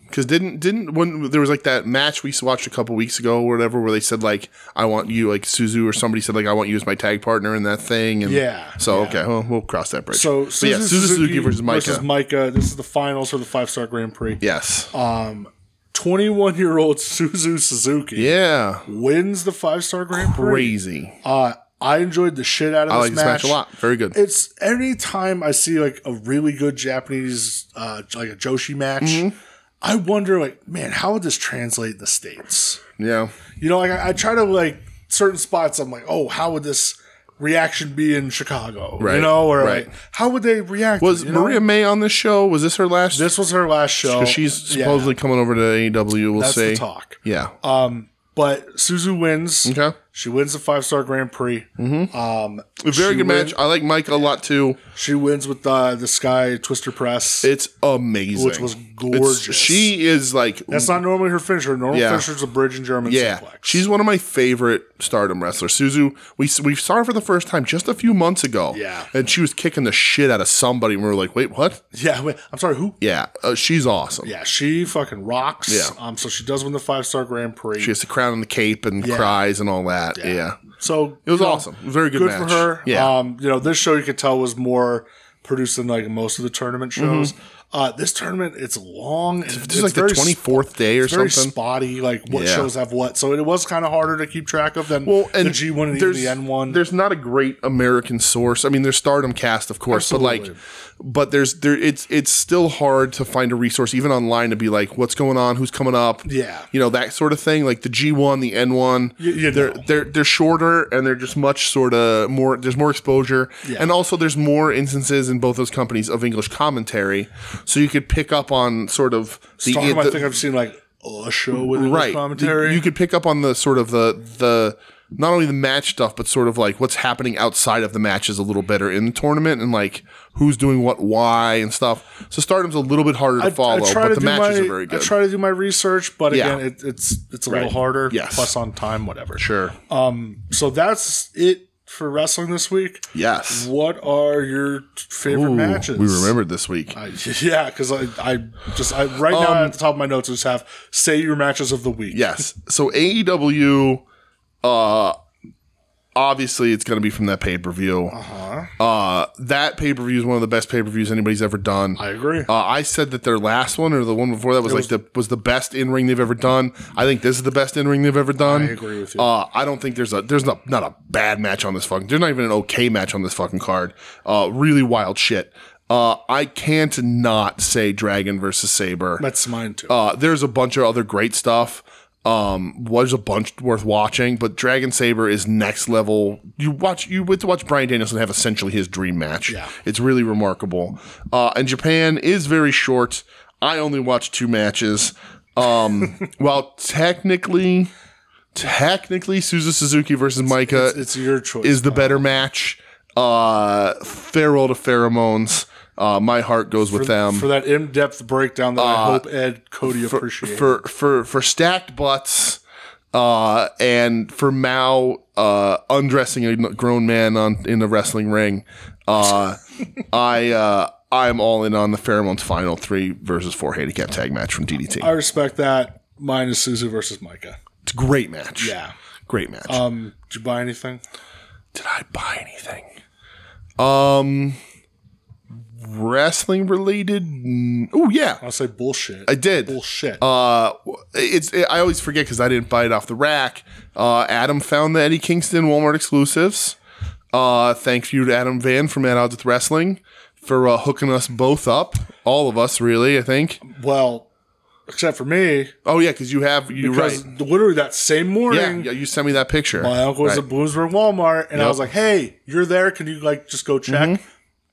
Speaker 1: Because didn't didn't when there was like that match we watched a couple weeks ago or whatever where they said like I want you like Suzu or somebody said like I want you as my tag partner in that thing and
Speaker 2: Yeah,
Speaker 1: so
Speaker 2: yeah.
Speaker 1: okay well we'll cross that bridge
Speaker 2: So
Speaker 1: But yeah
Speaker 2: Suzu
Speaker 1: Suzu Suzuki versus Micah
Speaker 2: Micah. This is the finals for the five star Grand Prix.
Speaker 1: yes
Speaker 2: Oh. 21 year old <laughs> Suzu Suzuki
Speaker 1: yeah
Speaker 2: wins the five star Grand Prix.
Speaker 1: crazy
Speaker 2: Uh, I enjoyed the shit out of
Speaker 1: I
Speaker 2: this,
Speaker 1: like this
Speaker 2: match.
Speaker 1: match a lot very good
Speaker 2: It's any time I see like a really good Japanese, uh, like a Joshi match,
Speaker 1: Mm-hmm.
Speaker 2: I wonder like, man, how would this translate in the states?
Speaker 1: yeah
Speaker 2: You know, like I, I try to like certain spots. I'm like, oh, how would this reaction be in Chicago?
Speaker 1: Right,
Speaker 2: You know, or
Speaker 1: right.
Speaker 2: like, how would they react?
Speaker 1: was
Speaker 2: you know?
Speaker 1: Maria May on this show was this her last
Speaker 2: This was her last show.
Speaker 1: because she's
Speaker 2: Yeah,
Speaker 1: supposedly coming over to AEW. E We'll
Speaker 2: that's
Speaker 1: see.
Speaker 2: the talk.
Speaker 1: Yeah.
Speaker 2: But Suzu wins.
Speaker 1: okay. Mm-hmm.
Speaker 2: She wins the five star Grand Prix. Um,
Speaker 1: A very
Speaker 2: she
Speaker 1: good match.
Speaker 2: win-
Speaker 1: I like Mike a lot too.
Speaker 2: she wins with uh, the Sky Twister Press.
Speaker 1: It's amazing.
Speaker 2: Which was
Speaker 1: It's-
Speaker 2: gorgeous.
Speaker 1: she is like
Speaker 2: That's not normally her finisher. Her Normal
Speaker 1: Yeah.
Speaker 2: finisher's a bridge and German
Speaker 1: yeah.
Speaker 2: suplex.
Speaker 1: She's one of my favorite Stardom wrestlers. Suzu, we we saw her for the first time just a few months ago.
Speaker 2: Yeah.
Speaker 1: and she was kicking the shit out of somebody, and we were like, "Wait, what?"
Speaker 2: yeah. Wait, I'm sorry. Who?
Speaker 1: Yeah, uh, she's awesome.
Speaker 2: Yeah, she fucking rocks.
Speaker 1: Yeah.
Speaker 2: Um. So she does win the five star Grand Prix.
Speaker 1: She has the crown and the cape and
Speaker 2: Yeah.
Speaker 1: cries and all that. Yeah.
Speaker 2: so
Speaker 1: It was
Speaker 2: you know,
Speaker 1: awesome. Very good,
Speaker 2: Good
Speaker 1: match.
Speaker 2: for her.
Speaker 1: Yeah.
Speaker 2: Um. You know, this show you could tell was more produced than like most of the tournament shows. Uh, this tournament it's long. and
Speaker 1: this is Mm-hmm. like the
Speaker 2: very
Speaker 1: twenty fourth day or
Speaker 2: it's very
Speaker 1: something.
Speaker 2: spotty, like what
Speaker 1: Yeah.
Speaker 2: shows have what. So it was kind of harder to keep track of than
Speaker 1: well, and
Speaker 2: the G one and even
Speaker 1: there's,
Speaker 2: the N one.
Speaker 1: There's not a great American source. I mean, there's Stardom Cast, of course, but like,
Speaker 2: Absolutely.
Speaker 1: but there's there. It's it's still hard to find a resource even online to be like, what's going on, who's coming up,
Speaker 2: Yeah.
Speaker 1: you know that sort of thing. Like the G one, the N one,
Speaker 2: you
Speaker 1: they're
Speaker 2: know.
Speaker 1: they're they're shorter and they're just much sort of more. There's more exposure,
Speaker 2: Yeah.
Speaker 1: and also there's more instances in both those companies of English commentary, so you could pick up on sort of the,
Speaker 2: Stardom, I
Speaker 1: the-
Speaker 2: think I've seen like a show with English
Speaker 1: right
Speaker 2: commentary.
Speaker 1: You, you could pick up on the sort of the the not only the match stuff, but sort of like what's happening outside of the matches a little better in the tournament, and like who's doing what, why, and stuff. So Stardom's a little bit harder to follow,
Speaker 2: try
Speaker 1: but
Speaker 2: to
Speaker 1: the
Speaker 2: do
Speaker 1: matches
Speaker 2: my-
Speaker 1: are very good.
Speaker 2: I try to do my research, but
Speaker 1: Yeah.
Speaker 2: again, it, it's it's a
Speaker 1: Right.
Speaker 2: little harder.
Speaker 1: Yes.
Speaker 2: Plus on time, whatever.
Speaker 1: sure.
Speaker 2: So that's it for wrestling this week.
Speaker 1: yes.
Speaker 2: What are your t- favorite
Speaker 1: Ooh,
Speaker 2: matches?
Speaker 1: We remembered this week.
Speaker 2: I, <laughs> yeah, because I, I just I right now
Speaker 1: Um,
Speaker 2: at the top of my notes I just have say your matches of the week.
Speaker 1: yes. So AEW, uh, obviously it's going to be from that pay per view. Uh-huh. Uh, that pay per view is one of the best pay per views anybody's ever done.
Speaker 2: I agree.
Speaker 1: Uh, I said that their last one or the one before that was, like the was the best in ring they've ever done. I think this is the best in ring they've ever done. I
Speaker 2: agree with you.
Speaker 1: Uh, I don't think there's a there's not not a bad match on this fucking. There's not even an okay match on this fucking card. Uh, really wild shit. Uh, I can't not say Dragon versus Saber.
Speaker 2: that's mine too.
Speaker 1: Uh, there's a bunch of other great stuff. Um, was a bunch worth watching, but Dragon Saber is next level. You watch, you get to watch Brian Danielson have essentially his dream match.
Speaker 2: Yeah.
Speaker 1: it's really remarkable. Uh, and Japan is very short. I only watched two matches.
Speaker 2: <laughs>
Speaker 1: Um, while technically, technically, Suzu Suzuki versus Micah
Speaker 2: it's your choice.
Speaker 1: is the better match. Uh, farewell to pheromones. Uh, my heart goes with them Uh,
Speaker 2: for that in depth breakdown that I hope Ed Cody appreciated.
Speaker 1: for for for stacked butts uh and for Mao uh undressing a grown man on in a wrestling ring uh I uh I'm all in on the pheromones final 3 versus 4 handicap tag match from DDT.
Speaker 2: I respect that. Mine is Suzu versus Micah.
Speaker 1: It's a great match.
Speaker 2: Yeah.
Speaker 1: Great match.
Speaker 2: Um, did you buy anything?
Speaker 1: Did I buy anything? Um wrestling related? Oh yeah.
Speaker 2: I'll say bullshit.
Speaker 1: I did.
Speaker 2: Bullshit.
Speaker 1: Uh, it's it, I always forget because I didn't buy it off the rack. Uh, Adam found the Eddie Kingston Walmart exclusives. Uh, thank you to Adam Van from At Odds with Wrestling for uh, hooking us both up, all of us really. I think.
Speaker 2: well, except for me,
Speaker 1: Oh yeah, because you have you right.
Speaker 2: because literally that same
Speaker 1: Yeah,
Speaker 2: morning,
Speaker 1: yeah, you sent me that picture.
Speaker 2: my uncle was
Speaker 1: Right.
Speaker 2: at Bloomsburg Walmart, and
Speaker 1: Yep.
Speaker 2: I
Speaker 1: Mm-hmm.
Speaker 2: was like, "Hey, you're there? Can you like just go check?"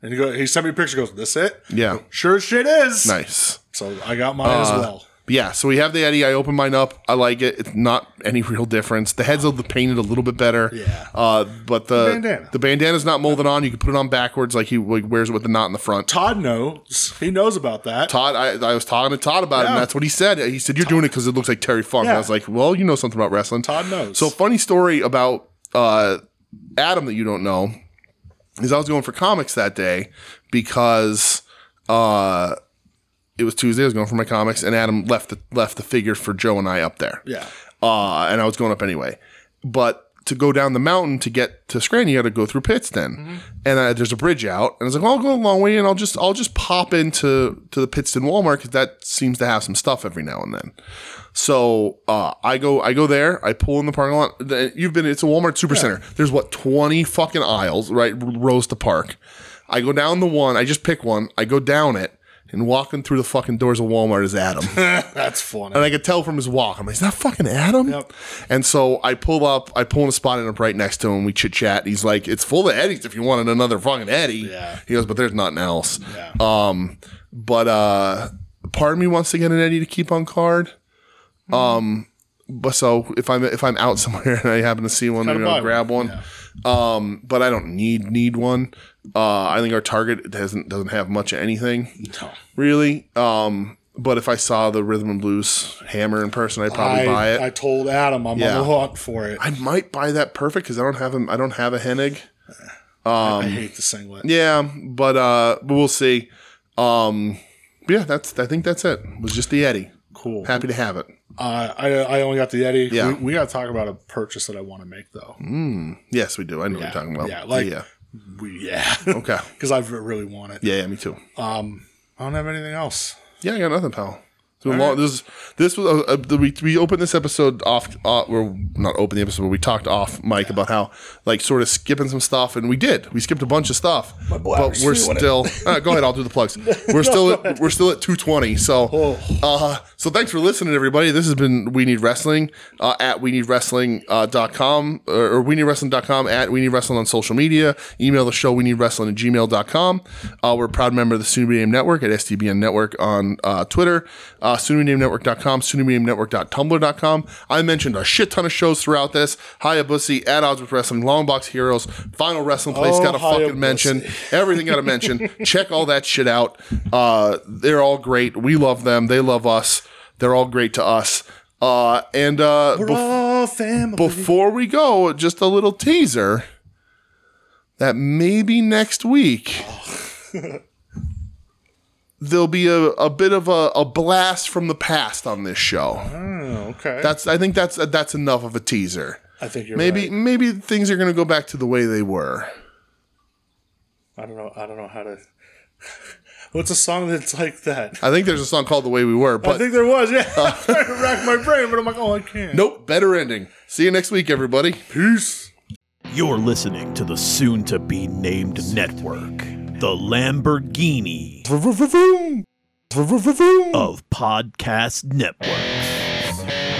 Speaker 2: And he go, he sent me a picture. Goes, "This it?
Speaker 1: Yeah.
Speaker 2: sure as shit is."
Speaker 1: Nice. Uh,
Speaker 2: So I got mine as well.
Speaker 1: But yeah, so we have the Eddie. I open mine up. I like it. It's not any <laughs> real difference. The heads of the painted a little bit better.
Speaker 2: Yeah.
Speaker 1: Uh, but the the,
Speaker 2: bandana.
Speaker 1: bandana's not molded on. You can put it on backwards, like he like, wears it with the knot in the front.
Speaker 2: Todd knows. He knows about that.
Speaker 1: Todd, I, I was talking to Todd about it, and
Speaker 2: Yeah.
Speaker 1: that's what he said. He said, You're doing it because it looks like Terry Funk. And I
Speaker 2: Yeah.
Speaker 1: was like, Well, you know something about wrestling.
Speaker 2: Todd knows.
Speaker 1: So, funny story about uh, Adam that you don't know is I was going for comics that day because uh, it was Tuesday. I was going for my comics, and Adam left the, left the figure for Joe and I up there.
Speaker 2: yeah.
Speaker 1: Uh, and I was going up anyway. But to go down the mountain to get to Scranton, you got to go through Pittston, and uh, there's a bridge out. And I was like, well, I'll go a long way, and I'll just I'll just pop into to the Pittston Walmart because that seems to have some stuff every now and then. So uh, I go I go there. I pull in the parking lot. The- You've been it's a Walmart Supercenter. There's what twenty fucking aisles right r- rows to park. I go down the one. I just pick one. I go down it. And walking through the fucking doors of Walmart is Adam.
Speaker 2: That's funny.
Speaker 1: And I could tell from his walk. I'm like, is that fucking Adam?
Speaker 2: Yep.
Speaker 1: And so I pull up, I pull in a spot and I'm right next to him. We chit chat. He's like, it's full of Eddies if you wanted another fucking Eddie.
Speaker 2: Yeah.
Speaker 1: He goes, but there's nothing else.
Speaker 2: Yeah.
Speaker 1: Um,
Speaker 2: Mm-hmm.
Speaker 1: but uh, part of me wants to get an Eddie to keep on card. Um, but so if I'm if I'm out <laughs> somewhere and I happen to see one,
Speaker 2: Gotta
Speaker 1: maybe I'll
Speaker 2: buy
Speaker 1: grab
Speaker 2: one,
Speaker 1: one. Um, but I don't need need one. Uh, I think our Target doesn't doesn't have much of
Speaker 2: <laughs>
Speaker 1: anything
Speaker 2: No.
Speaker 1: really. Um, but if I saw the rhythm and blues hammer in person, I'd probably
Speaker 2: I,
Speaker 1: buy it.
Speaker 2: I told Adam I'm
Speaker 1: Yeah.
Speaker 2: on the hunt for it. I,
Speaker 1: I might buy that perfect because I don't have him. I don't have a Hennig.
Speaker 2: hate the singlet.
Speaker 1: Um, Yeah, but uh, but we'll see. Um, yeah, that's I think that's it. It was just the Yeti.
Speaker 2: Cool.
Speaker 1: Happy to have it.
Speaker 2: Uh, I I only got the Yeti.
Speaker 1: Yeah.
Speaker 2: We, we got to talk about a purchase that I want to make though.
Speaker 1: Yes, we do. I know what
Speaker 2: Yeah,
Speaker 1: you're talking about.
Speaker 2: yeah, like-
Speaker 1: yeah,
Speaker 2: We, yeah. <laughs>
Speaker 1: okay,
Speaker 2: Because I really want it.
Speaker 1: yeah, yeah, me too.
Speaker 2: I don't have anything else.
Speaker 1: Yeah, I got nothing, pal. It's been long- This this was uh, uh, the- we we opened this episode off. Uh, we're not open the episode, but we talked off mic about how like sort of skipping some stuff, and we did. We skipped a bunch of stuff,
Speaker 2: boy
Speaker 1: but
Speaker 2: Irish
Speaker 1: we're
Speaker 2: feeling it.
Speaker 1: still. Uh, go ahead, I'll do the
Speaker 2: <laughs>
Speaker 1: plugs. We're still at, we're still at two twenty. So
Speaker 2: Oh.
Speaker 1: uh, so thanks for listening, everybody. This has been We Need Wrestling uh, at we need wrestling uh, dot com or, or we need wrestling dot com at we need wrestling on social media. Email the show we need wrestling at gmail.com. Uh, we're a proud member of the Soon to Be Named Network at STBN Network on uh, Twitter, uh, soon to be named network.com, soon to be named network.tumblr.com. I mentioned a shit ton of shows throughout this. Hayabusa, At Odds with Wrestling, Long Box Heroes, Final Wrestling Place
Speaker 2: Oh,
Speaker 1: got a
Speaker 2: Hayabusa.
Speaker 1: fucking mention. Everything got a mention. Check all that shit out. Uh, they're all great. We love them. They love us. They're all great to us. Uh, and uh, bef-
Speaker 2: Oh, family.
Speaker 1: before we go, just a little teaser that maybe next
Speaker 2: <laughs>
Speaker 1: week there'll be a, a bit of a, a blast from the past on this show.
Speaker 2: okay.
Speaker 1: That's I think that's that's enough of a teaser.
Speaker 2: I think you're
Speaker 1: Maybe
Speaker 2: right.
Speaker 1: maybe things are gonna go back to the way they were.
Speaker 2: I don't know. I don't know how to. <laughs> What's a song that's like that?
Speaker 1: I think there's a song called "The Way We Were,"
Speaker 2: I
Speaker 1: but
Speaker 2: think there
Speaker 1: <laughs>
Speaker 2: was. Yeah. <laughs> I'm trying to rack my brain, but I'm like, oh, I can't.
Speaker 1: nope, better ending. See you next week, everybody.
Speaker 2: Peace.
Speaker 8: You're listening to the soon to be named network, the Lamborghini of Podcast Networks.